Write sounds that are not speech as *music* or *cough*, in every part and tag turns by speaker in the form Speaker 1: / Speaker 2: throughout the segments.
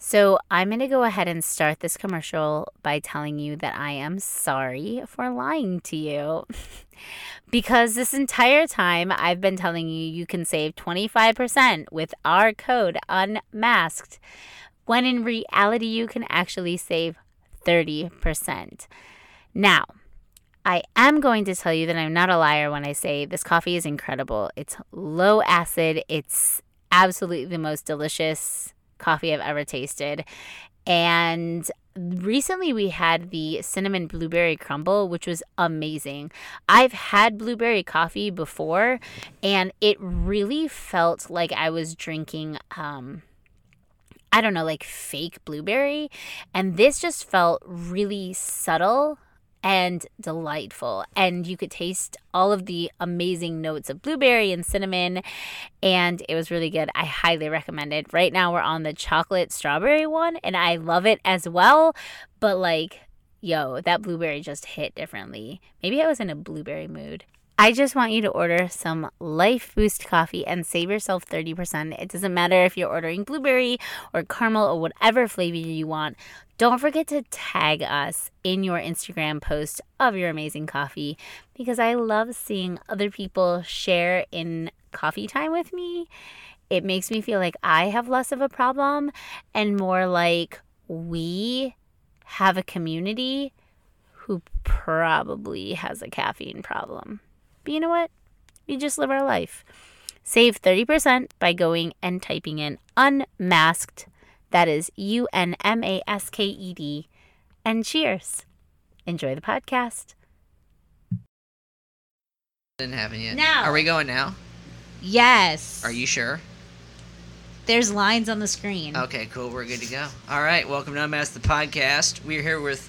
Speaker 1: So I'm going to go ahead and start this commercial by telling you that I am sorry for lying to you. *laughs* because this entire time I've been telling you you can save 25% with our code unmasked, when in reality you can actually save 30%. Now, I am going to tell you that I'm not a liar when I say this coffee is incredible. It's low acid, it's absolutely the most delicious coffee I've ever tasted. And recently we had the cinnamon blueberry crumble, which was amazing. I've had blueberry coffee before, and it really felt like I was drinking, um, I don't know, like fake blueberry. And this just felt really subtle and delightful. And you could taste all of the amazing notes of blueberry and cinnamon. And it was really good. I highly recommend it. Right now, we're on the chocolate strawberry one, and I love it as well. But like, yo, that blueberry just hit differently. Maybe I was in a blueberry mood. I just want you to order some Life Boost coffee and save yourself 30%. It doesn't matter if you're ordering blueberry or caramel or whatever flavor you want. Don't forget to tag us in your Instagram post of your amazing coffee because I love seeing other people share in coffee time with me. It makes me feel like I have less of a problem and more like we have a community who probably has a caffeine problem. But you know what? We just live our life. Save 30% by going and typing in unmasked. That is U N M A S K E D. And cheers. Enjoy the podcast.
Speaker 2: Didn't happen yet.
Speaker 1: No.
Speaker 2: Are we going now?
Speaker 1: Yes.
Speaker 2: Are you sure?
Speaker 1: There's lines on the screen.
Speaker 2: Okay, cool. We're good to go. All right. Welcome to Unmask the Podcast. We're here with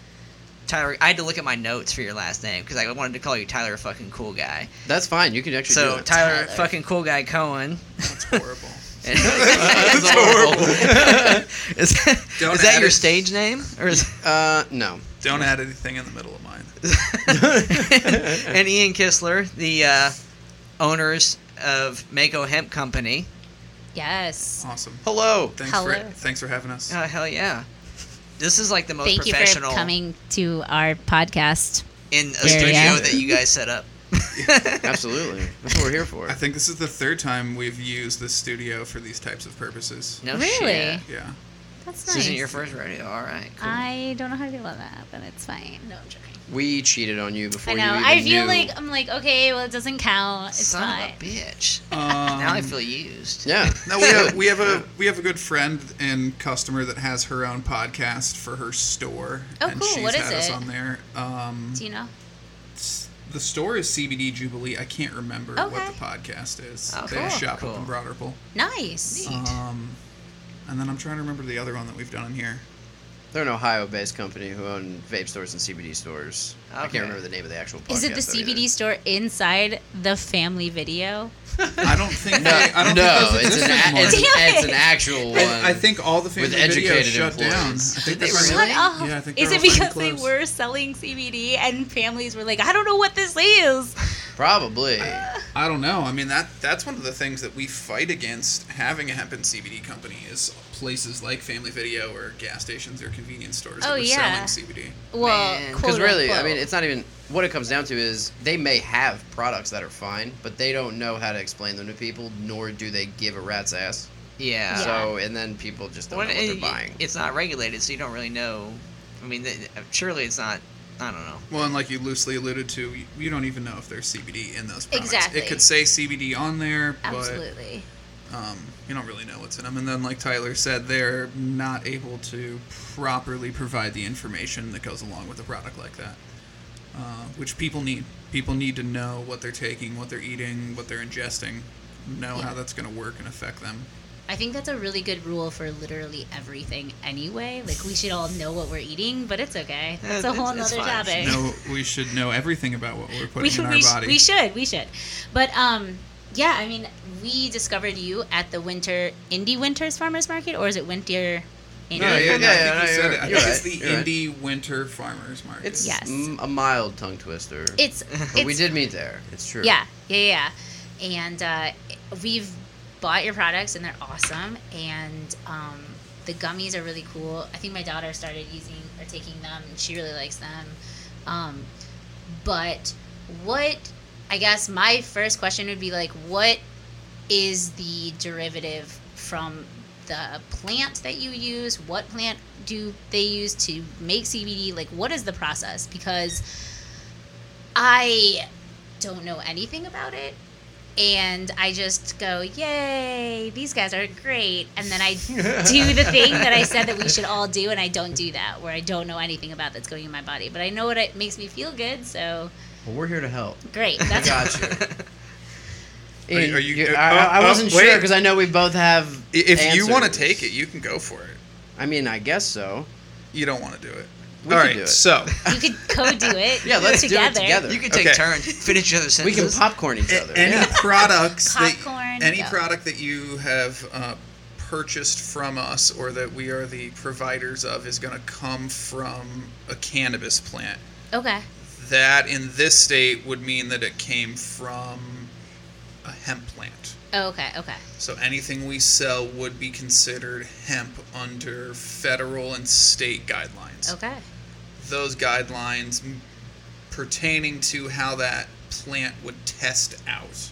Speaker 2: Tyler. I had to look at my notes for your last name because I wanted to call you Tyler fucking cool guy.
Speaker 3: That's fine. You can actually
Speaker 2: So
Speaker 3: do it.
Speaker 2: Tyler,
Speaker 1: Tyler.
Speaker 2: fucking cool guy Cohen.
Speaker 4: That's horrible.
Speaker 2: *laughs*
Speaker 4: *laughs*
Speaker 3: That's
Speaker 2: is that,
Speaker 4: Don't
Speaker 2: is that
Speaker 4: add
Speaker 2: your
Speaker 4: it.
Speaker 2: stage name or
Speaker 4: *laughs*
Speaker 2: is
Speaker 3: uh, no.
Speaker 4: Don't add anything in the middle of mine.
Speaker 2: and Ian Kistler, the uh, owners of Mako Hemp Company.
Speaker 1: Yes.
Speaker 4: Awesome.
Speaker 3: Hello.
Speaker 4: Thanks
Speaker 1: Hello.
Speaker 4: for thanks for having us.
Speaker 2: Oh hell yeah! This is like the most
Speaker 1: Thank you for
Speaker 2: professional
Speaker 1: coming to our podcast.
Speaker 2: in a
Speaker 1: Yeah,
Speaker 2: studio
Speaker 1: yeah.
Speaker 2: that you guys set
Speaker 3: *laughs*
Speaker 2: up. *laughs*
Speaker 3: Absolutely. That's what we're here for.
Speaker 4: I think this is the third time we've used this studio for these types of purposes.
Speaker 2: No
Speaker 1: Really?
Speaker 2: shit.
Speaker 1: *laughs*
Speaker 4: Yeah.
Speaker 1: That's
Speaker 2: This
Speaker 1: nice.
Speaker 2: isn't your first rodeo. All right. Cool.
Speaker 1: I don't know how to feel about that, but it's fine. No, I'm joking.
Speaker 3: We cheated on you before
Speaker 1: I
Speaker 3: you
Speaker 1: know.
Speaker 3: even
Speaker 1: I feel
Speaker 3: knew.
Speaker 1: like I'm like okay, well it doesn't count. It's
Speaker 2: Son
Speaker 1: fine.
Speaker 2: of a bitch.
Speaker 4: Um,
Speaker 2: now I feel used.
Speaker 3: Yeah.
Speaker 4: *laughs* No, we have, we have a we have a good friend and customer that has her own podcast for her store.
Speaker 1: Oh,
Speaker 4: and
Speaker 1: cool.
Speaker 4: She's
Speaker 1: What is
Speaker 4: had us
Speaker 1: it?
Speaker 4: on there. Um,
Speaker 1: Do you know?
Speaker 4: s- the store is CBD Jubilee. I can't remember what
Speaker 1: Okay.
Speaker 4: the podcast is.
Speaker 2: Oh,
Speaker 4: they have
Speaker 2: cool.
Speaker 4: a shop
Speaker 2: Cool.
Speaker 4: up in Broderpool.
Speaker 1: Nice.
Speaker 4: Um, and then I'm trying to remember the other one that we've done
Speaker 1: *laughs*
Speaker 4: in here.
Speaker 3: *laughs* They're an Ohio-based company who own vape stores and CBD stores. I
Speaker 2: Okay.
Speaker 3: can't remember the name of the actual podcast.
Speaker 1: Is it the
Speaker 3: though, either.
Speaker 1: CBD store inside the family video?
Speaker 4: I don't think.
Speaker 3: No,
Speaker 4: they, I don't
Speaker 3: no,
Speaker 4: think
Speaker 3: it's
Speaker 4: that's
Speaker 3: an,
Speaker 4: existing
Speaker 1: *laughs*
Speaker 3: a- it's, an,
Speaker 1: Damn
Speaker 3: it's
Speaker 1: it.
Speaker 3: an actual one.
Speaker 4: I, I think all the family
Speaker 3: With
Speaker 4: videos
Speaker 3: educated
Speaker 4: shut down. I
Speaker 3: employees.
Speaker 4: think
Speaker 2: They
Speaker 4: that's
Speaker 2: really-
Speaker 4: right.
Speaker 1: Shut
Speaker 2: Really?
Speaker 1: up.
Speaker 4: Yeah, I think
Speaker 1: is
Speaker 4: they're
Speaker 1: it because
Speaker 4: fucking
Speaker 1: they
Speaker 4: close.
Speaker 1: were selling CBD and families were like, I don't know what this is?
Speaker 3: Probably.
Speaker 4: I don't know. I mean that that's one of the things that we fight against having a hemp and CBD company is places like Family Video or gas stations or convenience stores
Speaker 1: Oh,
Speaker 4: that were
Speaker 1: yeah.
Speaker 4: selling CBD.
Speaker 1: Well,
Speaker 2: Man. 'Cause
Speaker 3: Because
Speaker 1: quote
Speaker 3: really, I
Speaker 1: unquote.
Speaker 3: mean, it's not even... What it comes down to is they may have products that are fine, but they don't know how to explain them to people, nor do they give a rat's ass.
Speaker 1: Yeah.
Speaker 2: Yeah.
Speaker 3: So, and then people just don't
Speaker 2: Well,
Speaker 3: know what they're
Speaker 2: it-
Speaker 3: buying.
Speaker 2: It's not regulated, so you don't really know. I mean, th- surely it's not. I don't know.
Speaker 4: Well, and like you loosely alluded to, you, you don't even know if there's CBD in those products.
Speaker 1: Exactly.
Speaker 4: It could say CBD on there,
Speaker 1: absolutely.
Speaker 4: but um, you don't really know what's in them. And then, like Tyler said, they're not able to properly provide the information that goes along with a product like that, uh, which people need. People need to know what they're taking, what they're eating, what they're ingesting, know how that's going to work and affect them.
Speaker 1: I think that's a really good rule for literally everything anyway. Like we should all know what we're eating, but it's okay. That's a
Speaker 2: It's-
Speaker 1: whole
Speaker 2: it's
Speaker 1: nother topic.
Speaker 2: fine.
Speaker 4: know we should know everything about what we're putting
Speaker 1: *laughs* we,
Speaker 4: in our
Speaker 1: we, sh-
Speaker 4: body.
Speaker 1: we should, we should. But um yeah, I mean, we discovered you at the winter Indie Winters Farmers Market or is it Winter Indie?
Speaker 3: No, yeah,
Speaker 4: I
Speaker 3: yeah,
Speaker 4: think you
Speaker 3: yeah,
Speaker 4: said
Speaker 3: you're
Speaker 4: it.
Speaker 3: right,
Speaker 4: I think
Speaker 3: you're
Speaker 4: it's
Speaker 3: right,
Speaker 4: the
Speaker 3: you're right.
Speaker 4: indie winter farmers market.
Speaker 3: It's
Speaker 1: Yes.
Speaker 3: m- a mild tongue twister.
Speaker 1: It's,
Speaker 3: but we
Speaker 1: it's-
Speaker 3: did meet there. It's true.
Speaker 1: Yeah, yeah, yeah. And uh, we've bought your products, and they're awesome. And um, The gummies are really cool. I think my daughter started using or taking them, and she really likes them. Um, but what I guess my first question would be like, what is the derivative from the plant that you use? What plant do they use to make CBD? Like, what is the process? Because I don't know anything about it. And I just go, yay, these guys are great. And then I do the thing that I said that we should all do, and I don't do that, where I don't know anything about that's going in my body. But I know what it makes me feel good, so
Speaker 3: Well, we're here to help. *laughs*
Speaker 1: great. That's
Speaker 2: *laughs*
Speaker 3: Got you.
Speaker 4: Are you- are you-
Speaker 3: Ian, I,
Speaker 4: uh,
Speaker 3: I
Speaker 4: uh,
Speaker 3: wasn't
Speaker 4: wait.
Speaker 3: sure because I know we both have.
Speaker 4: If you want to
Speaker 3: answers.
Speaker 4: take it, you can go for it.
Speaker 3: I mean, I guess so.
Speaker 4: You don't want to do it.
Speaker 3: We
Speaker 4: All
Speaker 3: can
Speaker 4: right,
Speaker 3: do it.
Speaker 4: so
Speaker 1: you could co-do it.
Speaker 3: *laughs* Yeah, let's do it together.
Speaker 2: You can take
Speaker 4: Okay.
Speaker 2: turns, finish each other's
Speaker 3: we can
Speaker 2: sentences.
Speaker 3: popcorn each
Speaker 4: a-
Speaker 3: other.
Speaker 4: any
Speaker 3: yeah.
Speaker 4: products,
Speaker 1: Popcorn,
Speaker 4: that, any
Speaker 1: yeah.
Speaker 4: product that you have uh, purchased from us or that we are the providers of is going to come from a cannabis plant.
Speaker 1: Okay.
Speaker 4: That in this state would mean that it came from a hemp plant.
Speaker 1: Oh, okay. Okay.
Speaker 4: So anything we sell would be considered hemp under federal and state guidelines.
Speaker 1: Okay.
Speaker 4: Those guidelines m- pertaining to how that plant would test out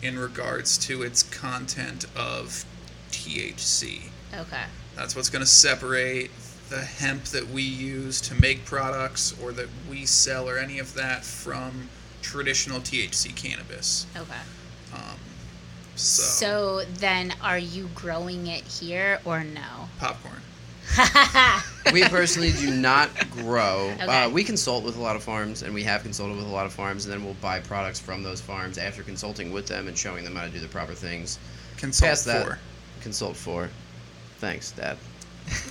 Speaker 4: in regards to its content of THC.
Speaker 1: Okay.
Speaker 4: That's what's going to separate the hemp that we use to make products or that we sell or any of that from traditional THC cannabis.
Speaker 1: Okay.
Speaker 4: Um,
Speaker 1: So.
Speaker 4: so,
Speaker 1: then, are you growing it here or
Speaker 3: *laughs*
Speaker 1: no?
Speaker 4: popcorn.
Speaker 3: we personally do not grow.
Speaker 1: *laughs* Okay.
Speaker 3: Uh, we consult with a lot of farms, and we have consulted with a lot of farms, and then we'll buy products from those farms after consulting with them and showing them how to do the proper things.
Speaker 4: Consult
Speaker 3: Pass that.
Speaker 4: for.
Speaker 3: Consult for. Thanks, Dad.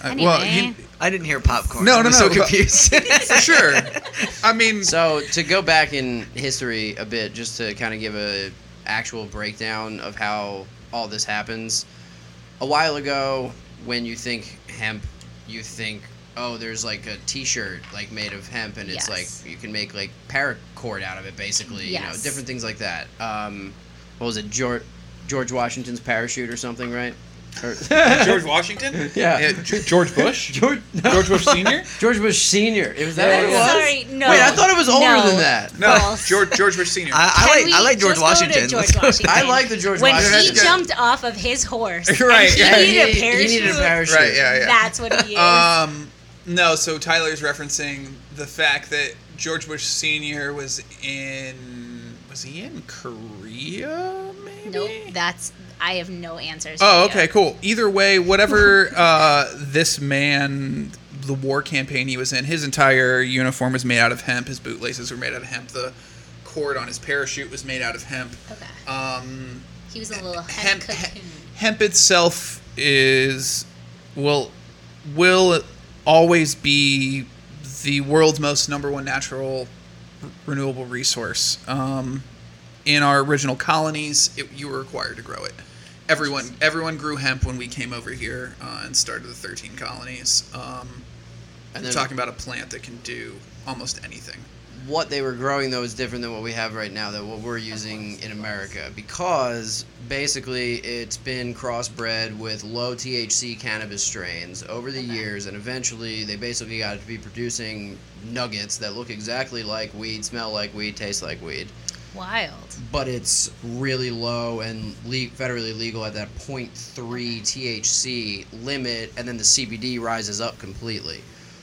Speaker 4: Uh, well,
Speaker 1: Anyway.
Speaker 4: you,
Speaker 2: I didn't hear popcorn.
Speaker 4: No,
Speaker 2: I'm
Speaker 4: no,
Speaker 2: so
Speaker 4: no,
Speaker 3: *laughs*
Speaker 4: but-
Speaker 2: confused.
Speaker 4: for sure. I mean, *laughs*
Speaker 3: So to go back in history a bit, just to kind of give a actual breakdown of how all this happens. A while ago, when you think hemp, you think, oh, there's like a T-shirt like made of hemp, and
Speaker 1: Yes.
Speaker 3: it's like you can make like paracord out of it, basically. You know,
Speaker 1: Yes.
Speaker 3: different things like that. Um, what was it, George, George Washington's parachute or something, right? Or, *laughs*
Speaker 4: George Washington?
Speaker 3: Yeah.
Speaker 4: G- George Bush? *laughs* George, Bush Senior?
Speaker 3: George Bush Senior. It was that. what it was?
Speaker 1: Sorry, no.
Speaker 3: Wait, I thought it was older
Speaker 1: No.
Speaker 3: than that.
Speaker 4: No,
Speaker 1: False.
Speaker 4: George George Bush Senior.
Speaker 2: I,
Speaker 1: Can
Speaker 2: I
Speaker 1: we
Speaker 2: like I like George
Speaker 1: just go to
Speaker 2: Washington.
Speaker 1: George Washington.
Speaker 3: I like the George
Speaker 1: when
Speaker 3: Washington.
Speaker 1: he jumped off of his horse,
Speaker 3: *laughs*
Speaker 1: and
Speaker 4: Right,
Speaker 1: he,
Speaker 4: yeah.
Speaker 1: needed
Speaker 3: He-
Speaker 1: a parachute,
Speaker 3: He needed a parachute. Uh,
Speaker 4: right, yeah, yeah.
Speaker 1: That's what he is.
Speaker 4: Um, no, so Tyler's referencing the fact that George Bush Senior was in was he in Korea? Maybe.
Speaker 1: nope. That's. I have no answers.
Speaker 4: Oh,
Speaker 1: for you.
Speaker 4: okay, cool. Either way, whatever *laughs* uh, this man, the war campaign he was in, his entire uniform was made out of hemp. His bootlaces were made out of hemp. The cord on his parachute was made out of hemp.
Speaker 1: Okay.
Speaker 4: Um,
Speaker 1: He
Speaker 3: eh,
Speaker 1: was a little hemp
Speaker 4: hemp,
Speaker 1: cocoon.
Speaker 4: hemp itself is will will always be the world's most number one natural r- renewable resource. Um, in our original colonies, it, you were required to grow it. Everyone everyone grew hemp when we came over here uh, and started the thirteen colonies. Um,
Speaker 3: And
Speaker 4: we're
Speaker 3: then-
Speaker 4: talking about a plant that can do almost anything.
Speaker 3: what they were growing though is different than what we have right now that what we're using in america because basically it's been crossbred with low thc cannabis strains over the years and eventually they basically got to be producing nuggets that look exactly like weed smell like weed taste like weed
Speaker 1: Wild.
Speaker 3: but it's really low and le- federally legal at that 0.3 THC limit, and then the CBD rises up completely.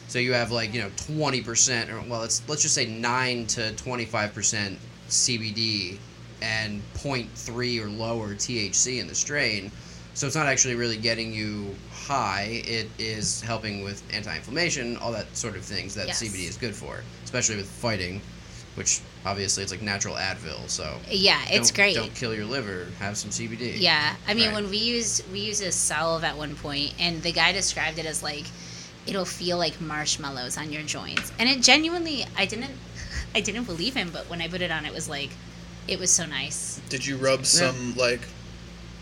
Speaker 3: So you have like you know 20 percent, or well, let's let's just say nine to 25 percent CBD and 0.3 or lower THC in the strain. So it's not actually really getting you high. It is helping with anti-inflammation, all that sort of things that
Speaker 1: Yes.
Speaker 3: CBD is good for, especially with fighting which obviously it's like natural Advil. So
Speaker 1: Yeah, it's
Speaker 3: don't-
Speaker 1: great.
Speaker 3: Don't kill your liver. Have some CBD.
Speaker 1: Yeah, I mean,
Speaker 3: Right.
Speaker 1: when we used we used a salve at one point, and the guy described it as like, it'll feel like marshmallows on your joints, and it genuinely, I didn't, *laughs* I didn't believe him, but when I put it on, it was like, it was so nice.
Speaker 4: Did you rub some like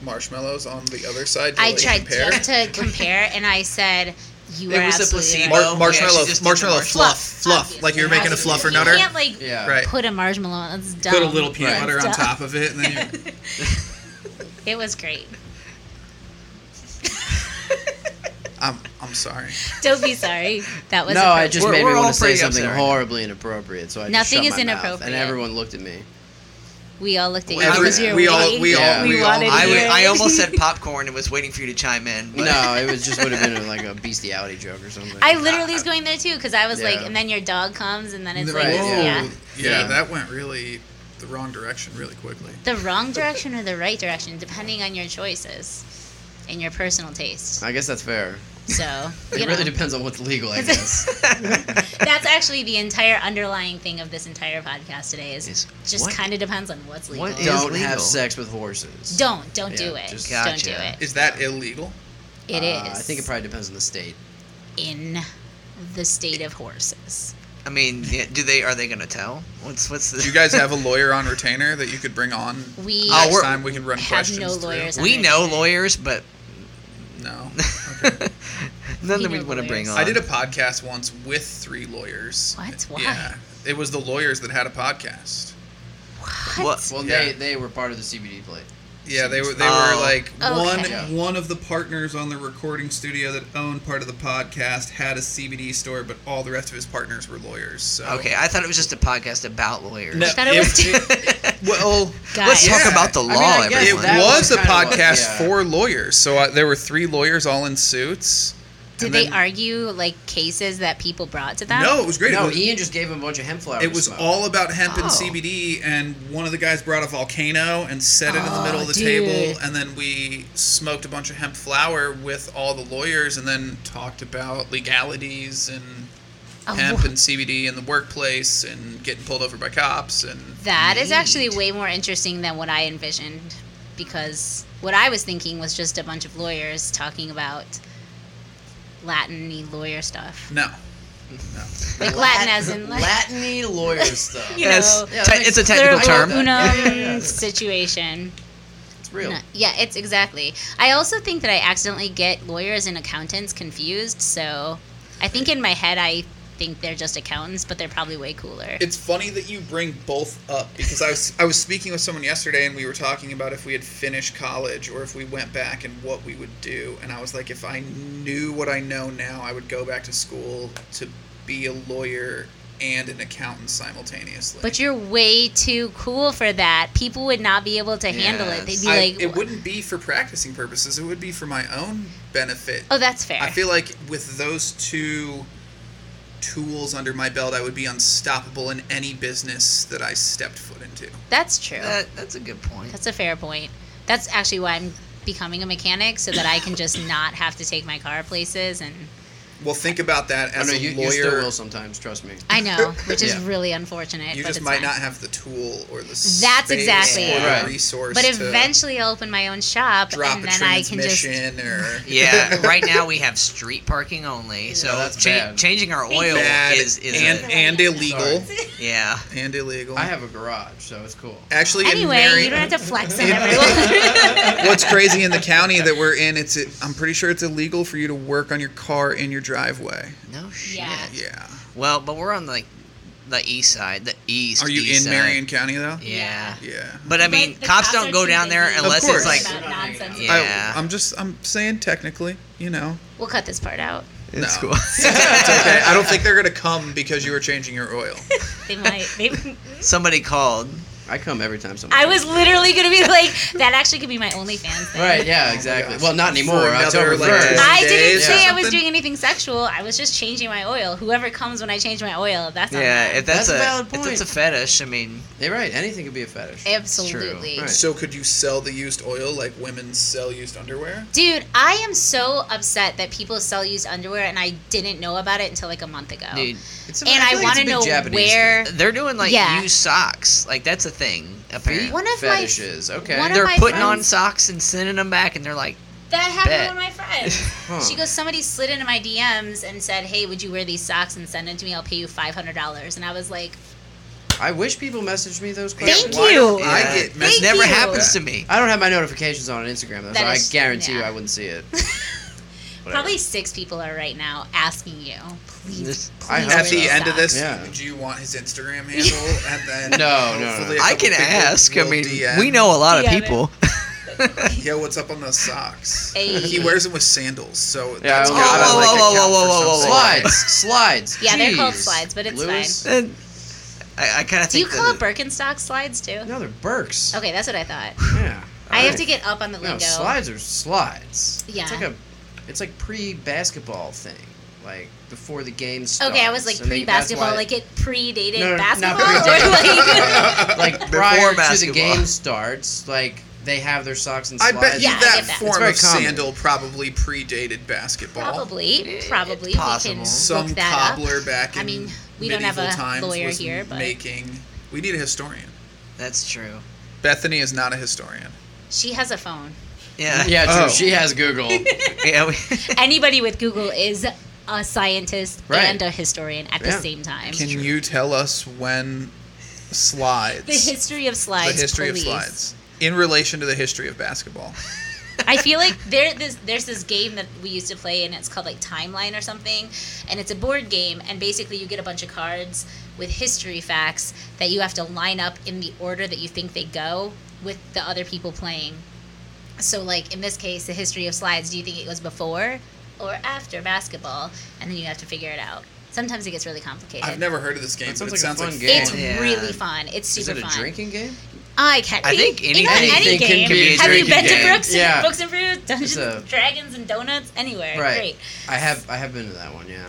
Speaker 4: marshmallows on the other side?
Speaker 1: I tried just to
Speaker 4: *laughs*
Speaker 1: compare, and I said, "You
Speaker 2: It
Speaker 1: are
Speaker 2: was a
Speaker 1: absolutely
Speaker 2: placebo.
Speaker 1: right.
Speaker 2: Oh,
Speaker 4: Mar- marshmallow,
Speaker 2: yeah, she just did the
Speaker 4: marshmallow
Speaker 2: marshmallow.
Speaker 4: fluff, fluff, like you were making a
Speaker 1: Obviously.
Speaker 4: fluffer
Speaker 1: You
Speaker 4: nutter.
Speaker 1: can't like
Speaker 3: Yeah.
Speaker 4: Right.
Speaker 1: put a marshmallow on. That's dumb.
Speaker 4: Put a little peanut
Speaker 3: Right.
Speaker 4: butter on
Speaker 1: Dumb.
Speaker 4: top of it,
Speaker 1: *laughs*
Speaker 4: and then you *laughs*
Speaker 1: It was great.
Speaker 4: I'm, I'm sorry.
Speaker 1: Don't be sorry. That was
Speaker 3: no, I just
Speaker 2: We're-
Speaker 3: made
Speaker 2: we're
Speaker 3: me
Speaker 2: all
Speaker 3: want to say
Speaker 2: pretty
Speaker 3: something
Speaker 2: upset right now.
Speaker 3: horribly inappropriate. So I just
Speaker 1: Nothing
Speaker 3: shut
Speaker 1: is
Speaker 3: my mouth,
Speaker 1: inappropriate.
Speaker 3: and everyone looked at
Speaker 4: *laughs*
Speaker 3: me.
Speaker 1: we all looked at you.
Speaker 4: Every-
Speaker 1: It was your
Speaker 4: we all-
Speaker 1: way.
Speaker 4: we
Speaker 3: all-
Speaker 1: we,
Speaker 3: we all-
Speaker 1: wanted
Speaker 2: I,
Speaker 1: to
Speaker 2: was,
Speaker 1: hear
Speaker 2: I
Speaker 1: it.
Speaker 2: almost said popcorn and was waiting for you to chime in. But
Speaker 3: No,
Speaker 2: *laughs*
Speaker 3: it was just would have been like a bestiality joke or something.
Speaker 1: *laughs* I literally was going there too because I was like,
Speaker 3: Yeah.
Speaker 1: and then your dog comes, and then it's
Speaker 3: Right,
Speaker 1: like,
Speaker 4: Whoa.
Speaker 1: yeah.
Speaker 4: Yeah.
Speaker 3: Yeah.
Speaker 4: that went really the wrong direction really quickly.
Speaker 1: the wrong direction or the right direction, depending on your choices and your personal taste.
Speaker 3: I guess that's fair.
Speaker 1: So
Speaker 3: *laughs* It
Speaker 1: you know,
Speaker 3: really depends on what's
Speaker 1: *laughs*
Speaker 3: legal, I guess.
Speaker 1: that's actually the entire underlying thing of this entire podcast today is
Speaker 2: Is
Speaker 1: just
Speaker 2: what-
Speaker 1: kind of depends on what's legal.
Speaker 2: what is-
Speaker 3: don't
Speaker 2: legal.
Speaker 3: have sex with horses.
Speaker 1: don't don't do
Speaker 3: Yeah,
Speaker 1: it.
Speaker 3: just-
Speaker 1: Don't do
Speaker 2: Gotcha.
Speaker 1: it.
Speaker 4: Is that illegal?
Speaker 1: It
Speaker 3: Uh,
Speaker 1: is.
Speaker 3: I think it probably depends on the state.
Speaker 1: in the state of horses.
Speaker 2: I mean, yeah, do they? Are they gonna tell? What's what's the?
Speaker 4: Do you guys have
Speaker 2: *laughs*
Speaker 4: a lawyer on retainer that you could bring on
Speaker 1: We
Speaker 3: Uh,
Speaker 2: Oh,
Speaker 4: next
Speaker 2: we're-
Speaker 4: time? We could run
Speaker 1: have
Speaker 4: questions
Speaker 1: no
Speaker 4: through?
Speaker 1: lawyers.
Speaker 2: we know lawyers, but *laughs*
Speaker 4: No. *laughs*
Speaker 2: none
Speaker 1: We
Speaker 2: that we
Speaker 1: know
Speaker 2: want to bring
Speaker 1: lawyers.
Speaker 2: on.
Speaker 4: I did a podcast once with three lawyers.
Speaker 1: What? Why?
Speaker 4: Yeah. It was the lawyers that had a podcast.
Speaker 1: What?
Speaker 2: What?
Speaker 3: Well,
Speaker 4: Yeah.
Speaker 3: they they were part of the CBD plate.
Speaker 4: Yeah, they were they
Speaker 2: Oh.
Speaker 4: were like one
Speaker 1: Okay.
Speaker 3: Yeah.
Speaker 4: one of the partners on the recording studio that owned part of the podcast had a CBD store, but all the rest of his partners were lawyers. So
Speaker 2: Okay, I thought it was just a podcast about lawyers.
Speaker 4: No,
Speaker 1: I thought it was
Speaker 4: *laughs* well,
Speaker 2: Let's
Speaker 1: guys.
Speaker 4: Yeah.
Speaker 2: talk about the
Speaker 3: I mean,
Speaker 2: law,
Speaker 3: I guess
Speaker 4: it
Speaker 2: everyone.
Speaker 3: that
Speaker 4: was,
Speaker 3: was
Speaker 4: a
Speaker 3: kinda what-
Speaker 4: podcast
Speaker 3: yeah.
Speaker 4: for lawyers. So uh, there were three lawyers all in suits.
Speaker 1: Did
Speaker 4: and
Speaker 1: they
Speaker 4: then-
Speaker 1: argue like cases that people brought to them?
Speaker 4: No, it was great.
Speaker 3: No,
Speaker 4: it was,
Speaker 3: Ian just gave him a bunch of hemp flowers.
Speaker 4: it was all about hemp
Speaker 2: Oh.
Speaker 4: and CBD, and one of the guys brought a volcano and set it in the middle
Speaker 1: Oh,
Speaker 4: of the
Speaker 1: dude.
Speaker 4: table, and then we smoked a bunch of hemp flower with all the lawyers, and then talked about legalities and
Speaker 1: Oh,
Speaker 4: hemp
Speaker 1: wha-
Speaker 4: and CBD in the workplace and getting pulled over by cops and
Speaker 1: That is actually
Speaker 2: Neat.
Speaker 1: way more interesting than what I envisioned because what I was thinking was just a bunch of lawyers talking about Latin lawyer stuff.
Speaker 4: no.
Speaker 1: Like Latin as in like
Speaker 3: Latiny lawyer stuff.
Speaker 1: You
Speaker 2: Yes,
Speaker 1: know,
Speaker 3: Yeah,
Speaker 2: te-
Speaker 3: that
Speaker 2: it's a
Speaker 3: makes-
Speaker 2: technical
Speaker 1: Third
Speaker 2: term.
Speaker 1: world unum
Speaker 4: *laughs*
Speaker 3: Yeah, yeah, yeah.
Speaker 1: situation.
Speaker 3: It's
Speaker 1: *laughs*
Speaker 3: real.
Speaker 1: No, yeah, it's exactly. I also think that I accidentally get lawyers and accountants confused, so I think in my head I think they're just accountants, but they're probably way cooler.
Speaker 4: It's funny that you bring both up because I was I was speaking with someone yesterday and we were talking about if we had finished college or if we went back and what we would do and I was like if I knew what I know now I would go back to school to be a lawyer and an accountant simultaneously.
Speaker 1: But you're way too cool for that. People would not be able to handle it. They'd be
Speaker 4: I-
Speaker 1: like,
Speaker 4: it wouldn't be for practicing purposes. It would be for my own benefit.
Speaker 1: "Oh, that's fair."
Speaker 4: I feel like with those two tools under my belt, I would be unstoppable in any business that I stepped foot into.
Speaker 1: that's true.
Speaker 2: That, that's a good point.
Speaker 1: that's a fair point. That's actually why I'm becoming a mechanic so that I can
Speaker 4: *laughs*
Speaker 1: just not have to take my car places and
Speaker 4: Well, think about that
Speaker 3: I
Speaker 4: as
Speaker 3: know
Speaker 4: a
Speaker 3: Oh, you, you still
Speaker 4: lawyer.
Speaker 3: will sometimes. Trust me.
Speaker 1: I
Speaker 4: *laughs*
Speaker 1: know, which is
Speaker 3: Yeah.
Speaker 1: really unfortunate.
Speaker 4: you
Speaker 1: but
Speaker 4: just
Speaker 1: it's
Speaker 4: might
Speaker 1: fine.
Speaker 4: not have the tool or the That's
Speaker 1: That's exactly
Speaker 4: or
Speaker 3: it.
Speaker 4: the
Speaker 3: Right.
Speaker 4: resource.
Speaker 1: But
Speaker 4: to
Speaker 1: eventually, I'll open my own shop,
Speaker 4: drop
Speaker 1: and
Speaker 4: a
Speaker 1: then I can just
Speaker 3: *laughs*
Speaker 4: transmission or
Speaker 2: *laughs* Yeah,
Speaker 4: *laughs*
Speaker 2: right now we have street parking only, so
Speaker 3: Yeah, that's
Speaker 2: cha-
Speaker 3: bad.
Speaker 2: changing our oil
Speaker 4: bad
Speaker 2: is is
Speaker 4: and
Speaker 2: a,
Speaker 4: and illegal
Speaker 2: yeah.
Speaker 4: and illegal.
Speaker 3: I have a garage, so it's cool.
Speaker 4: Actually,
Speaker 1: Anyway,
Speaker 4: in Mary,
Speaker 1: you don't have to flex
Speaker 3: *laughs*
Speaker 1: on everyone.
Speaker 4: what's crazy in the county that we're in? It's I'm pretty sure it's illegal for you to work on your car in your driveway.
Speaker 2: No shit.
Speaker 1: Yeah.
Speaker 4: Yeah.
Speaker 2: Well, but we're on like the east side, the east.
Speaker 4: Are you
Speaker 2: east
Speaker 4: in
Speaker 2: side.
Speaker 4: Marion County though?
Speaker 2: Yeah.
Speaker 4: Yeah.
Speaker 2: But I mean,
Speaker 1: But *laughs* the
Speaker 2: cops,
Speaker 1: are
Speaker 2: don't go
Speaker 1: too
Speaker 2: down there
Speaker 1: busy
Speaker 2: unless it's
Speaker 4: course.
Speaker 2: like.
Speaker 1: about nonsense.
Speaker 2: Yeah.
Speaker 4: I, I'm just I'm saying technically,
Speaker 2: *laughs*
Speaker 4: you know.
Speaker 1: We'll cut this part out.
Speaker 2: It's *laughs*
Speaker 4: No.
Speaker 2: cool.
Speaker 4: It's okay. I don't think they're gonna come because you were changing your oil.
Speaker 1: They might. They,
Speaker 2: Somebody called.
Speaker 3: I come every time someone.
Speaker 1: I was literally gonna be like, that actually could be my OnlyFans thing.
Speaker 3: Right. Yeah.
Speaker 4: Oh
Speaker 3: Exactly.
Speaker 4: my gosh.
Speaker 3: Well, not
Speaker 4: For
Speaker 3: anymore.
Speaker 4: another,
Speaker 3: October
Speaker 4: like,
Speaker 3: first.
Speaker 1: I
Speaker 4: Days
Speaker 1: didn't
Speaker 4: or
Speaker 1: say I was
Speaker 4: something?
Speaker 1: doing anything sexual. I was just changing my oil. Whoever comes when I change my oil, that's on
Speaker 2: Yeah,
Speaker 1: them.
Speaker 2: if that's,
Speaker 3: That's a valid
Speaker 2: if that's
Speaker 3: point.
Speaker 2: a fetish, I mean,
Speaker 3: You're right. Anything could be a fetish.
Speaker 1: absolutely.
Speaker 3: Right.
Speaker 4: So could you sell the used oil like women sell used underwear?
Speaker 1: Dude, I am so upset that people sell used underwear, and I didn't know about it until like a month ago.
Speaker 2: dude,
Speaker 3: It's a-
Speaker 1: and I
Speaker 3: feel like
Speaker 1: want
Speaker 3: it's a
Speaker 1: to
Speaker 3: big
Speaker 1: know
Speaker 3: Japanese
Speaker 1: where
Speaker 2: they're doing like
Speaker 1: Yeah.
Speaker 2: used socks. Like that's a thing. Apparently,
Speaker 1: One of my
Speaker 3: fetishes. okay.
Speaker 1: one of
Speaker 2: they're
Speaker 1: my
Speaker 2: putting on
Speaker 1: friends-
Speaker 2: socks and sending them back, and they're like,
Speaker 1: that happened
Speaker 2: Bet.
Speaker 1: to one of my friends.
Speaker 3: Huh.
Speaker 1: She goes, somebody slid into my DMs and said, "Hey, would you wear these socks and send them to me? I'll pay you five hundred dollars." And I was like,
Speaker 3: I wish people messaged me those
Speaker 4: Yeah,
Speaker 3: questions.
Speaker 1: Thank
Speaker 4: why
Speaker 1: you.
Speaker 4: don't
Speaker 2: yeah,
Speaker 4: I get
Speaker 2: that
Speaker 1: Thank
Speaker 4: messages.
Speaker 2: never
Speaker 1: you.
Speaker 2: happens to me.
Speaker 3: I don't have my notifications on Instagram, though,
Speaker 1: That
Speaker 3: so I
Speaker 1: is-
Speaker 3: guarantee you
Speaker 1: yeah.
Speaker 3: I wouldn't
Speaker 1: *laughs*
Speaker 3: see it. Whatever.
Speaker 1: probably six people are right now asking you, please.
Speaker 2: This-
Speaker 1: please
Speaker 3: I hope
Speaker 4: At
Speaker 1: wear
Speaker 4: the
Speaker 1: these
Speaker 4: end of this,
Speaker 3: Yeah.
Speaker 4: do you want his
Speaker 2: *laughs*
Speaker 4: Instagram handle? And then
Speaker 3: No, no, no,
Speaker 4: hopefully
Speaker 3: no.
Speaker 4: a
Speaker 2: I
Speaker 4: couple
Speaker 2: can
Speaker 4: people
Speaker 2: ask. I
Speaker 4: will
Speaker 2: mean,
Speaker 4: DM.
Speaker 2: we know a lot of
Speaker 1: DM it. *laughs*
Speaker 2: people. *laughs*
Speaker 1: socks."
Speaker 4: Yo, what's up on those socks?
Speaker 1: Hey.
Speaker 4: He wears them with sandals, so
Speaker 5: Yeah, I
Speaker 4: that's
Speaker 5: don't-
Speaker 4: gotta,
Speaker 5: I don't
Speaker 2: like
Speaker 4: like,
Speaker 2: that.
Speaker 4: account
Speaker 2: Oh, Whoa, whoa, whoa,
Speaker 4: for
Speaker 2: whoa,
Speaker 4: something.
Speaker 2: whoa, whoa.
Speaker 3: Slides, slides.
Speaker 1: Yeah, they're called
Speaker 3: Jeez.
Speaker 1: slides, but it's
Speaker 3: Lewis?
Speaker 2: And I, I kind of
Speaker 1: Do you
Speaker 2: think
Speaker 1: call it
Speaker 2: that-
Speaker 1: Birkenstock slides too?
Speaker 3: No, they're Burks.
Speaker 1: Okay, that's what I thought.
Speaker 3: Yeah.
Speaker 1: I have
Speaker 3: Alright.
Speaker 1: to get up on the
Speaker 3: No,
Speaker 1: lingo.
Speaker 3: slides are slides.
Speaker 1: Yeah.
Speaker 3: It's like a, it's like pre-basketball thing, like before the game starts.
Speaker 1: Okay, I was like
Speaker 3: and they- that's
Speaker 1: pre-basketball,
Speaker 3: why-
Speaker 1: like it predated
Speaker 3: No, no, not
Speaker 1: basketball, *laughs*
Speaker 3: *laughs*
Speaker 1: or like
Speaker 3: like
Speaker 2: Before
Speaker 3: prior to the
Speaker 2: basketball.
Speaker 3: game starts, like they have their socks and
Speaker 4: I
Speaker 3: slides.
Speaker 4: bet you
Speaker 1: Yeah, I
Speaker 4: that
Speaker 1: get that.
Speaker 3: It's
Speaker 4: form
Speaker 3: very
Speaker 4: of
Speaker 3: common.
Speaker 4: sandal probably predated basketball.
Speaker 1: probably,
Speaker 2: It's
Speaker 1: probably we
Speaker 2: possible.
Speaker 1: can
Speaker 4: Some
Speaker 1: look that
Speaker 4: cobbler
Speaker 1: up.
Speaker 4: back in
Speaker 1: I mean, we don't have
Speaker 4: medieval
Speaker 1: a
Speaker 4: times
Speaker 1: lawyer
Speaker 4: was
Speaker 1: here, but-
Speaker 4: making. We need a historian.
Speaker 2: that's true.
Speaker 4: Bethany is not a historian.
Speaker 1: She has a phone.
Speaker 2: Yeah.
Speaker 3: Yeah, true.
Speaker 4: Oh.
Speaker 3: She
Speaker 1: *laughs*
Speaker 3: has Google.
Speaker 2: *laughs* yeah we,
Speaker 1: Anybody with Google is a scientist
Speaker 3: Right.
Speaker 1: and a historian at the
Speaker 3: Yeah.
Speaker 1: same time.
Speaker 4: Can you tell us when slides?
Speaker 1: the history of
Speaker 4: the
Speaker 1: slides.
Speaker 4: history
Speaker 1: please.
Speaker 4: of slides in relation to the history of basketball.
Speaker 1: *laughs* I feel like there this, there's this game that we used to play, and it's called like Timeline or something, and it's a board game, and basically you get a bunch of cards with history facts that you have to line up in the order that you think they go with the other people playing. So like in this case, the history of slides. Do you think it was before or after basketball? And then you have to figure it out. Sometimes it gets really complicated.
Speaker 4: I've never heard of this game,
Speaker 3: That
Speaker 4: but it
Speaker 3: sounds
Speaker 4: sounds
Speaker 3: like a
Speaker 4: like
Speaker 3: fun game.
Speaker 1: it's
Speaker 4: fun.
Speaker 2: Yeah.
Speaker 1: really fun. It's
Speaker 3: Is
Speaker 1: super
Speaker 3: it a
Speaker 1: fun.
Speaker 3: drinking game?
Speaker 1: I can.
Speaker 2: *laughs* I
Speaker 1: be-
Speaker 2: think
Speaker 1: you
Speaker 2: any-
Speaker 1: know, any,
Speaker 2: anything
Speaker 1: game.
Speaker 3: can be a
Speaker 1: Have you
Speaker 3: drinking
Speaker 1: been to
Speaker 3: game.
Speaker 1: Brooks?
Speaker 3: Yeah.
Speaker 1: Brooks and Brews, Dungeons,
Speaker 3: a-
Speaker 1: Dragons and Donuts, anywhere.
Speaker 3: Right.
Speaker 1: Great.
Speaker 3: I have I have been to that one. Yeah.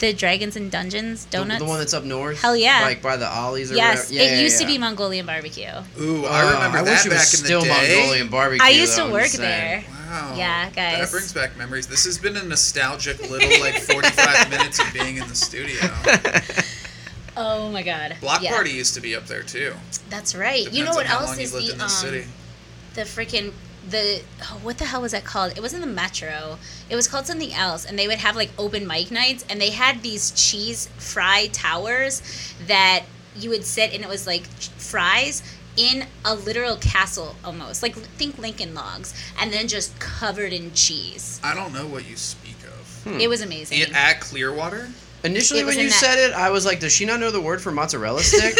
Speaker 1: The Dragons and Dungeons
Speaker 3: The-
Speaker 1: Donuts.
Speaker 3: The, one that's up north.
Speaker 1: Hell yeah.
Speaker 3: Like by the Ollies or
Speaker 1: yes,
Speaker 3: whatever. Yeah,
Speaker 1: it
Speaker 3: yeah,
Speaker 1: used
Speaker 3: yeah.
Speaker 1: to be Mongolian barbecue.
Speaker 4: Ooh,
Speaker 3: Oh,
Speaker 4: I remember
Speaker 3: I
Speaker 4: that
Speaker 3: wish it
Speaker 4: back
Speaker 3: was
Speaker 4: in the
Speaker 3: still
Speaker 4: day.
Speaker 3: Mongolian barbecue.
Speaker 1: I used to
Speaker 3: though, I'm
Speaker 1: work
Speaker 3: just saying.
Speaker 1: there.
Speaker 4: Wow.
Speaker 1: Yeah, guys.
Speaker 4: That brings back memories. This has been a nostalgic little like
Speaker 1: *laughs*
Speaker 4: 45 minutes of being in the studio.
Speaker 1: Oh my god.
Speaker 4: Block
Speaker 1: Yeah,
Speaker 4: Party used to be up there too.
Speaker 1: That's right.
Speaker 4: Depends
Speaker 1: you know what
Speaker 4: on how
Speaker 1: else
Speaker 4: long
Speaker 1: is
Speaker 4: you lived
Speaker 1: the
Speaker 4: in
Speaker 1: um
Speaker 4: this city.
Speaker 1: the freaking the oh, what the hell was that called? It wasn't the Metro. It was called something else, and they would have like open mic nights, and they had these cheese fry towers that you would sit, and it was like ch- fries in a literal castle almost, like think Lincoln Logs, and then just covered in cheese.
Speaker 4: I don't know what you speak of.
Speaker 1: It was amazing.
Speaker 4: It, at Clearwater?
Speaker 3: Initially,
Speaker 1: It was
Speaker 3: when
Speaker 1: in
Speaker 3: you
Speaker 1: that-
Speaker 3: said it, I was like, "Does she not know the word for mozzarella stick?"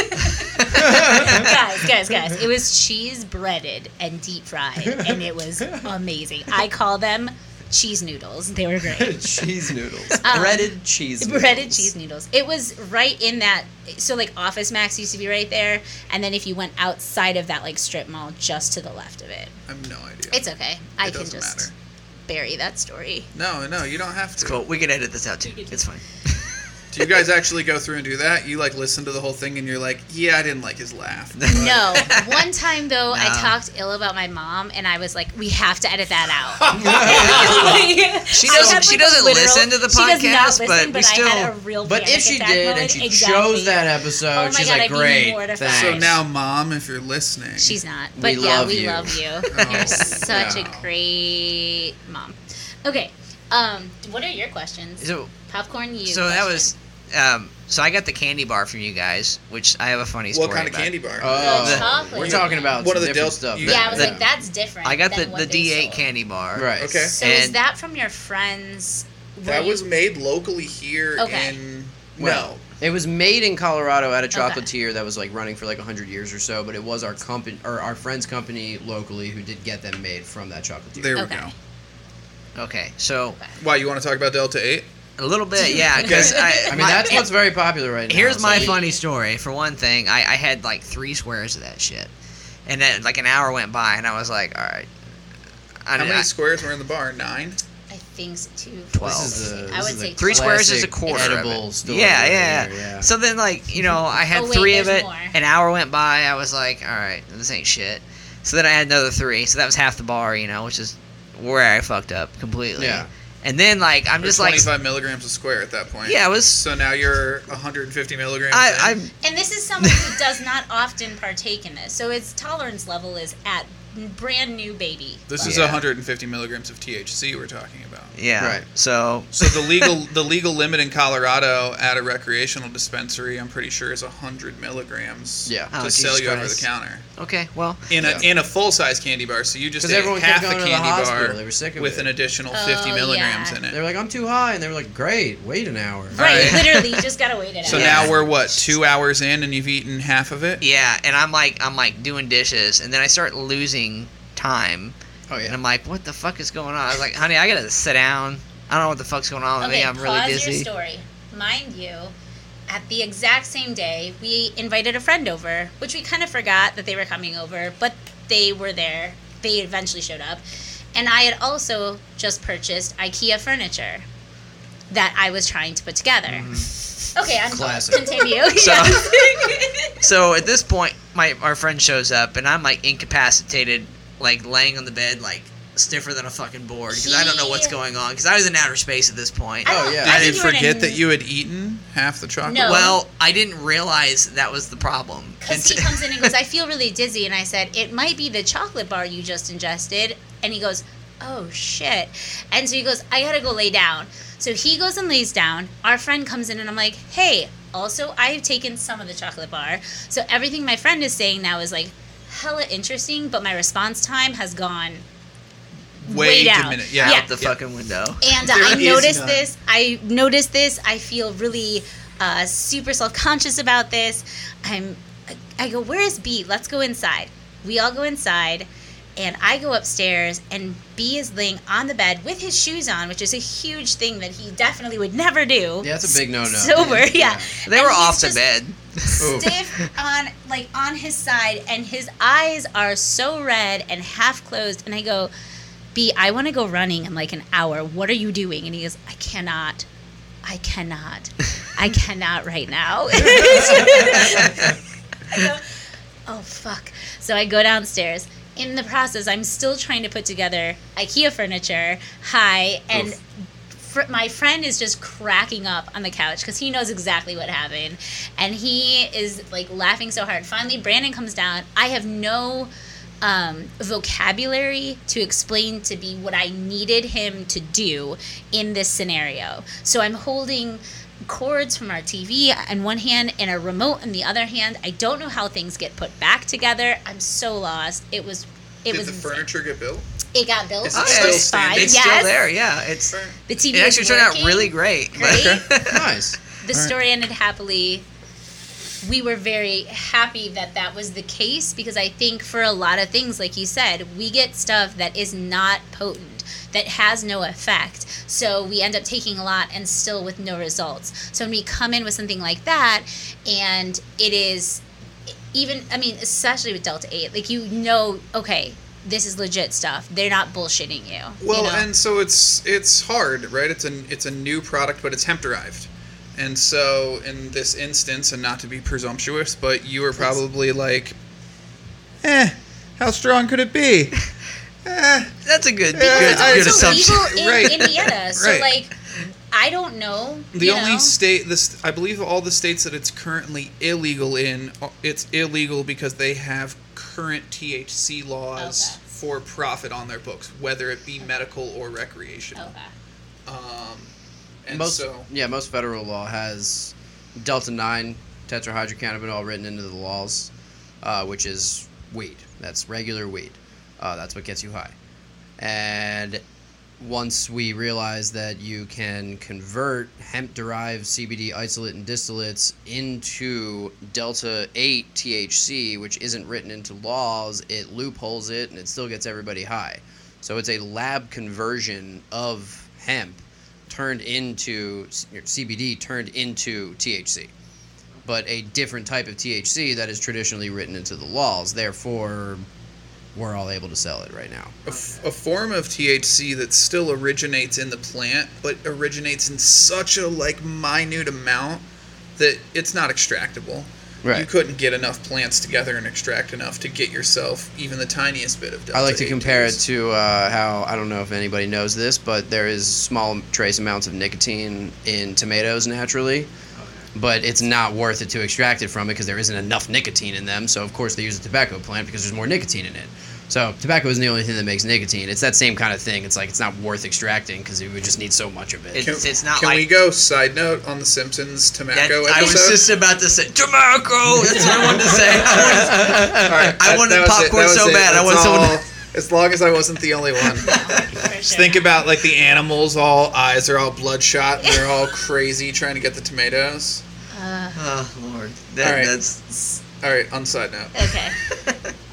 Speaker 1: *laughs* guys, guys, guys! It was cheese breaded and deep fried, and it was amazing. I call them cheese noodles. They were great.
Speaker 3: *laughs* cheese noodles.
Speaker 1: Um,
Speaker 3: *laughs* breaded cheese. Noodles.
Speaker 1: breaded cheese noodles. It was right in that. So like Office Max used to be right there, and then if you went outside of that like strip mall, just to the left of it.
Speaker 4: I have no idea.
Speaker 1: It's okay. I
Speaker 4: It
Speaker 1: can
Speaker 4: doesn't
Speaker 1: just bury that story.
Speaker 4: matter. No, no, you don't have
Speaker 2: it's
Speaker 4: to.
Speaker 2: cool. We can edit this out too. It's fine.
Speaker 4: Do you guys actually go through and do that? You like listen to the whole thing and you're like, yeah, I didn't like
Speaker 2: *laughs*
Speaker 4: his laugh.
Speaker 1: No. One time though, I
Speaker 2: No.
Speaker 1: talked ill about my mom, and I was like, "We have to edit that out." *laughs* Like,
Speaker 2: *laughs* She
Speaker 1: I
Speaker 2: doesn't-
Speaker 1: had,
Speaker 2: she
Speaker 1: like, a
Speaker 2: doesn't listen to the
Speaker 1: she does not
Speaker 2: podcast,
Speaker 1: listen,
Speaker 2: but we
Speaker 1: I
Speaker 2: still-
Speaker 1: had a real
Speaker 3: But
Speaker 1: panic
Speaker 3: if she
Speaker 1: attack
Speaker 3: did and
Speaker 1: moment.
Speaker 3: she
Speaker 1: Exactly.
Speaker 3: chose that episode,
Speaker 1: Oh my
Speaker 3: she's
Speaker 1: God, I'd
Speaker 3: like,
Speaker 1: be
Speaker 3: "Great,
Speaker 1: mortified."
Speaker 3: thanks."
Speaker 4: So now, mom, if you're listening,
Speaker 1: She's not.
Speaker 3: We
Speaker 1: But yeah,
Speaker 3: love
Speaker 1: we
Speaker 3: you.
Speaker 1: love you.
Speaker 4: *laughs* Oh,
Speaker 2: *laughs*
Speaker 1: You're such
Speaker 4: no.
Speaker 1: a great mom. Okay. Um, what are your questions?
Speaker 2: So
Speaker 1: Popcorn you.
Speaker 2: so that was. Um, so I got the candy bar from you guys, which I have a funny story
Speaker 4: what kind of
Speaker 2: about. Uh,
Speaker 4: candy bar?
Speaker 3: Oh,
Speaker 1: The chocolate.
Speaker 3: we're talking about what
Speaker 4: What are
Speaker 3: are
Speaker 4: the
Speaker 3: different
Speaker 4: Del-
Speaker 3: stuff.
Speaker 4: you-
Speaker 1: Yeah, I was
Speaker 2: the-
Speaker 1: like, that's different.
Speaker 2: I got the
Speaker 1: than what
Speaker 2: the
Speaker 1: they
Speaker 2: D8
Speaker 1: sold.
Speaker 2: candy bar.
Speaker 3: right.
Speaker 4: Okay.
Speaker 1: So is
Speaker 2: And-
Speaker 1: that from your friends? Were
Speaker 4: that
Speaker 1: you-
Speaker 4: was made locally here
Speaker 1: Okay.
Speaker 4: in.
Speaker 3: Well, It was made in Colorado at a
Speaker 1: Okay.
Speaker 3: chocolatier that was like running for like hundred years or so, but it was our company or our friend's company locally who did get them made from that
Speaker 4: no.
Speaker 3: chocolatier.
Speaker 4: There
Speaker 1: Okay.
Speaker 4: we go.
Speaker 2: Okay. So
Speaker 4: Why you want to talk about Delta Eight?
Speaker 2: a little bit, yeah, because I,
Speaker 3: I mean,
Speaker 2: my-
Speaker 3: that's what's very popular right now.
Speaker 2: Here's
Speaker 3: so-
Speaker 2: my funny story. For one thing, I, I had like three squares of that shit, and then like an hour went by, and I was like, all right. I,
Speaker 4: How
Speaker 2: did-
Speaker 4: many
Speaker 2: I-
Speaker 4: squares were in the bar? Nine.
Speaker 1: I think so, two.
Speaker 2: Twelve.
Speaker 3: This is a,
Speaker 1: I
Speaker 3: this
Speaker 1: would
Speaker 3: is
Speaker 1: say
Speaker 3: a
Speaker 2: Three squares is a
Speaker 3: classic
Speaker 2: quarter of
Speaker 3: Edible
Speaker 2: it.
Speaker 3: story
Speaker 2: Yeah,
Speaker 3: right
Speaker 2: yeah.
Speaker 3: here,
Speaker 2: So then, like you know, I had
Speaker 1: Oh, wait,
Speaker 2: three of
Speaker 1: there's
Speaker 2: it.
Speaker 1: more.
Speaker 2: An hour went by. I was like, all right, this ain't shit. So then I had another three. So that was half the bar, you know, which is where I fucked up completely.
Speaker 3: Yeah.
Speaker 2: And then like I'm
Speaker 4: Or
Speaker 2: just like,
Speaker 4: 25 milligrams a square at that point.
Speaker 2: yeah, it was.
Speaker 4: So now you're 150 milligrams.
Speaker 2: I,
Speaker 4: in.
Speaker 2: I
Speaker 1: And this is someone
Speaker 2: *laughs*
Speaker 1: who does not often partake in this, so its tolerance level is at brand new baby.
Speaker 4: This is
Speaker 2: Yeah.
Speaker 4: 150 milligrams of THC we're talking about.
Speaker 2: yeah.
Speaker 3: Right.
Speaker 2: So
Speaker 4: So the legal the legal limit in Colorado at a recreational dispensary, I'm pretty sure, is 100 milligrams.
Speaker 3: Yeah.
Speaker 4: To
Speaker 2: Oh, Jesus
Speaker 4: sell you over the
Speaker 2: Christ.
Speaker 4: counter
Speaker 2: *laughs* okay, well,
Speaker 4: in a
Speaker 3: Yeah.
Speaker 4: in a full size candy bar. So you just
Speaker 3: Because
Speaker 4: ate
Speaker 3: everyone
Speaker 4: half
Speaker 3: kept
Speaker 4: a
Speaker 3: going to
Speaker 4: candy
Speaker 3: the hospital.
Speaker 4: bar
Speaker 3: They were sick of
Speaker 4: with
Speaker 3: it.
Speaker 4: an additional
Speaker 1: Oh,
Speaker 4: 50 milligrams
Speaker 1: yeah.
Speaker 4: in it.
Speaker 3: they were like, "I'm too high," and they were like, "Great, wait an hour."
Speaker 1: Right,
Speaker 4: Alright.
Speaker 1: literally,
Speaker 2: *laughs*
Speaker 1: you just gotta wait it out.
Speaker 4: so
Speaker 2: Yeah.
Speaker 4: now we're what two hours in, and you've eaten half of it.
Speaker 2: Yeah, and I'm like I'm like doing dishes, and then I start losing time,
Speaker 3: Oh
Speaker 2: And
Speaker 3: yeah.
Speaker 2: I'm like, what the fuck is going on? I was like, honey, I gotta sit down. I don't know what the fuck's going on with
Speaker 1: okay,
Speaker 2: me. I'm
Speaker 1: pause
Speaker 2: really
Speaker 1: your
Speaker 2: dizzy.
Speaker 1: story. Mind you, at the exact same day, we invited a friend over, which we kind of forgot that they were coming over, but they were there. They eventually showed up. And I had also just purchased IKEA furniture that I was trying to put together. Okay, I'm
Speaker 3: Classic.
Speaker 1: continue.
Speaker 2: So-
Speaker 1: *laughs* Yes.
Speaker 2: So at this point, my our friend shows up, and I'm like incapacitated, like laying on the bed, like stiffer than a fucking board, because I don't know what's
Speaker 1: He-
Speaker 2: going on. Because I was in outer space at this point.
Speaker 1: I
Speaker 3: Oh,
Speaker 1: don't-
Speaker 3: yeah.
Speaker 1: I
Speaker 4: Did
Speaker 1: think
Speaker 4: you
Speaker 1: were in a
Speaker 4: forget that
Speaker 1: n-
Speaker 4: you had eaten half the chocolate?
Speaker 1: No.
Speaker 2: Well, I didn't realize that was the problem.
Speaker 1: Because he
Speaker 2: Until-
Speaker 1: comes in
Speaker 2: *laughs*
Speaker 1: and goes, I feel really dizzy. And I said, It might be the chocolate bar you just ingested. And he goes, Oh shit. And so he goes, I gotta go lay down. So he goes and lays down. Our friend comes in and I'm like, Hey, also, I've taken some of the chocolate bar. So everything my friend is saying now is like hella interesting, but my response time has gone way down.
Speaker 4: diminished.
Speaker 1: Yeah.
Speaker 4: Yeah.
Speaker 2: out the fucking window.
Speaker 1: and uh,
Speaker 4: There
Speaker 1: I
Speaker 4: is
Speaker 1: noticed
Speaker 4: none.
Speaker 1: this. I noticed this. I feel really uh, super self conscious about this. I'm. I go, where is B? Let's go inside. We all go inside, and I go upstairs, and B is laying on the bed with his shoes on, which is a huge thing that he definitely would never do.
Speaker 3: Yeah, that's a big no-no.
Speaker 1: Sober, yeah.
Speaker 2: They
Speaker 1: And
Speaker 2: were
Speaker 1: he's
Speaker 2: off to
Speaker 1: just-
Speaker 2: bed.
Speaker 3: Ooh.
Speaker 1: *laughs* Stiff on like on his side, and his eyes are so red and half closed. And I go, B, I want to go running in like an hour. What are you doing? And he goes, I cannot. I cannot.
Speaker 3: *laughs*
Speaker 1: I cannot right now. I go, oh, fuck. So I go downstairs. In the process, I'm still trying to put together IKEA furniture. Hi. And
Speaker 3: Oof.
Speaker 1: fr- my friend is just cracking up on the couch because he knows exactly what happened. And he is like laughing so hard. Finally, Brandon comes down. I have no um, vocabulary to explain to be what I needed him to do in this scenario. So I'm holding cords from our TV in one hand and a remote in the other hand. I don't know how things get put back together. I'm so lost. It was. It
Speaker 4: Did
Speaker 1: was.
Speaker 4: the furniture get built?
Speaker 1: it got built.
Speaker 4: Is
Speaker 1: on
Speaker 4: it
Speaker 1: the
Speaker 4: still
Speaker 1: side.
Speaker 4: standing?
Speaker 2: Oh, It's
Speaker 1: yes.
Speaker 2: still there. Yeah, it's
Speaker 4: Fair.
Speaker 1: The TV
Speaker 2: it actually
Speaker 1: is
Speaker 2: turned out
Speaker 1: working.
Speaker 2: really great. but- *laughs*
Speaker 1: Great.
Speaker 3: Nice.
Speaker 1: the
Speaker 4: All right.
Speaker 1: story ended happily. We were very happy that that was the case because I think for a lot of things, like you said, we get stuff that is not potent, that has no effect. So we end up taking a lot and still with no results. So when we come in with something like that and it is even, I mean, especially with Delta 8, like you know, okay, this is legit stuff. They're not bullshitting you. you
Speaker 4: Well,
Speaker 1: know?
Speaker 4: and so it's it's hard, right? It's an it's a new product, but it's hemp derived, and so in this instance, and not to be presumptuous, but you were probably like, eh, how strong could
Speaker 1: *laughs*
Speaker 4: it be? eh,
Speaker 2: That's a good,
Speaker 4: Yeah,
Speaker 2: good,
Speaker 4: I-
Speaker 2: good
Speaker 1: it's
Speaker 4: it's
Speaker 2: assumption.
Speaker 1: illegal in
Speaker 4: Right.
Speaker 1: Indiana.
Speaker 4: *laughs*
Speaker 1: So
Speaker 4: Right.
Speaker 1: like, I don't know.
Speaker 4: The
Speaker 1: you
Speaker 4: only
Speaker 1: know?
Speaker 4: state this I believe all the states that it's currently illegal in uh, it's illegal because they have current THC laws
Speaker 1: Okay.
Speaker 4: for profit on their books, whether it be medical or recreational. *laughs*
Speaker 1: Okay.
Speaker 4: Um, and
Speaker 3: most
Speaker 4: so
Speaker 3: yeah, most federal law has delta nine tetrahydrocannabinol written into the laws, uh, which is weed. That's regular weed. Uh, that's what gets you high. And once we realize that you can convert hemp-derived CBD isolate and distillates into delta eight THC, which isn't written into laws, it loopholes it and it still gets everybody high. So it's a lab conversion of hemp turned into your CBD turned into THC, but a different type of THC that is traditionally written into the laws. Therefore, we're all able to sell it right now.
Speaker 4: a, f- a form of THC that still originates in the plant, but originates in such a like minute amount that it's not extractable. You
Speaker 3: Right.
Speaker 4: couldn't get enough plants together and extract enough to get yourself even the tiniest bit of. Delta
Speaker 3: I like to
Speaker 4: 8
Speaker 3: compare it
Speaker 4: THC.
Speaker 3: to uh, how I don't know if anybody knows this, but there is small trace amounts of nicotine in tomatoes naturally, but it's not worth it to extract it from it because there isn't enough nicotine in them. So of course they use a tobacco plant because there's more nicotine in it. So tobacco isn't the only thing that makes nicotine. It's that same kind of thing. It's like it's not worth extracting because we would just need so much of it.
Speaker 2: It- It's- it's not
Speaker 4: Can
Speaker 2: like-
Speaker 4: we go side note on the Simpsons
Speaker 2: That-
Speaker 4: tobacco
Speaker 2: I was
Speaker 4: episode?
Speaker 2: just about to say tobacco. That's what I wanted to say. I wanted-
Speaker 4: *laughs* All right,
Speaker 2: I
Speaker 4: that-
Speaker 2: wanted
Speaker 4: that was it,
Speaker 2: popcorn
Speaker 4: that was
Speaker 2: so
Speaker 4: it,
Speaker 2: bad, I
Speaker 4: that's
Speaker 2: wanted someone- *laughs*
Speaker 4: all. As long as I wasn't the only one.
Speaker 1: For
Speaker 4: Just
Speaker 1: sure.
Speaker 4: think about like the animals. All eyes are all bloodshot. And they're all crazy trying to get the tomatoes.
Speaker 1: Uh,
Speaker 2: oh Lord, that,
Speaker 4: All right.
Speaker 2: that's
Speaker 1: Uh,
Speaker 4: All right, on side note.
Speaker 1: okay.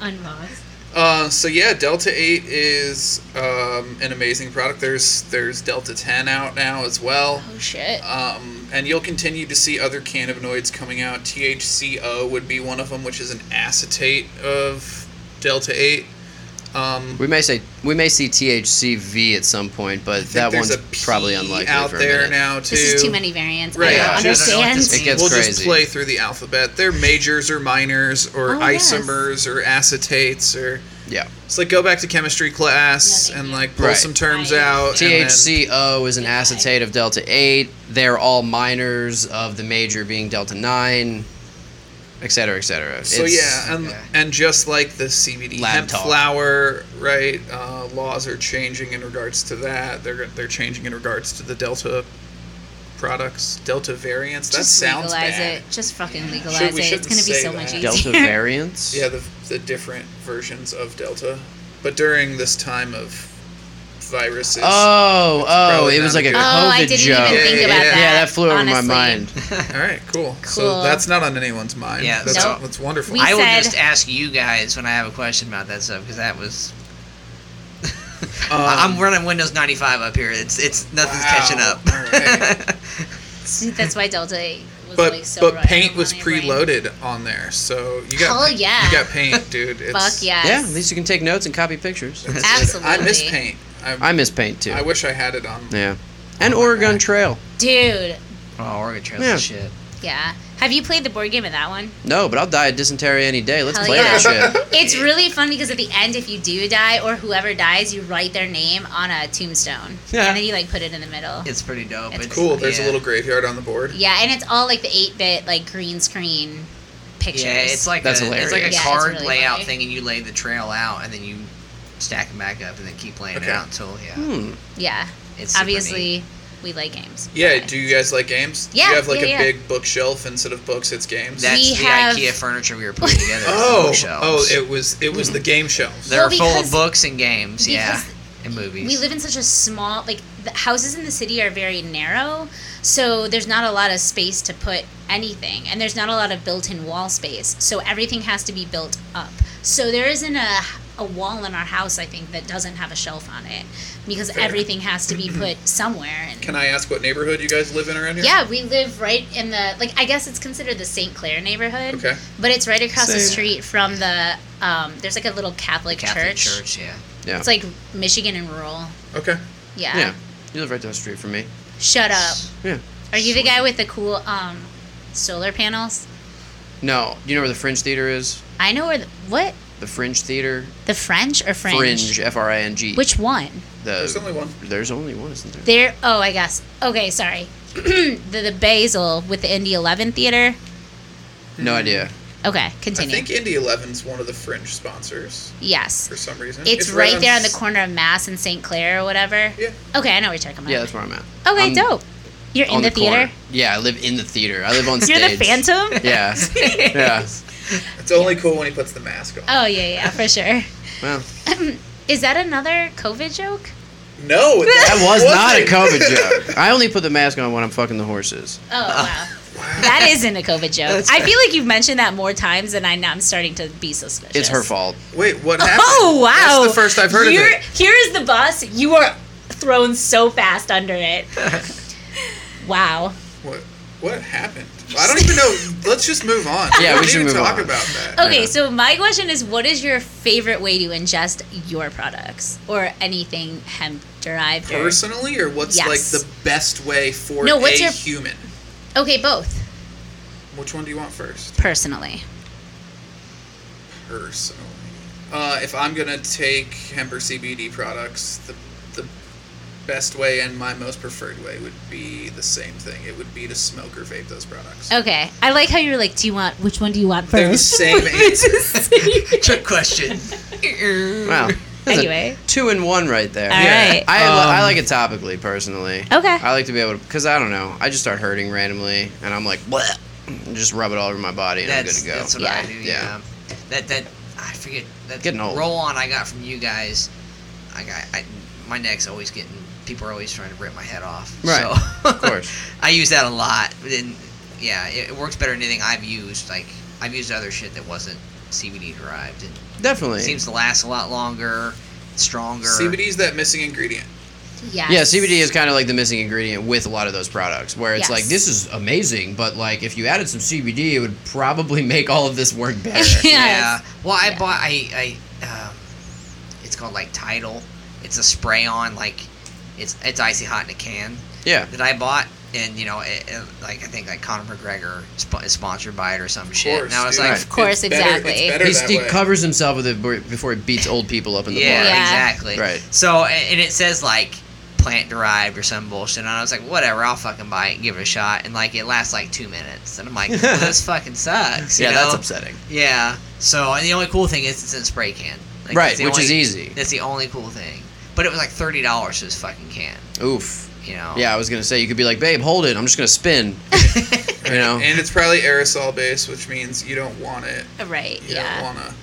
Speaker 1: Unbox.
Speaker 4: Uh, so yeah, Delta Eight is um, an amazing product. There's there's Delta Ten out now as well.
Speaker 1: Oh shit.
Speaker 4: Um, and you'll continue to see other cannabinoids coming out. THCO would be one of them, which is an acetate of delta eight. Um,
Speaker 3: We may say we may see THCV at some point, but
Speaker 4: I think
Speaker 3: that
Speaker 4: there's
Speaker 3: one's
Speaker 4: a
Speaker 3: probably
Speaker 4: P
Speaker 3: unlikely
Speaker 4: out
Speaker 3: for a
Speaker 4: there
Speaker 3: minute.
Speaker 4: now too.
Speaker 1: This is too many variants. I
Speaker 4: Right,
Speaker 1: don't
Speaker 4: yeah, I
Speaker 2: just- I don't know what
Speaker 1: understand.
Speaker 2: this
Speaker 3: It gets
Speaker 4: we'll just
Speaker 3: crazy.
Speaker 4: play through the alphabet. They're majors or minors or
Speaker 6: Oh, yes.
Speaker 4: isomers or acetates or
Speaker 3: Yeah.
Speaker 4: it's like go back to chemistry class
Speaker 1: Yeah, they-
Speaker 4: and like pull
Speaker 3: Right.
Speaker 4: some terms
Speaker 1: I-
Speaker 4: out. and then-
Speaker 3: THCO is an acetate of delta 8. They're all minors of the major being delta 9, et cetera, et cetera.
Speaker 4: So
Speaker 3: It's-
Speaker 4: yeah, and and just like the CBD
Speaker 3: Lab
Speaker 4: hemp
Speaker 3: talk.
Speaker 4: flower, right? Uh, laws are changing in regards to that. They're they're changing in regards to the Delta products, Delta variants. That
Speaker 1: Just
Speaker 4: sounds
Speaker 1: legalize
Speaker 4: bad.
Speaker 1: it. Just fucking legalize
Speaker 4: Should- we
Speaker 1: it.
Speaker 4: shouldn't
Speaker 1: It's gonna be
Speaker 4: say
Speaker 1: so
Speaker 4: that.
Speaker 1: much easier. *laughs*
Speaker 3: Delta variants?
Speaker 4: Yeah, the the different versions of Delta, but during this time of viruses.
Speaker 3: Oh, oh,
Speaker 4: probably
Speaker 3: it was
Speaker 4: not
Speaker 3: like
Speaker 4: a
Speaker 3: a
Speaker 4: good-
Speaker 1: Oh,
Speaker 3: COVID
Speaker 1: I didn't
Speaker 3: joke.
Speaker 1: even think
Speaker 4: Yeah,
Speaker 1: about
Speaker 4: yeah,
Speaker 1: that.
Speaker 4: yeah.
Speaker 3: Yeah, that flew over my
Speaker 1: honestly.
Speaker 3: mind.
Speaker 4: All right, cool. So
Speaker 1: Cool.
Speaker 4: that's not on anyone's mind.
Speaker 2: Yeah,
Speaker 4: that's,
Speaker 1: Nope.
Speaker 4: that's wonderful.
Speaker 1: We
Speaker 2: I will
Speaker 1: said-
Speaker 2: just ask you guys when I have a question about that stuff because that was.
Speaker 4: Um,
Speaker 2: I- I'm running Windows 95 up here. It's it's nothing's
Speaker 4: Wow.
Speaker 2: catching up. *laughs*
Speaker 4: Alright.
Speaker 1: See, *laughs* That's why Delta was
Speaker 4: but
Speaker 1: like so
Speaker 4: but
Speaker 1: right
Speaker 4: paint
Speaker 1: on
Speaker 4: was
Speaker 1: your brain.
Speaker 4: preloaded on there, so you got
Speaker 1: Hell
Speaker 4: paint-
Speaker 1: yeah.
Speaker 4: you got
Speaker 1: *laughs*
Speaker 4: paint, dude. It's,
Speaker 1: Fuck yes.
Speaker 3: Yeah, at least you can take notes and copy
Speaker 4: *laughs*
Speaker 3: pictures.
Speaker 1: Absolutely.
Speaker 4: I miss paint. I,
Speaker 3: I miss paint too.
Speaker 4: I Oh wish I had it on.
Speaker 3: yeah. And Oregon Trail.
Speaker 1: Dude.
Speaker 2: oh, Oregon Trail's
Speaker 3: Yeah.
Speaker 2: the shit.
Speaker 1: Yeah. Have you played the board game of that one?
Speaker 3: No, but I'll die of dysentery any day. Let's
Speaker 1: Hell
Speaker 3: play
Speaker 1: yeah.
Speaker 3: that
Speaker 1: *laughs*
Speaker 3: shit.
Speaker 1: It's really fun because at the end, if you do die or whoever dies, you write their name on a tombstone.
Speaker 3: Yeah.
Speaker 1: And then you like put it in the middle.
Speaker 2: It's pretty dope.
Speaker 1: It's
Speaker 2: It's
Speaker 4: *laughs* Cool. There's
Speaker 2: yeah.
Speaker 4: a little graveyard on the board.
Speaker 1: Yeah, and it's all like the 8 bit like green screen pictures.
Speaker 2: Yeah, it's like
Speaker 3: That's
Speaker 2: a, It's like
Speaker 3: hilarious.
Speaker 2: a
Speaker 1: Yeah, it's
Speaker 2: card
Speaker 1: really
Speaker 2: layout
Speaker 1: funny.
Speaker 2: thing, and you lay the trail out, and then you stack them back up, and then keep laying
Speaker 4: Okay.
Speaker 2: it out until yeah.
Speaker 3: Hmm.
Speaker 1: Yeah.
Speaker 2: It's super neat.
Speaker 1: Obviously, we like games.
Speaker 4: Yeah.
Speaker 1: Okay.
Speaker 4: Do you guys like games?
Speaker 1: Yeah,
Speaker 4: You have like
Speaker 1: yeah,
Speaker 4: a
Speaker 1: yeah.
Speaker 4: big bookshelf instead of books. It's games.
Speaker 2: That's
Speaker 1: We
Speaker 2: the
Speaker 1: have-
Speaker 2: IKEA furniture we were putting together.
Speaker 4: oh.
Speaker 2: for the
Speaker 4: Oh.
Speaker 2: bookshelves.
Speaker 4: It was it was the game shelves.
Speaker 2: They're
Speaker 1: Well,
Speaker 2: full
Speaker 1: because-
Speaker 2: of books and games, yeah,
Speaker 1: because
Speaker 2: and movies.
Speaker 1: We live in such a small like the houses in the city are very narrow, so there's not a lot of space to put anything, and there's not a lot of built-in wall space, so everything has to be built up. So there isn't a a wall in our house, I think, that doesn't have a shelf on it, because
Speaker 4: Fair.
Speaker 1: everything has
Speaker 4: *clears throat*
Speaker 1: to be put somewhere. And
Speaker 4: Can I ask what neighborhood you guys live in around here?
Speaker 1: yeah, we live right in the like I guess it's considered the St. Clair neighborhood,
Speaker 4: Okay.
Speaker 1: but it's right across the
Speaker 3: Same.
Speaker 1: street from the um, there's like a little Catholic,
Speaker 2: Catholic
Speaker 1: church.
Speaker 2: church. yeah.
Speaker 1: It's like Michigan and rural.
Speaker 4: Okay.
Speaker 3: Yeah. You live right down the street from me.
Speaker 1: Shut up.
Speaker 3: Yeah.
Speaker 1: Are you the guy with the cool um, solar panels?
Speaker 3: No, you know where the Fringe Theater is?
Speaker 1: I know where the, what
Speaker 3: The Fringe Theater.
Speaker 1: the French or Fringe?
Speaker 3: Fringe. F R I N G.
Speaker 1: Which one?
Speaker 3: the,
Speaker 4: There's only one.
Speaker 3: There's only one, isn't there?
Speaker 1: There. Oh, I guess. Okay, sorry. *clears throat* the the Basil with the Indy Eleven Theater.
Speaker 3: No idea.
Speaker 1: Okay,
Speaker 4: I
Speaker 1: continue.
Speaker 4: think Indy Eleven's one of the fringe sponsors
Speaker 1: yes,
Speaker 4: for some reason.
Speaker 1: it's, right, there on the
Speaker 4: s-
Speaker 1: corner of Mass and St. Clair or whatever.
Speaker 4: Yeah.
Speaker 1: Okay, I know what you're talking about.
Speaker 3: Yeah, that's where I'm at.
Speaker 1: okay,
Speaker 3: I'm
Speaker 1: dope. You're in
Speaker 3: on
Speaker 1: the,
Speaker 3: corner.
Speaker 1: theater.
Speaker 3: Yeah, I live in the theater. I live on
Speaker 1: You're
Speaker 3: stage.
Speaker 1: the Phantom. *laughs*
Speaker 3: Yeah. yeah.
Speaker 4: It's only cool when he puts the mask on.
Speaker 1: Oh yeah, yeah, for sure.
Speaker 3: Well,
Speaker 1: *laughs* Is that another COVID joke? *laughs*
Speaker 4: no,
Speaker 3: that was not a
Speaker 4: wasn't.
Speaker 3: COVID joke. I only put the mask on when I'm fucking the horses.
Speaker 1: Oh wow. That isn't a COVID joke. I feel like you've mentioned that more times than I now I'm starting to be suspicious.
Speaker 3: It's her fault.
Speaker 4: *laughs* Wait, what
Speaker 1: *laughs*
Speaker 4: happened?
Speaker 1: Oh wow!
Speaker 4: That's the first I've heard
Speaker 1: You're-
Speaker 4: of it.
Speaker 1: Here is the bus. You are thrown so fast under
Speaker 4: *laughs*
Speaker 1: it. wow.
Speaker 4: What what happened? I don't
Speaker 1: *laughs*
Speaker 4: even know. Let's just move on.
Speaker 3: Yeah, we
Speaker 4: don't
Speaker 3: should
Speaker 4: need to
Speaker 3: move
Speaker 4: talk
Speaker 3: on.
Speaker 4: about that.
Speaker 1: Okay,
Speaker 3: Yeah.
Speaker 1: so my question is, what is your favorite way to ingest your products or anything hemp derived? or-
Speaker 4: Personally, or what's
Speaker 1: Yes.
Speaker 4: like the best way for
Speaker 1: No, what's
Speaker 4: a
Speaker 1: your-
Speaker 4: human?
Speaker 1: Okay, both
Speaker 4: Which one do you want first?
Speaker 1: personally.
Speaker 4: Personally, uh, if I'm gonna take hemp or CBD products, the the best way and my most preferred way would be the same thing. It would be to smoke or vape those products.
Speaker 1: Okay, I like how you're like, do you want which one do you want
Speaker 4: They're the
Speaker 1: first? *laughs*
Speaker 4: same answer. *laughs*
Speaker 2: Trick question.
Speaker 1: *laughs*
Speaker 3: Wow. That's a
Speaker 1: Anyway.
Speaker 3: two in one right there.
Speaker 1: All Yeah. right.
Speaker 3: I, li- I
Speaker 2: Um,
Speaker 3: like it topically personally.
Speaker 1: Okay.
Speaker 3: I like to be able to because I don't know. I just start hurting randomly and I'm like, bleh, and just rub it all over my body and
Speaker 2: that's,
Speaker 3: I'm good to go.
Speaker 2: That's what I
Speaker 1: Yeah.
Speaker 2: do.
Speaker 3: Yeah.
Speaker 2: Yeah. That that I forget that
Speaker 3: Getting old.
Speaker 2: roll on I got from you guys. I got I, my neck's always getting. People are always trying to rip my head off.
Speaker 3: Right.
Speaker 2: So,
Speaker 3: Of course.
Speaker 2: *laughs* I use that a lot. And yeah, it, it works better than anything I've used. Like I've used other shit that wasn't CBD derived. It
Speaker 3: Definitely.
Speaker 2: seems to last a lot longer, stronger.
Speaker 4: CBD's that missing ingredient.
Speaker 1: Yes.
Speaker 3: Yeah, CBD is kind of like the missing ingredient with a lot of those products, where it's like
Speaker 1: Yes.
Speaker 3: this is amazing, but like if you added some CBD, it would probably *laughs* make all of this work better.
Speaker 2: *laughs* Yeah.
Speaker 1: Yes.
Speaker 2: Well, I
Speaker 1: Yeah.
Speaker 2: bought I I um, it's called like Tidal. It's a spray on like it's it's icy hot in a can
Speaker 3: *laughs* yeah,
Speaker 2: that I bought. And you know, it, it- like I think like Conor McGregor sp- is sponsored by it or some shit. and I was
Speaker 4: dude.
Speaker 2: like,
Speaker 1: Of course,
Speaker 4: It's better- it's
Speaker 1: exactly.
Speaker 4: better
Speaker 3: he
Speaker 4: that
Speaker 3: he
Speaker 4: way.
Speaker 3: covers himself with it b- before he beats old people up in the
Speaker 2: yeah,
Speaker 3: bar.
Speaker 1: Yeah.
Speaker 2: exactly.
Speaker 3: Right.
Speaker 2: So a- and it says like plant derived or some bullshit, and I was like, whatever, I'll fucking buy it, and give it a shot, and like it lasts like two minutes, and I'm like, well,
Speaker 3: *laughs*
Speaker 2: this fucking sucks. you
Speaker 3: Yeah, that's
Speaker 2: know?
Speaker 3: upsetting.
Speaker 2: Yeah. So, and the only cool thing is it's in spray can. Like,
Speaker 3: right,
Speaker 2: that's the
Speaker 3: which is
Speaker 2: only-
Speaker 3: easy.
Speaker 2: That's the only cool thing. But it was like thirty dollars for this fucking can.
Speaker 3: Oof.
Speaker 2: You know. *laughs*
Speaker 3: Yeah, I was gonna say you could be like, babe, hold it. I'm just gonna spin. you
Speaker 4: *laughs*
Speaker 3: know.
Speaker 4: And it's probably aerosol based, which means you don't want it.
Speaker 1: Right.
Speaker 4: You
Speaker 1: Yeah.
Speaker 4: don't wanna.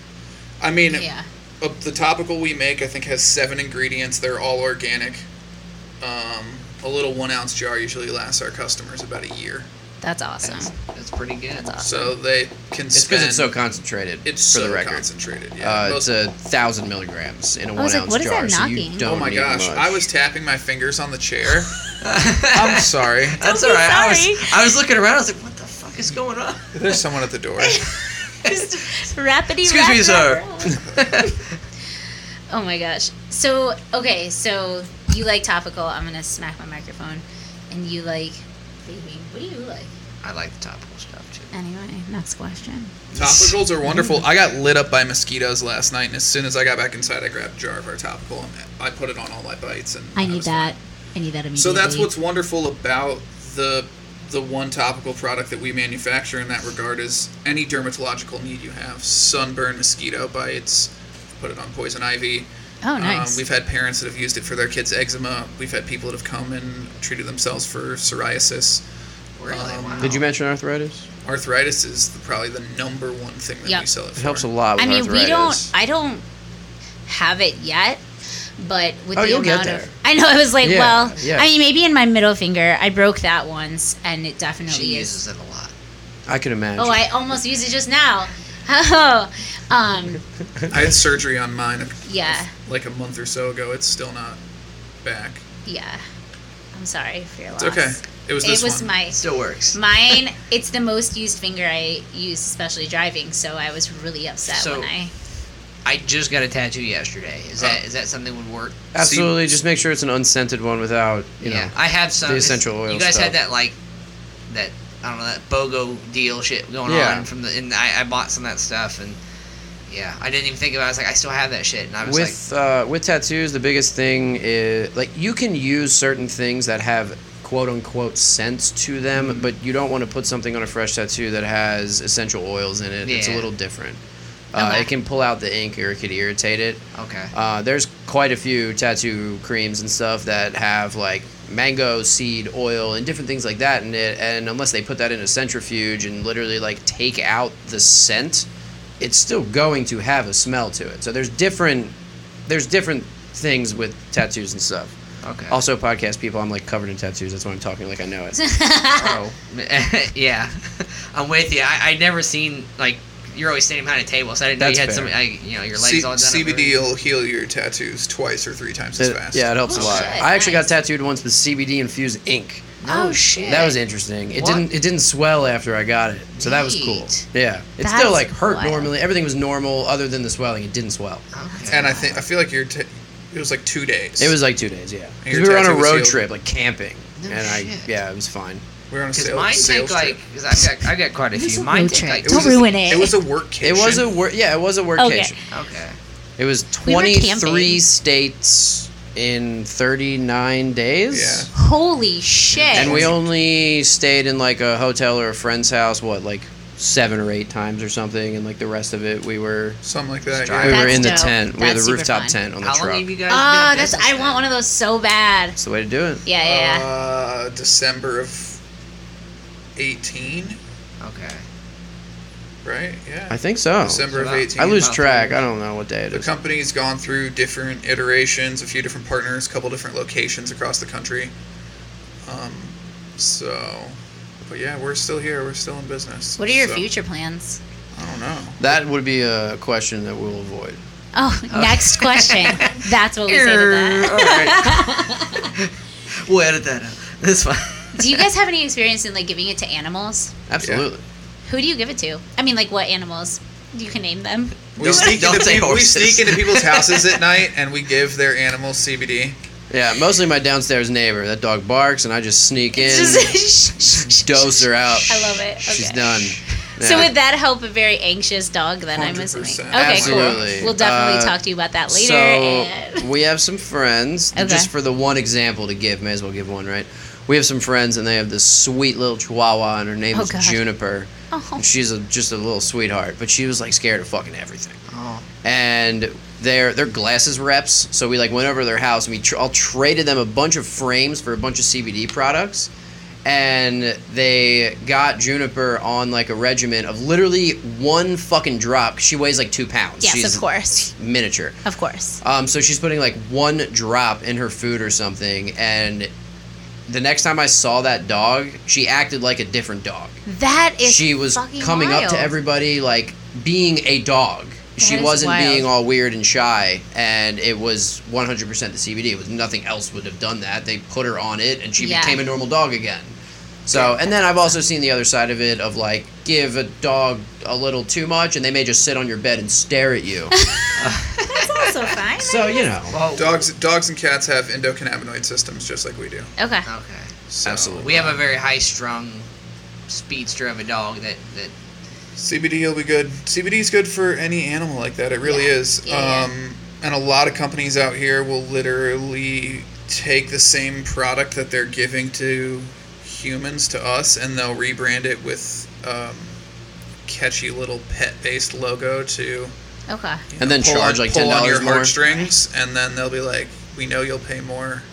Speaker 4: I mean,
Speaker 1: Yeah.
Speaker 4: uh, the topical we make, I think, has seven ingredients. They're all organic. Um, a little one ounce jar usually lasts our customers about a year,
Speaker 1: That's
Speaker 2: That's,
Speaker 1: awesome.
Speaker 2: that's pretty good.
Speaker 1: That's awesome.
Speaker 2: *laughs*
Speaker 4: so they can.
Speaker 3: it's because it's so
Speaker 4: spend-
Speaker 3: concentrated.
Speaker 4: It's
Speaker 3: for
Speaker 4: so
Speaker 3: the record.
Speaker 4: concentrated. Yeah.
Speaker 3: Uh,
Speaker 4: Most-
Speaker 3: it's a thousand milligrams in a one
Speaker 6: was
Speaker 3: ounce
Speaker 6: like, what is
Speaker 3: jar,
Speaker 6: that
Speaker 3: so you
Speaker 6: knocking?
Speaker 3: don't
Speaker 4: oh my
Speaker 3: need
Speaker 4: gosh!
Speaker 3: much.
Speaker 4: I was tapping my fingers on
Speaker 3: *laughs*
Speaker 4: the chair. I'm
Speaker 2: that's
Speaker 4: sorry.
Speaker 2: all
Speaker 6: be
Speaker 2: right. I
Speaker 6: sorry.
Speaker 2: was I was looking around. I was like, what the fuck is going on?
Speaker 4: There's someone at
Speaker 1: *laughs*
Speaker 4: the door.
Speaker 1: Rapidy.
Speaker 2: Excuse me,
Speaker 1: rap,
Speaker 2: sir.
Speaker 1: rap,
Speaker 2: *laughs*
Speaker 1: rap. Oh my gosh. So okay, so you like topical. I'm gonna smack my microphone, and you like vaping. What do you like?
Speaker 2: I like the topical stuff too.
Speaker 1: Anyway, next question.
Speaker 4: Topicals are
Speaker 1: Mm.
Speaker 4: wonderful. I got lit up by mosquitoes last night, and as soon as I got back inside, I grabbed a jar of our topical and I put it on all my bites. And
Speaker 1: I need
Speaker 4: was
Speaker 1: that. I need that immediately.
Speaker 4: So that's what's wonderful about the the one topical product that we manufacture in that regard is any dermatological need you have. Sunburn, mosquito bites, put it on poison ivy.
Speaker 1: Oh,
Speaker 4: Um,
Speaker 1: nice.
Speaker 4: we've had parents that have used it for their kids' eczema. We've had people that have come and treated themselves for psoriasis.
Speaker 2: Really?
Speaker 4: Um,
Speaker 2: wow.
Speaker 3: Did you mention arthritis?
Speaker 4: Arthritis is the, probably the number one thing that
Speaker 1: Yep.
Speaker 4: we sell it for.
Speaker 3: It helps a lot. With
Speaker 1: I mean,
Speaker 3: arthritis.
Speaker 1: we don't. I don't have it yet, but with
Speaker 3: Oh,
Speaker 1: the
Speaker 3: you'll get
Speaker 1: amount of,
Speaker 3: there.
Speaker 1: I know it was like,
Speaker 3: Yeah,
Speaker 1: well,
Speaker 3: yeah.
Speaker 1: I mean, maybe in my middle finger, I broke that once, and it definitely
Speaker 2: She
Speaker 1: is.
Speaker 2: uses it a lot.
Speaker 3: I can imagine.
Speaker 1: Oh, I almost used it just now. *laughs* Oh, um,
Speaker 4: I had surgery on mine
Speaker 1: yeah,
Speaker 4: like a month or so ago. It's still not back.
Speaker 1: yeah. I'm sorry for your loss.
Speaker 4: It's okay. It was this
Speaker 1: It was
Speaker 4: one.
Speaker 1: my
Speaker 2: It still works.
Speaker 1: mine. It's the most used finger I use, especially driving. So I was really upset
Speaker 2: So-
Speaker 1: when I.
Speaker 2: I just got a tattoo yesterday. Is that is that something that would work?
Speaker 3: Absolutely. Just make sure it's an unscented one without, you know.
Speaker 2: I have some
Speaker 3: the
Speaker 2: it's-
Speaker 3: essential oil
Speaker 2: You guys
Speaker 3: stuff.
Speaker 2: had that like that I don't know that BOGO deal shit going
Speaker 3: Yeah.
Speaker 2: on from the and I, I bought some of that stuff and yeah I didn't even think about. it. I was like I still have that shit and I was
Speaker 3: With uh, with tattoos, the biggest thing is like you can use certain things that have quote unquote scents to them,
Speaker 2: Mm-hmm.
Speaker 3: but you don't want to put something on a fresh tattoo that has essential oils in it. It's a
Speaker 2: Yeah.
Speaker 3: little different. Uh,
Speaker 1: Okay.
Speaker 3: It can pull out the ink or it could irritate it.
Speaker 2: like okay
Speaker 3: Uh, there's quite a few tattoo creams and stuff that have like mango seed oil and different things like that in it. And unless they put that in a centrifuge and literally like take out the scent, it's still going to have a smell to it. So there's different there's different things with tattoos and stuff.
Speaker 2: okay
Speaker 3: Also, podcast people, I'm like covered in tattoos. That's why I'm talking like I
Speaker 1: *laughs*
Speaker 3: know it.
Speaker 2: oh *laughs* yeah I'm with you. I I never seen like you're always standing behind a table so I didn't
Speaker 3: That's
Speaker 2: know you had
Speaker 3: fair.
Speaker 2: some I, you know your legs
Speaker 4: C-
Speaker 2: all done. up
Speaker 4: CBD will heal your tattoos twice or three times as
Speaker 3: It-
Speaker 4: fast.
Speaker 3: yeah, it helps a
Speaker 1: Oh,
Speaker 3: lot.
Speaker 1: shit,
Speaker 3: I actually
Speaker 1: nice.
Speaker 3: got tattooed once with CBD infused ink.
Speaker 1: Oh, shit.
Speaker 3: That was interesting. It
Speaker 2: What?
Speaker 3: didn't it didn't swell after I got it. So that was cool.
Speaker 2: Neat.
Speaker 3: Yeah. It
Speaker 1: That's
Speaker 3: still like hurt
Speaker 1: wild.
Speaker 3: normally. Everything was normal other than the swelling. It didn't swell.
Speaker 2: Okay.
Speaker 4: And I think I feel like your ta it was like two days.
Speaker 3: It was like 2 days, yeah.
Speaker 4: And
Speaker 3: 'Cause
Speaker 4: your
Speaker 3: we were on a
Speaker 4: tattoo was
Speaker 3: road
Speaker 4: healed?
Speaker 3: trip like camping.
Speaker 2: No
Speaker 3: and I
Speaker 2: shit.
Speaker 3: yeah, it was fine.
Speaker 4: we were on a
Speaker 2: Because
Speaker 4: sale,
Speaker 2: mine
Speaker 4: sales
Speaker 2: take like
Speaker 4: trip.
Speaker 2: because I've got I've got quite a
Speaker 1: It's
Speaker 2: few.
Speaker 1: a
Speaker 2: Mine
Speaker 1: road
Speaker 2: take
Speaker 1: trip.
Speaker 2: like
Speaker 1: Don't
Speaker 4: was a-
Speaker 1: ruin it.
Speaker 4: It was a workcation.
Speaker 3: It was a work yeah, it was a workation.
Speaker 2: okay.
Speaker 3: It was
Speaker 1: We were camping.
Speaker 3: 23 states in 39 days.
Speaker 4: Yeah.
Speaker 1: Holy shit!
Speaker 3: And we only stayed in like a hotel or a friend's house what like 7 or 8 times or something and like the rest of it we were
Speaker 4: something like that.
Speaker 2: Strike.
Speaker 3: we
Speaker 2: That's
Speaker 3: were in the
Speaker 1: dope.
Speaker 3: tent. we had
Speaker 1: That's
Speaker 3: the
Speaker 1: super
Speaker 3: rooftop
Speaker 1: fun.
Speaker 3: tent on the
Speaker 2: How
Speaker 3: truck.
Speaker 2: long have you guys?
Speaker 1: Oh,
Speaker 2: been in
Speaker 1: that's
Speaker 2: business
Speaker 1: I
Speaker 2: then?
Speaker 1: want one of those so bad.
Speaker 3: That's the way to do it.
Speaker 1: Yeah, yeah, yeah.
Speaker 4: Uh, December of eighteen,
Speaker 2: Okay.
Speaker 4: right? Yeah.
Speaker 3: I think so.
Speaker 4: December of
Speaker 2: Wow.
Speaker 4: eighteen.
Speaker 3: I lose
Speaker 2: about
Speaker 3: track. I don't know what day it
Speaker 4: The
Speaker 3: is.
Speaker 4: company's gone through different iterations, a few different partners, a couple different locations across the country. Um, so, but yeah, we're still here. We're still in business.
Speaker 1: What are your
Speaker 4: So,
Speaker 1: future plans?
Speaker 4: I don't know.
Speaker 3: That would be a question that we'll avoid. *laughs*
Speaker 1: Oh, next question. That's what we say to
Speaker 2: Err,
Speaker 1: that.
Speaker 2: We'll edit that out. *laughs* That's fine.
Speaker 1: *laughs*
Speaker 2: *laughs*
Speaker 1: do you guys have any experience in like giving it to animals?
Speaker 3: Absolutely.
Speaker 1: Who do you give it to? I mean, like what animals? You can name them.
Speaker 2: We Don't- sneak don't into say people-
Speaker 4: we
Speaker 2: we sneak
Speaker 4: sneak
Speaker 2: horses.
Speaker 4: into
Speaker 2: into *laughs*
Speaker 4: people's
Speaker 2: people's
Speaker 4: houses at night and we give their animals CBD.
Speaker 3: Yeah. mostly my downstairs neighbor. That dog barks, and I just
Speaker 1: *laughs*
Speaker 3: sneak in, *laughs* dose her out.
Speaker 1: I love it. Okay.
Speaker 3: She's done.
Speaker 1: So
Speaker 3: Yeah.
Speaker 1: would that help a very anxious dog then I'm assuming?
Speaker 4: 100%.
Speaker 1: Okay,
Speaker 3: Absolutely.
Speaker 1: cool. We'll definitely
Speaker 3: Uh,
Speaker 1: talk to you about that later.
Speaker 3: So
Speaker 1: and
Speaker 3: we have some friends.
Speaker 1: Okay.
Speaker 3: Just for the one example to give, may as well give one, right? We have some friends, and they have this sweet little Chihuahua, and her name
Speaker 1: Oh,
Speaker 3: is
Speaker 1: God.
Speaker 3: Juniper.
Speaker 1: oh,
Speaker 3: And she's a, just a little sweetheart, but she was like scared of fucking everything.
Speaker 2: Oh,
Speaker 3: And their their glasses reps, so we like went over to their house, and we tr- all traded them a bunch of frames for a bunch of CBD products. And they got Juniper on like a regimen of literally one fucking drop. 'cause She weighs like two pounds.
Speaker 1: yes,
Speaker 3: She's
Speaker 1: of course.
Speaker 3: Miniature.
Speaker 1: Of course.
Speaker 3: Um, so she's putting like one drop in her food or something, and the next time I saw that dog, she acted like a different dog.
Speaker 1: That is
Speaker 3: she was
Speaker 1: fucking
Speaker 3: coming up to
Speaker 1: wild.
Speaker 3: everybody like being a dog. she
Speaker 1: is
Speaker 3: wasn't
Speaker 1: wild.
Speaker 3: being all weird and shy, and it was 100% the CBD. It was nothing else would have done that. They put her on it, and she
Speaker 1: Yeah.
Speaker 3: became a normal dog again. So, and then I've also seen the other side of it of like give a dog a little too much, and they may just sit on your bed and stare at
Speaker 1: *laughs*
Speaker 3: you.
Speaker 1: That's also fine.
Speaker 3: *laughs* so you know,
Speaker 2: well,
Speaker 4: Dogs, dogs and cats have endocannabinoid systems just like we do.
Speaker 1: Okay.
Speaker 2: okay.
Speaker 4: So
Speaker 3: Absolutely.
Speaker 2: We have a very high-strung speedster of a dog that that
Speaker 4: CBD will be good. CBD is good for any animal like that. It really
Speaker 1: Yeah.
Speaker 4: is.
Speaker 1: Yeah, yeah.
Speaker 4: Um, and a lot of companies out here will literally take the same product that they're giving to humans to us, and they'll rebrand it with um, catchy little pet-based logo to you
Speaker 1: Okay.
Speaker 4: know,
Speaker 3: then
Speaker 4: pull
Speaker 3: charge
Speaker 4: on-
Speaker 3: like
Speaker 4: pull on
Speaker 3: $10
Speaker 4: your
Speaker 3: more.
Speaker 4: heartstrings, and then they'll be like, "We know you'll pay more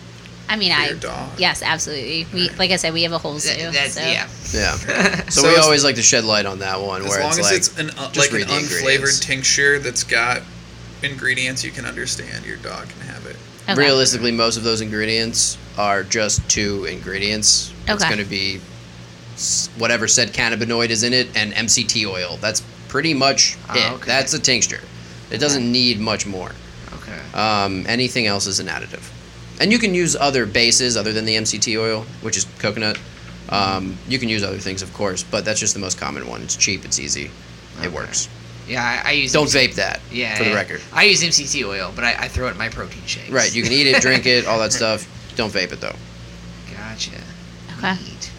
Speaker 1: I mean,
Speaker 4: for
Speaker 1: I
Speaker 4: your dog."
Speaker 1: yes, absolutely. We like I said, we have a whole zoo.
Speaker 2: that, that
Speaker 1: so.
Speaker 2: yeah. *laughs*
Speaker 3: yeah. So,
Speaker 4: So
Speaker 3: we
Speaker 4: as-
Speaker 3: always like to shed light on that one,
Speaker 4: As
Speaker 3: where
Speaker 4: long
Speaker 3: it's
Speaker 4: as
Speaker 3: like
Speaker 4: it's an uh,
Speaker 3: just
Speaker 4: like
Speaker 3: read
Speaker 4: an
Speaker 3: the
Speaker 4: unflavored
Speaker 3: ingredients.
Speaker 4: tincture that's got ingredients you can understand, your dog can have it.
Speaker 1: Okay.
Speaker 3: realistically, most of those ingredients are just two ingredients. It's
Speaker 1: Okay.
Speaker 3: going to be s- whatever said cannabinoid is in it and MCT oil. That's pretty much
Speaker 2: Ah,
Speaker 3: it.
Speaker 2: okay.
Speaker 3: That's a tincture. It doesn't need much more.
Speaker 2: Okay.
Speaker 3: Um, anything else is an additive. And you can use other bases other than the MCT oil, which is coconut. Um, you can use other things, of course, but that's just the most common one. It's cheap. It's easy.
Speaker 2: Okay.
Speaker 3: It works.
Speaker 2: Yeah, I, I use
Speaker 3: Don't
Speaker 2: MC
Speaker 3: vape that.
Speaker 2: Yeah,
Speaker 3: for the
Speaker 2: yeah.
Speaker 3: record.
Speaker 2: I use MCT oil, but I, I throw it in my protein shakes.
Speaker 3: Right, you can
Speaker 2: *laughs*
Speaker 3: eat it, drink it, all that stuff. Don't vape it though.
Speaker 2: Gotcha.
Speaker 1: Okay.
Speaker 2: Neat.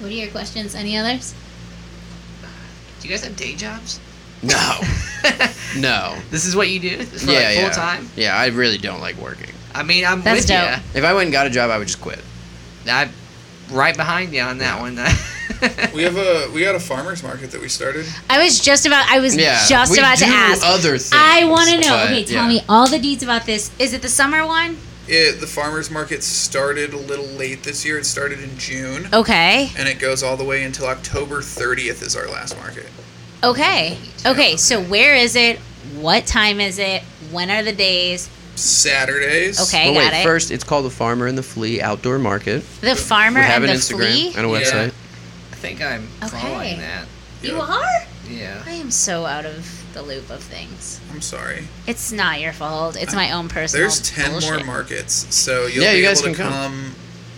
Speaker 1: What are your questions? Any others?
Speaker 2: Do you guys have day jobs? *laughs*
Speaker 3: No, no.
Speaker 2: This is what you do for
Speaker 3: yeah,
Speaker 2: like full
Speaker 3: yeah.
Speaker 2: time.
Speaker 3: Yeah, I really don't like working.
Speaker 2: I mean, I'm
Speaker 1: That's
Speaker 2: with
Speaker 1: dope.
Speaker 2: you.
Speaker 3: If I went and got a job, I would just quit.
Speaker 2: I'm right behind you on that one. *laughs*
Speaker 4: We have a we got a farmers market that we started.
Speaker 1: I was just about. I was
Speaker 3: Yeah,
Speaker 1: just
Speaker 3: we
Speaker 1: about to
Speaker 3: do
Speaker 1: ask.
Speaker 3: other things.
Speaker 1: I want to know.
Speaker 3: but,
Speaker 1: okay, tell
Speaker 3: yeah.
Speaker 1: me all the deeds about this. Is it the summer one?
Speaker 4: It the farmers market started a little late this year. It started in June,
Speaker 1: Okay.
Speaker 4: and it goes all the way until October 30th is our last market.
Speaker 1: Okay. Okay. So where is it? What time is it? When are the days?
Speaker 4: Saturdays.
Speaker 1: Okay,
Speaker 3: But
Speaker 1: got
Speaker 3: wait,
Speaker 1: it.
Speaker 3: first it's called the Farmer and the Flea Outdoor Market.
Speaker 1: the farmer
Speaker 3: we have
Speaker 1: and
Speaker 3: an
Speaker 1: the
Speaker 3: Instagram
Speaker 1: flea.
Speaker 3: and a
Speaker 4: Yeah.
Speaker 3: website.
Speaker 2: I think I'm
Speaker 1: Okay.
Speaker 2: following that.
Speaker 1: You
Speaker 4: Yeah.
Speaker 1: are.
Speaker 2: Yeah.
Speaker 1: I am so out of the loop of things.
Speaker 4: I'm sorry.
Speaker 1: It's not your fault. It's my own personal.
Speaker 4: There's 10 more
Speaker 1: bullshit.
Speaker 4: markets, so you'll
Speaker 3: Yeah,
Speaker 4: be
Speaker 3: you guys
Speaker 4: able
Speaker 3: can
Speaker 4: to
Speaker 3: come.
Speaker 4: come.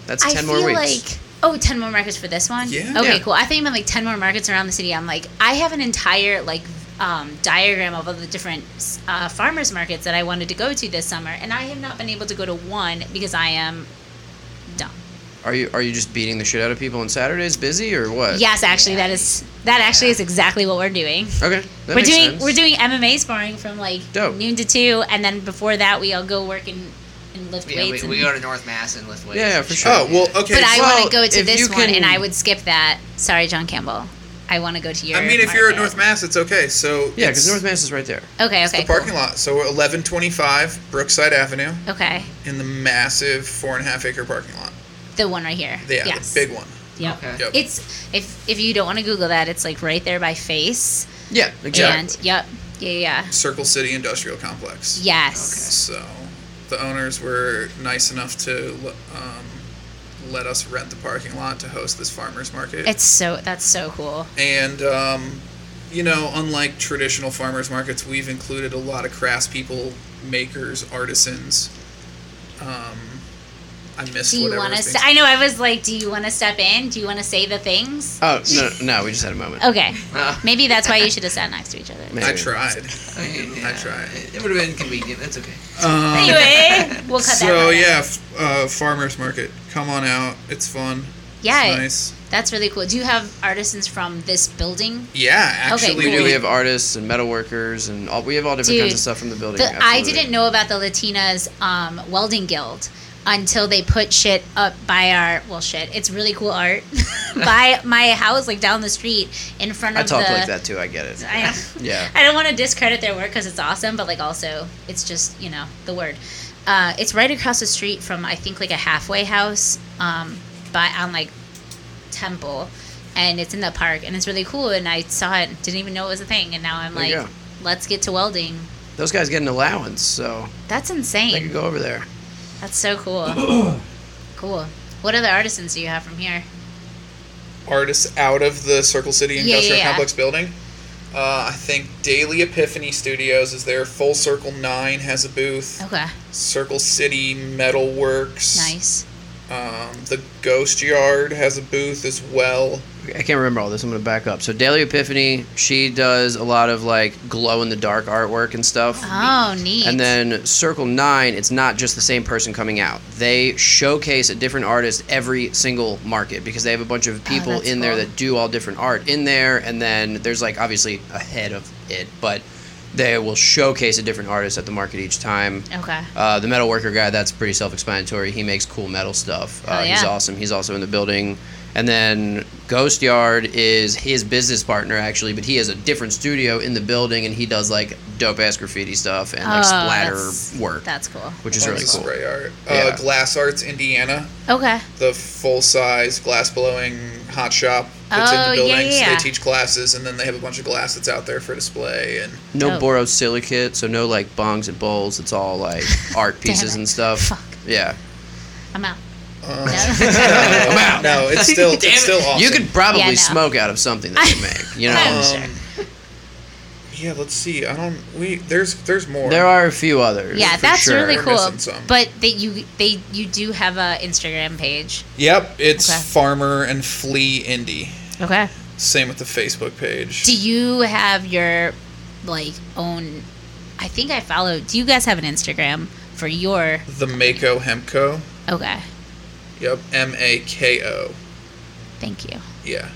Speaker 3: That's
Speaker 1: I
Speaker 3: ten more
Speaker 1: feel
Speaker 3: weeks.
Speaker 1: like oh, 10 more markets for this one.
Speaker 4: Yeah.
Speaker 1: Okay,
Speaker 3: Yeah.
Speaker 1: cool. I think about like ten more markets around the city. I'm like, I have an entire like um, diagram of all the different uh, farmers markets that I wanted to go to this summer, and I have not been able to go to one because I am dumb.
Speaker 3: Are you are you just beating the shit out of people on Saturdays? Busy or what?
Speaker 1: Yes, actually, that is that actually
Speaker 2: Yeah.
Speaker 1: is exactly what we're doing.
Speaker 3: Okay. That
Speaker 1: we're
Speaker 3: makes
Speaker 1: doing
Speaker 3: sense.
Speaker 1: we're doing MMA sparring from like
Speaker 3: Dope.
Speaker 1: noon to two, and then before that we all go work and, and lift
Speaker 2: Yeah,
Speaker 1: weights.
Speaker 2: we,
Speaker 1: and,
Speaker 2: we go to North Mass and lift weights.
Speaker 3: Yeah, yeah,
Speaker 2: and
Speaker 3: for
Speaker 2: shit.
Speaker 3: sure.
Speaker 4: Oh well, okay.
Speaker 1: but I
Speaker 4: so-
Speaker 3: Well,
Speaker 1: want to go to
Speaker 3: if
Speaker 1: this
Speaker 3: you
Speaker 1: one, and
Speaker 3: can-
Speaker 1: I would skip that. Sorry, John Campbell. I want to go to your.
Speaker 4: I mean, if you're at
Speaker 1: market.
Speaker 4: North Mass, it's okay. So
Speaker 3: Yeah,
Speaker 4: it's-
Speaker 3: because North Mass is right there.
Speaker 1: Okay.
Speaker 4: it's
Speaker 1: Okay.
Speaker 4: the
Speaker 1: cool.
Speaker 4: parking lot. So we're 1125 Brookside Avenue
Speaker 1: Okay.
Speaker 4: in the massive four and a half acre parking lot.
Speaker 1: The one right here.
Speaker 4: Yeah,
Speaker 1: yes.
Speaker 4: the big one.
Speaker 1: Yep.
Speaker 2: Okay.
Speaker 4: Yep.
Speaker 1: It's if if you don't want to Google that, it's like right there by face.
Speaker 3: Yeah, exactly.
Speaker 1: And yep. Yeah. Yeah. yeah.
Speaker 4: Circle City Industrial Complex.
Speaker 1: Yes.
Speaker 4: So the owners were nice enough to um, let us rent the parking lot to host this farmers market.
Speaker 1: It's so that's so cool.
Speaker 4: and um, you know, unlike traditional farmers markets, we've included a lot of craftspeople, makers, artisans. Um, I missed
Speaker 1: Do you
Speaker 4: whatever.
Speaker 1: want to?
Speaker 4: was being
Speaker 1: St- I know. I was like, do you want to step in? Do you want to say the things?
Speaker 3: Oh no, no, we just had a moment.
Speaker 1: Okay.
Speaker 2: Uh,
Speaker 1: Maybe that's why you should have sat next to each
Speaker 4: *laughs*
Speaker 1: other.
Speaker 3: Man.
Speaker 4: I tried.
Speaker 1: *laughs*
Speaker 2: I, mean,
Speaker 4: I
Speaker 2: yeah,
Speaker 4: tried.
Speaker 2: It, would have been convenient. That's okay.
Speaker 4: Um,
Speaker 1: Anyway, we'll cut that.
Speaker 4: so
Speaker 1: part out.
Speaker 4: yeah, f- uh, farmers market. Come on out. It's fun.
Speaker 1: Yeah,
Speaker 4: It's nice.
Speaker 1: that's really cool. Do you have artisans from this building?
Speaker 4: Yeah,
Speaker 1: Okay,
Speaker 4: actually,
Speaker 1: cool.
Speaker 3: We do. We have artists and metal workers, and all, we have all different
Speaker 1: Dude,
Speaker 3: kinds of stuff from the building.
Speaker 1: The, I
Speaker 3: absolutely.
Speaker 1: didn't know about the Latinas um, welding guild until they put shit up by our well shit. It's really cool art *laughs* by my house, like down the street in front of
Speaker 3: I talk
Speaker 1: the.
Speaker 3: like that too. I get it.
Speaker 1: I,
Speaker 3: *laughs* Yeah.
Speaker 1: I don't want to discredit their work because it's awesome, but like also it's just you know the word. Uh, it's right across the street from I think like a halfway house, um, by on like Temple, and it's in the park and it's really cool. And I saw it, didn't even know it was a thing, and now I'm
Speaker 3: There
Speaker 1: like,
Speaker 3: you go.
Speaker 1: let's get to welding.
Speaker 3: Those guys get an allowance, so
Speaker 1: That's
Speaker 3: they can
Speaker 1: insane.
Speaker 3: go over there.
Speaker 1: That's so cool.
Speaker 3: *clears throat*
Speaker 1: cool. What other artisans do you have from here?
Speaker 4: artists out of the Circle City
Speaker 1: Yeah, yeah,
Speaker 4: Industrial
Speaker 1: yeah.
Speaker 4: Complex building. Uh, I think Daily Epiphany Studios is there. Full Circle Nine has a booth.
Speaker 1: Okay,
Speaker 4: Circle City Metal Works.
Speaker 1: Oh. nice.
Speaker 4: Um, the Ghost Yard has a booth as well.
Speaker 3: I can't remember all this. I'm gonna back up. So Daily Epiphany, she does a lot of like glow in the dark artwork and stuff.
Speaker 1: Oh, neat.
Speaker 3: And then Circle Nine, it's not just the same person coming out. They showcase a different artist every single market because they have a bunch of people
Speaker 1: Oh, that's
Speaker 3: in there
Speaker 1: cool.
Speaker 3: that do all different art in there. And then there's like obviously a head of it, but they will showcase a different artist at the market each time.
Speaker 1: okay.
Speaker 3: Uh, the metal worker guy, that's pretty self-explanatory. He makes cool metal stuff. Uh,
Speaker 1: Hell
Speaker 3: He's
Speaker 1: Oh, yeah.
Speaker 3: awesome. He's also in the building. And then Ghost Yard is his business partner actually, but he has a different studio in the building, and he does like dope ass graffiti stuff and like
Speaker 1: Oh,
Speaker 3: splatter
Speaker 1: that's-
Speaker 3: work,
Speaker 1: That's cool.
Speaker 3: which is
Speaker 4: Or
Speaker 3: really cool.
Speaker 4: Spray art.
Speaker 3: Yeah.
Speaker 4: Uh, Glass Arts Indiana,
Speaker 1: Okay.
Speaker 4: the full size glass blowing hot shop that's in
Speaker 1: Oh,
Speaker 4: the
Speaker 1: yeah,
Speaker 4: building. So
Speaker 1: yeah.
Speaker 4: they teach classes, and then they have a bunch of glass that's out there for display. And
Speaker 3: No
Speaker 1: Dope.
Speaker 3: borosilicate, so no like bongs and bowls. It's
Speaker 1: *laughs*
Speaker 3: all like art pieces
Speaker 1: it.
Speaker 3: and stuff.
Speaker 1: Fuck.
Speaker 3: Yeah,
Speaker 1: I'm
Speaker 3: *laughs*
Speaker 1: out. *laughs*
Speaker 4: um, *laughs*
Speaker 1: No.
Speaker 4: no, no, it's still
Speaker 2: Damn
Speaker 4: it's still
Speaker 2: it.
Speaker 4: awesome.
Speaker 3: you could probably
Speaker 1: Yeah, no.
Speaker 3: smoke out of something that they make.
Speaker 1: *laughs*
Speaker 3: You know,
Speaker 1: I'm sure.
Speaker 4: *laughs* Yeah, let's see. I don't. We there's there's more.
Speaker 3: there are a few others.
Speaker 1: Yeah,
Speaker 3: for
Speaker 1: that's
Speaker 3: sure.
Speaker 1: really
Speaker 4: We're
Speaker 1: cool.
Speaker 4: missing some.
Speaker 1: But that you they you do have a Instagram page.
Speaker 4: Yep, it's
Speaker 1: Okay.
Speaker 4: Farmer and Flea Indie.
Speaker 1: Okay.
Speaker 4: Same with the Facebook page.
Speaker 1: Do you have your like own I think I follow do you guys have an Instagram for your
Speaker 4: the Mako Hemco.
Speaker 1: Okay.
Speaker 4: Yep, M A K O.
Speaker 1: Thank you.
Speaker 4: Yeah.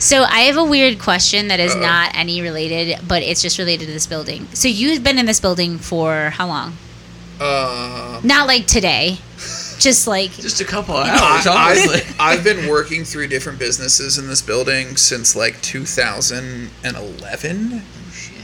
Speaker 1: So I have a weird question that is
Speaker 4: Uh-oh.
Speaker 1: not any related, but it's just related to this building. So you've been in this building for how long?
Speaker 4: Um,
Speaker 1: Not like
Speaker 4: *laughs*
Speaker 1: today. Just like
Speaker 2: Just a couple of
Speaker 4: I,
Speaker 2: hours,
Speaker 3: *laughs*
Speaker 2: honestly.
Speaker 4: I've, I've been working through different businesses in this building since like 2011.
Speaker 2: Oh, shit.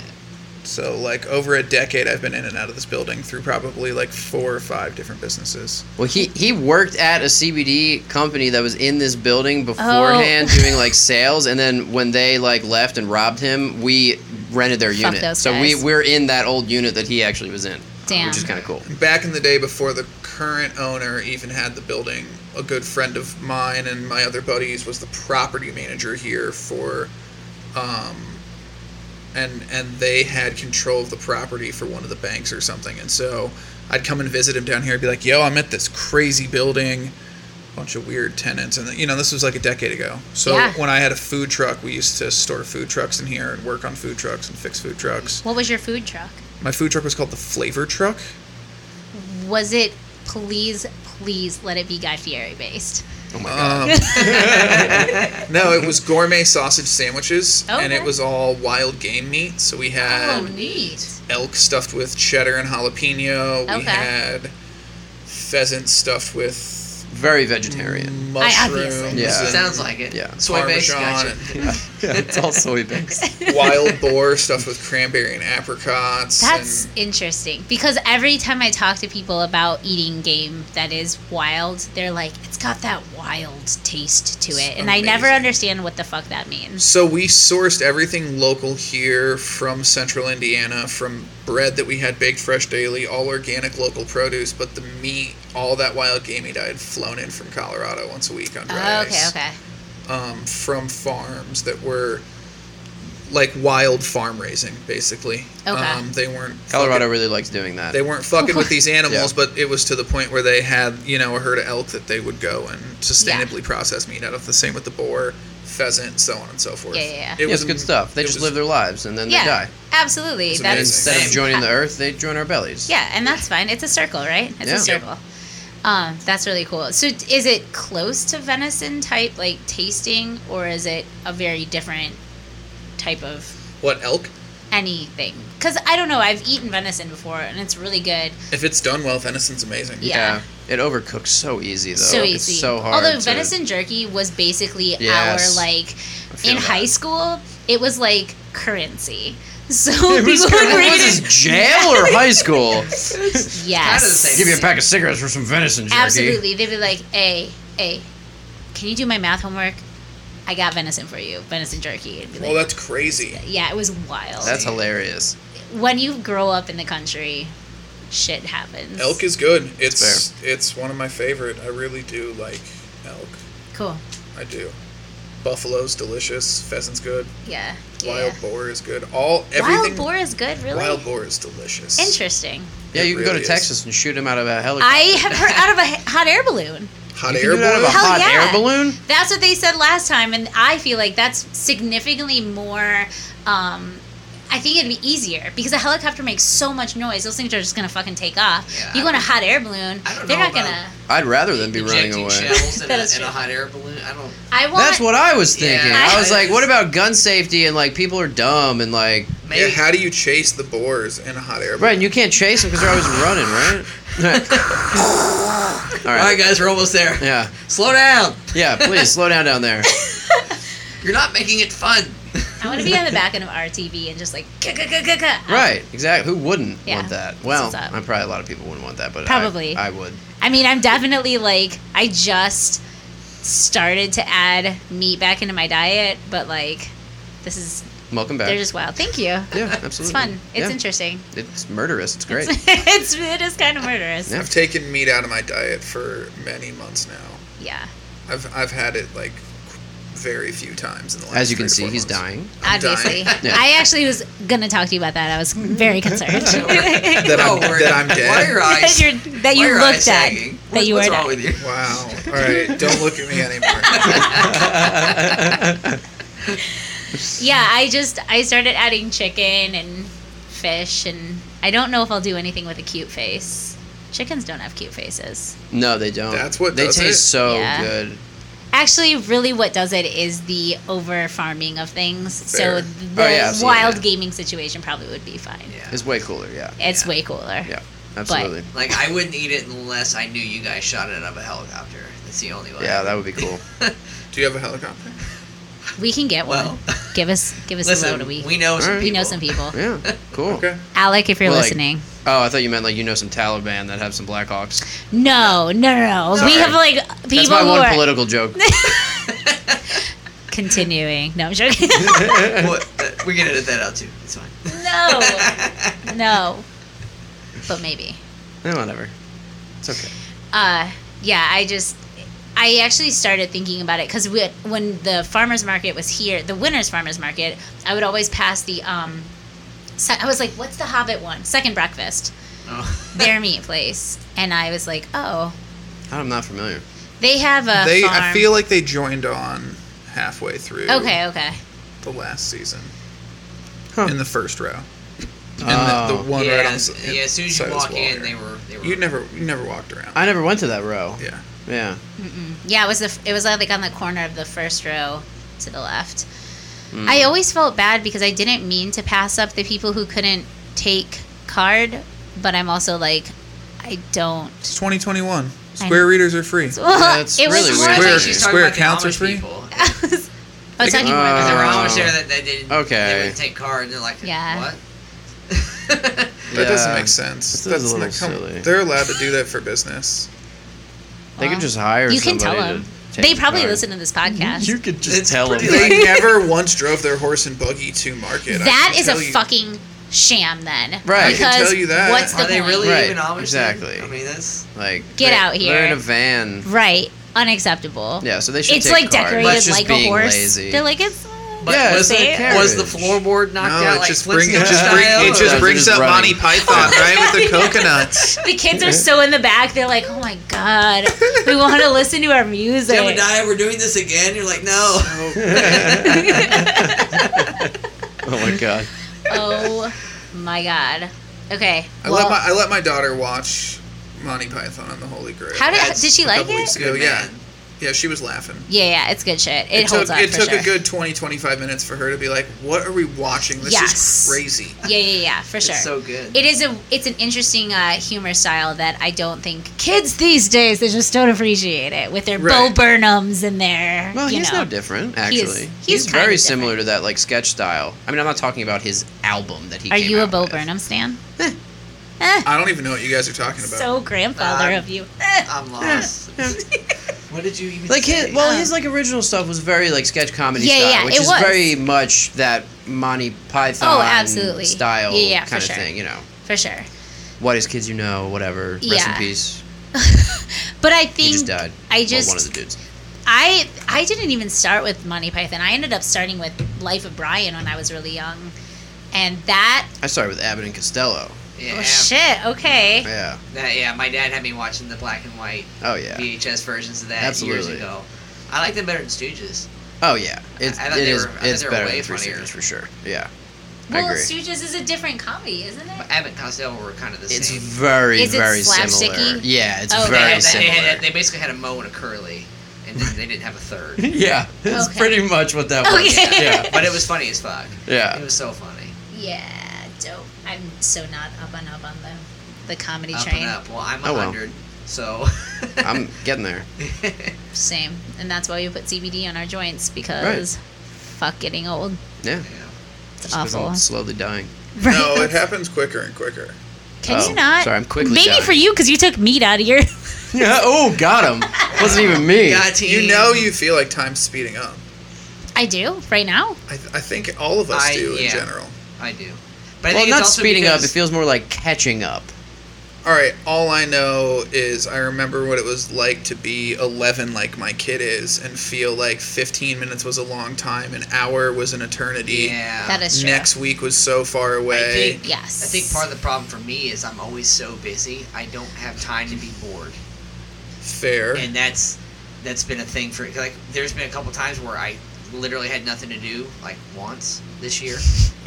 Speaker 4: So like over a decade, I've been in and out of this building through probably like four or five different businesses.
Speaker 3: Well, he he worked at a CBD company that was in this building beforehand,
Speaker 1: Oh.
Speaker 3: doing like sales, and then when they like left and robbed him, we rented their
Speaker 1: Fuck
Speaker 3: unit.
Speaker 1: those
Speaker 3: so we
Speaker 1: guys.
Speaker 3: we're in that old unit that he actually was in,
Speaker 1: damn.
Speaker 3: which is kind of cool.
Speaker 4: back in the day before the current owner even had the building a good friend of mine and my other buddies was the property manager here for um and and they had control of the property for one of the banks or something and so i'd come and visit him down here and be like yo i'm at this crazy building bunch of weird tenants and you know this was like a decade ago so
Speaker 1: Yeah.
Speaker 4: when i had a food truck we used to store food trucks in here and work on food trucks and fix food trucks
Speaker 1: What was your food truck?
Speaker 4: my food truck was called the flavor truck
Speaker 1: Was it please, please let it be Guy Fieri based?
Speaker 3: Oh my
Speaker 1: *laughs*
Speaker 3: god!
Speaker 4: Um, *laughs* no, it was gourmet sausage sandwiches, and it
Speaker 1: Okay. Oh.
Speaker 4: was all wild game meat. So we had
Speaker 1: neat.
Speaker 4: elk stuffed with cheddar and jalapeno. We
Speaker 1: Okay.
Speaker 4: had pheasant stuffed with
Speaker 3: Very
Speaker 4: *laughs*
Speaker 3: vegetarian. *laughs*
Speaker 1: I-
Speaker 4: mushrooms.
Speaker 1: obviously.
Speaker 3: Yeah.
Speaker 1: *laughs*
Speaker 4: and
Speaker 2: Sounds like it.
Speaker 3: Yeah.
Speaker 2: Soy base,
Speaker 4: Parmesan
Speaker 2: gotcha.
Speaker 3: yeah, it's
Speaker 1: *laughs*
Speaker 3: all soybeans.
Speaker 4: wild boar stuffed with cranberry and apricots.
Speaker 1: That's
Speaker 4: and
Speaker 1: interesting because every time I talk to people about eating game that is wild, they're like, it's got that wild taste to it.
Speaker 4: It's
Speaker 1: and I never
Speaker 4: amazing.
Speaker 1: understand what the fuck that means.
Speaker 4: So we sourced everything local here from central Indiana, from bread that we had baked fresh daily, all organic local produce, but the meat, all that wild game meat I had flown in from Colorado once a week on dry
Speaker 1: Oh, okay,
Speaker 4: ice.
Speaker 1: okay.
Speaker 4: Um, from farms that were like wild farm raising, basically.
Speaker 1: Okay.
Speaker 4: Um, they weren't
Speaker 3: Colorado
Speaker 4: fucking-
Speaker 3: really likes doing that.
Speaker 4: they weren't fucking
Speaker 1: *laughs*
Speaker 4: with these animals,
Speaker 3: Yeah.
Speaker 4: but it was to the point where they had you know a herd of elk that they would go and sustainably process meat out of. The same with the boar, pheasant, so on and so forth.
Speaker 1: Yeah, yeah, yeah.
Speaker 4: It
Speaker 3: yeah, it's good stuff. They
Speaker 4: it
Speaker 3: just
Speaker 4: was-
Speaker 3: live their lives and then
Speaker 1: yeah,
Speaker 3: they die.
Speaker 1: absolutely.
Speaker 4: It's
Speaker 3: And
Speaker 1: That's Uh,
Speaker 4: amazing.
Speaker 3: instead of
Speaker 2: insane.
Speaker 3: joining the earth, they join our bellies.
Speaker 1: yeah, and that's fine. It's a circle, right? It's
Speaker 3: Yeah.
Speaker 1: a circle. Um, that's really cool. So, d- is it close to venison type like tasting, or is it a very different type of
Speaker 4: What elk?
Speaker 1: anything? Because I don't know. I've eaten venison before, and it's really good.
Speaker 4: If it's done well, venison's amazing.
Speaker 1: Yeah.
Speaker 3: It overcooks so easy though.
Speaker 1: so easy.
Speaker 3: It's so hard.
Speaker 1: Although
Speaker 3: to-
Speaker 1: venison jerky was basically
Speaker 3: Yes.
Speaker 1: our like
Speaker 3: I feel
Speaker 1: in
Speaker 3: that.
Speaker 1: high school, it was like currency. *laughs* So
Speaker 3: It was
Speaker 1: people *laughs* would
Speaker 3: kinda- what
Speaker 1: bring
Speaker 3: is
Speaker 1: it.
Speaker 3: this, jail or
Speaker 1: *laughs*
Speaker 3: high school?
Speaker 1: Yes.
Speaker 2: Kinda the same.
Speaker 3: Give you a pack of cigarettes for some venison jerky.
Speaker 1: Absolutely. They'd be like, hey, hey, can you do my math homework? I got venison for you, venison jerky. It'd be
Speaker 4: Well,
Speaker 1: like,
Speaker 4: Oh, that's crazy.
Speaker 1: yeah, it was wild.
Speaker 3: That's hilarious.
Speaker 1: when you grow up in the country, shit happens.
Speaker 4: Elk is good. It's it's one of my favorite. I really do like elk.
Speaker 1: cool.
Speaker 4: I do. Buffalo's delicious. Pheasant's good.
Speaker 1: Yeah. yeah.
Speaker 4: Wild boar is good. All
Speaker 1: Wild
Speaker 4: everything.
Speaker 1: boar is good, really.
Speaker 4: Wild boar is delicious.
Speaker 1: Interesting.
Speaker 3: Yeah,
Speaker 4: It
Speaker 3: you can go
Speaker 4: really
Speaker 3: to
Speaker 4: is.
Speaker 3: Texas and shoot him out of a helicopter.
Speaker 1: I have heard out of a h- hot air balloon.
Speaker 4: Hot
Speaker 3: You can
Speaker 4: air
Speaker 3: do it out of a
Speaker 4: balloon.
Speaker 1: Hell
Speaker 3: hot
Speaker 1: yeah.
Speaker 3: air balloon?
Speaker 1: That's what they said last time, and I feel like that's significantly more. Um, I think it'd be easier because a helicopter makes so much noise; those things are just gonna fucking take off.
Speaker 2: Yeah,
Speaker 1: you
Speaker 2: I
Speaker 1: go in a hot air balloon,
Speaker 2: I don't
Speaker 1: they're
Speaker 2: know
Speaker 1: not
Speaker 2: about-
Speaker 1: gonna.
Speaker 3: I'd rather than be running
Speaker 2: Injecting
Speaker 3: away.
Speaker 2: shells in,
Speaker 1: That
Speaker 2: a,
Speaker 1: is
Speaker 2: in
Speaker 1: true.
Speaker 2: a hot air balloon. I don't.
Speaker 1: I want.
Speaker 3: That's what I was thinking.
Speaker 2: Yeah.
Speaker 3: I was like, what about gun safety and like people are dumb and like
Speaker 4: Yeah,
Speaker 2: Maybe
Speaker 4: how do you chase the boars in a hot air
Speaker 3: right?
Speaker 4: balloon?
Speaker 3: And you can't chase them because they're always running,
Speaker 1: *laughs*
Speaker 3: right? All
Speaker 2: All right,
Speaker 3: right.
Speaker 2: guys, we're almost there.
Speaker 3: Yeah,
Speaker 2: Slow down.
Speaker 3: yeah. Please slow down down
Speaker 1: *laughs*
Speaker 3: there.
Speaker 2: You're not making it fun.
Speaker 1: I
Speaker 3: *laughs*
Speaker 1: want to be on the back end of RTV and just like ka- ka- ka- ka- ka.
Speaker 3: Right, exactly. Who wouldn't
Speaker 1: Yeah,
Speaker 3: want that?
Speaker 1: that's
Speaker 3: Well,
Speaker 1: what's up.
Speaker 3: I'm probably a lot of people wouldn't want that, but I-
Speaker 1: Probably.
Speaker 3: I, would.
Speaker 1: I mean, I'm definitely like I just started to add meat back into my diet, but like this is
Speaker 3: Welcome back.
Speaker 1: they're just wild. Thank you.
Speaker 3: yeah, absolutely.
Speaker 1: *laughs* It's fun. It's
Speaker 3: Yeah.
Speaker 1: interesting.
Speaker 3: It's murderous. It's great.
Speaker 1: *laughs* it's it is kind of murderous.
Speaker 3: Yeah.
Speaker 4: I've taken meat out of my diet for many months now.
Speaker 1: yeah.
Speaker 4: I've I've had it like very few times in the last.
Speaker 3: As you
Speaker 4: three
Speaker 3: can
Speaker 4: or
Speaker 3: see,
Speaker 4: four
Speaker 3: he's
Speaker 4: months.
Speaker 3: dying.
Speaker 4: I'm dying.
Speaker 1: Obviously.
Speaker 2: *laughs*
Speaker 3: Yeah.
Speaker 1: I actually was going to talk to you about that. I was very concerned. *laughs* that
Speaker 4: That
Speaker 2: *laughs*
Speaker 4: I'm,
Speaker 2: Don't worry.
Speaker 4: that I'm dead.
Speaker 2: Why are your eyes?
Speaker 1: you're- that
Speaker 2: why are
Speaker 1: you
Speaker 2: your
Speaker 1: looked
Speaker 2: eyes
Speaker 1: at.
Speaker 2: sagging?
Speaker 1: That you
Speaker 2: What's
Speaker 1: were
Speaker 2: wrong
Speaker 1: dead.
Speaker 2: with
Speaker 4: *laughs*
Speaker 2: you?
Speaker 4: Wow. All right. Don't look at me anymore.
Speaker 3: *laughs*
Speaker 4: *laughs*
Speaker 1: Yeah, I just I started adding chicken and fish and I don't know if I'll do anything with a cute face. Chickens don't have cute faces.
Speaker 3: No, they don't.
Speaker 4: That's what
Speaker 3: they
Speaker 4: does
Speaker 3: taste
Speaker 4: it.
Speaker 3: so
Speaker 1: Yeah.
Speaker 3: good.
Speaker 1: Actually, really, what does it is the over farming of things. So
Speaker 4: Fair.
Speaker 1: the
Speaker 3: Oh, yeah, absolutely,
Speaker 1: wild
Speaker 3: yeah.
Speaker 1: gaming situation probably would be fine.
Speaker 2: Yeah.
Speaker 3: It's way cooler. Yeah,
Speaker 1: It's way cooler.
Speaker 3: yeah, absolutely.
Speaker 2: Like I wouldn't eat it unless I knew you guys shot it out of a helicopter. That's the only way.
Speaker 3: yeah, that would
Speaker 2: *laughs*
Speaker 3: be cool.
Speaker 4: Do you have a helicopter?
Speaker 1: We can get one.
Speaker 2: Well,
Speaker 1: give us give us a
Speaker 2: *laughs* listen,
Speaker 1: load a week.
Speaker 2: we know some
Speaker 3: Alright.
Speaker 1: We
Speaker 2: people.
Speaker 1: know some people.
Speaker 3: Yeah, cool.
Speaker 4: Okay.
Speaker 1: Alec, if you're
Speaker 3: Well, like-
Speaker 1: listening.
Speaker 3: Oh, I thought you meant like you know some Taliban that have some Blackhawks.
Speaker 1: No, no, no, no. We
Speaker 3: Sorry.
Speaker 1: have like
Speaker 3: That's
Speaker 1: people
Speaker 3: my
Speaker 1: who
Speaker 3: one
Speaker 1: are
Speaker 3: political
Speaker 1: *laughs*
Speaker 3: joke. *laughs*
Speaker 1: continuing. No, I'm joking. *laughs*
Speaker 3: *laughs* Eh,
Speaker 2: Well, uh, we can edit that out too. It's fine.
Speaker 1: no, Oh. no. But maybe.
Speaker 3: Eh, whatever. It's okay.
Speaker 1: Uh, yeah, I just. I actually started thinking about it because when the farmers market was here, the winter's farmers market, I would always pass the. Um, se- I was like, "What's the Hobbit one? Second breakfast,
Speaker 2: *laughs* Oh.
Speaker 3: *laughs*
Speaker 1: their meat place." And I was like, "Oh,
Speaker 3: I'm not familiar.
Speaker 1: they have a
Speaker 4: They. I
Speaker 1: farm."
Speaker 4: feel like they joined on halfway through.
Speaker 1: okay, okay.
Speaker 4: The last season.
Speaker 3: Huh.
Speaker 4: In the first row. And the,
Speaker 3: Oh.
Speaker 4: the one
Speaker 2: yeah,
Speaker 4: right on.
Speaker 2: as-
Speaker 4: the s-
Speaker 2: yeah, as soon as
Speaker 4: side
Speaker 2: you
Speaker 4: of this
Speaker 2: walk
Speaker 4: wall
Speaker 2: in,
Speaker 4: here.
Speaker 2: they were they were.
Speaker 4: You never. You never walked around.
Speaker 3: I never went to that row.
Speaker 4: yeah.
Speaker 3: Yeah.
Speaker 1: Yeah, it was the it was like on the corner of the first row to the left.
Speaker 3: Mm.
Speaker 1: I always felt bad because I didn't mean to pass up the people who couldn't take card, but I'm also like, I
Speaker 4: It's
Speaker 1: don't. *laughs*
Speaker 4: 2021. Square readers are free.
Speaker 1: Well,
Speaker 3: that's
Speaker 1: it
Speaker 3: really
Speaker 1: was
Speaker 3: weird.
Speaker 1: more.
Speaker 2: I
Speaker 4: Square-
Speaker 2: think
Speaker 1: Like, *laughs*
Speaker 2: she's
Speaker 4: square
Speaker 2: talking about
Speaker 4: accounts
Speaker 2: the
Speaker 4: are
Speaker 2: Amish
Speaker 4: free?
Speaker 2: people.
Speaker 1: I was talking more about
Speaker 2: There were
Speaker 3: Uh,
Speaker 2: Amish there that they didn't.
Speaker 3: Okay.
Speaker 2: They wouldn't take cards. They're like,
Speaker 1: Yeah.
Speaker 2: what?
Speaker 4: That doesn't
Speaker 3: Yeah.
Speaker 4: make sense.
Speaker 3: This
Speaker 4: That's
Speaker 3: is a
Speaker 4: not
Speaker 3: little
Speaker 4: come-
Speaker 3: silly.
Speaker 4: They're allowed to do that
Speaker 1: *laughs*
Speaker 4: for business.
Speaker 3: They could just hire.
Speaker 1: You can tell
Speaker 3: somebody
Speaker 1: them.
Speaker 3: to take
Speaker 1: They
Speaker 3: the
Speaker 1: probably
Speaker 3: card.
Speaker 1: listen to this podcast.
Speaker 3: You could just
Speaker 2: It's
Speaker 3: tell them.
Speaker 2: pretty
Speaker 3: Like,
Speaker 4: They never once drove their horse and buggy to market. I
Speaker 1: that
Speaker 4: can
Speaker 1: is a
Speaker 4: tell you.
Speaker 1: fucking sham, then.
Speaker 3: Right. I
Speaker 1: Because
Speaker 3: can
Speaker 4: tell you that.
Speaker 1: What's the
Speaker 2: *laughs* Are they
Speaker 1: point?
Speaker 2: really
Speaker 3: Right,
Speaker 2: even Amish? then?
Speaker 3: exactly.
Speaker 2: I mean, that's.
Speaker 3: like,
Speaker 1: Get
Speaker 3: they-
Speaker 1: out here.
Speaker 3: They're in a van.
Speaker 1: Right. Unacceptable.
Speaker 3: Yeah, so they should.
Speaker 1: It's
Speaker 3: take
Speaker 1: like
Speaker 3: card.
Speaker 1: decorated
Speaker 3: That's just
Speaker 1: like a
Speaker 3: being
Speaker 1: horse.
Speaker 3: Lazy.
Speaker 1: They're like it's. uh,
Speaker 2: But
Speaker 3: Yeah,
Speaker 1: it's
Speaker 2: was,
Speaker 1: a
Speaker 2: was the
Speaker 5: carriage.
Speaker 2: floorboard knocked
Speaker 5: No,
Speaker 2: out
Speaker 5: it
Speaker 2: like
Speaker 5: just, bring, it
Speaker 2: Flintstone
Speaker 5: just, bring,
Speaker 2: style?
Speaker 5: it just
Speaker 2: Or-
Speaker 5: brings up
Speaker 3: Just
Speaker 5: Monty
Speaker 1: *laughs*
Speaker 3: running.
Speaker 5: Python, right? With the coconuts.
Speaker 1: The kids are so in the back. They're like, "Oh my god, we want
Speaker 4: *laughs*
Speaker 1: to listen to our music."
Speaker 2: Jim and I, we're doing this again. You're like, no.
Speaker 3: *laughs*
Speaker 5: Oh my god.
Speaker 1: oh my god. Okay.
Speaker 4: I
Speaker 1: well,
Speaker 4: let my I let my daughter watch Monty Python and the Holy Grail.
Speaker 1: how did
Speaker 2: That's
Speaker 1: did she
Speaker 4: a
Speaker 1: like
Speaker 4: couple weeks
Speaker 1: it?
Speaker 4: ago?
Speaker 2: Good
Speaker 4: Yeah,
Speaker 2: man.
Speaker 4: yeah, she was laughing.
Speaker 1: Yeah, yeah, it's good shit. It,
Speaker 4: took
Speaker 1: holds up.
Speaker 4: it
Speaker 1: for
Speaker 4: took
Speaker 1: sure.
Speaker 4: a good 20 25 minutes for her to be like, "What are we watching? This
Speaker 1: Yes.
Speaker 4: is crazy."
Speaker 1: Yeah, yeah, yeah, for sure.
Speaker 2: *laughs* It's so good.
Speaker 1: it is a it's an interesting uh, humor style that I don't think kids these days they just don't appreciate it with their
Speaker 4: Right.
Speaker 1: Bo Burnhams and their
Speaker 3: Well,
Speaker 1: you
Speaker 3: he's
Speaker 1: know.
Speaker 3: no different,
Speaker 1: is-
Speaker 3: actually.
Speaker 1: he's
Speaker 3: He's,
Speaker 1: kinda
Speaker 3: very
Speaker 1: different.
Speaker 3: similar to that like sketch style. I mean, I'm not talking about his album that he.
Speaker 1: Are
Speaker 3: came
Speaker 1: you a
Speaker 3: out
Speaker 1: Bo
Speaker 3: with.
Speaker 1: Burnham stan?
Speaker 4: I don't even know what you guys are talking about.
Speaker 1: So grandfather
Speaker 2: Uh,
Speaker 1: of you. *laughs*
Speaker 2: I'm lost. *laughs* what did you even
Speaker 3: Like
Speaker 2: say?
Speaker 3: his, well,
Speaker 1: Yeah.
Speaker 3: his like original stuff was very like sketch comedy
Speaker 1: um, Yeah,
Speaker 3: style,
Speaker 1: yeah,
Speaker 3: which
Speaker 1: it
Speaker 3: is
Speaker 1: was.
Speaker 3: very much that Monty Python
Speaker 1: Oh, absolutely.
Speaker 3: style
Speaker 1: Yeah, yeah, for
Speaker 3: kind of
Speaker 1: sure.
Speaker 3: thing. You know,
Speaker 1: for sure.
Speaker 3: what is kids you know, whatever. Rest
Speaker 1: Yeah.
Speaker 3: in peace.
Speaker 1: *laughs* But I think
Speaker 3: He just died.
Speaker 1: I
Speaker 3: Well,
Speaker 1: just
Speaker 3: one of the dudes.
Speaker 1: I I didn't even start with Monty Python. I ended up starting with Life of Brian when I was really young. And that
Speaker 3: I started with Abbott and Costello.
Speaker 2: yeah,
Speaker 1: oh shit, okay.
Speaker 3: Yeah.
Speaker 2: that- yeah, my dad had me watching the black and white
Speaker 3: Oh yeah.
Speaker 2: VHS versions of that
Speaker 3: Absolutely.
Speaker 2: years ago. I like them better than Stooges.
Speaker 3: Oh yeah. It's
Speaker 2: I
Speaker 3: it
Speaker 2: thought they
Speaker 3: is
Speaker 2: were- I thought
Speaker 3: it's
Speaker 2: they were
Speaker 3: better
Speaker 2: way
Speaker 3: than Three
Speaker 2: funnier.
Speaker 3: Stooges for sure. Yeah. I
Speaker 1: Well,
Speaker 3: agree.
Speaker 1: Stooges is a different comedy, isn't it?
Speaker 2: But Abbott and Costello were kind of the
Speaker 3: It's
Speaker 2: same.
Speaker 3: very
Speaker 1: Is it
Speaker 3: very similar.
Speaker 1: slapsticky?
Speaker 3: Yeah, it's
Speaker 1: Oh, okay.
Speaker 2: They,
Speaker 3: very
Speaker 2: had that- they,
Speaker 3: similar.
Speaker 2: had, *laughs* they basically had a Moe and a Curly, and then they didn't have a third.
Speaker 3: Yeah, it's
Speaker 1: Okay.
Speaker 3: pretty much what that was.
Speaker 1: Okay. *laughs*
Speaker 3: Yeah,
Speaker 2: But it was funny as fuck. It
Speaker 3: *laughs* yeah.
Speaker 2: was so funny.
Speaker 1: Yeah, dope. I'm so not up and up on the the comedy
Speaker 2: Up
Speaker 1: train.
Speaker 2: and up. Well, I'm
Speaker 3: Oh, well.
Speaker 2: 100, so. *laughs*
Speaker 3: I'm getting there.
Speaker 1: Same, and that's why we put CBD on our joints because fuck getting old.
Speaker 3: Yeah,
Speaker 2: Yeah.
Speaker 1: It's
Speaker 3: just 'cause
Speaker 1: awful.
Speaker 3: I'm slowly dying.
Speaker 1: *laughs* Right?
Speaker 4: no, it happens quicker and quicker.
Speaker 1: Can
Speaker 3: Oh,
Speaker 1: you not?
Speaker 3: Sorry, I'm quickly.
Speaker 1: Maybe
Speaker 3: dying.
Speaker 1: for you because you took meat out of your.
Speaker 3: *laughs*
Speaker 1: *laughs*
Speaker 3: Yeah. Oh, got him. Wasn't even me.
Speaker 2: Got team.
Speaker 4: You know, you feel like time's speeding up.
Speaker 1: I do right now.
Speaker 4: I, th- I think all of us
Speaker 2: I-
Speaker 4: do in
Speaker 2: yeah.
Speaker 4: general.
Speaker 2: I do. But I
Speaker 3: Well,
Speaker 2: think it's
Speaker 3: not
Speaker 2: also
Speaker 3: speeding up. It
Speaker 2: because-
Speaker 3: feels more like catching up.
Speaker 4: All right, all I know is I remember what it was like to be 11 like my kid is and feel like 15 minutes was a long time, an hour was an eternity.
Speaker 2: yeah.
Speaker 1: That is true.
Speaker 4: Next week was so far away.
Speaker 2: think-
Speaker 1: Yes.
Speaker 2: I think part of the problem for me is I'm always so busy. I don't have time to be bored,
Speaker 4: Fair.
Speaker 2: and that's that's been a thing for like. There's been a couple times where I literally had nothing to do, like once this
Speaker 3: *laughs*
Speaker 2: year,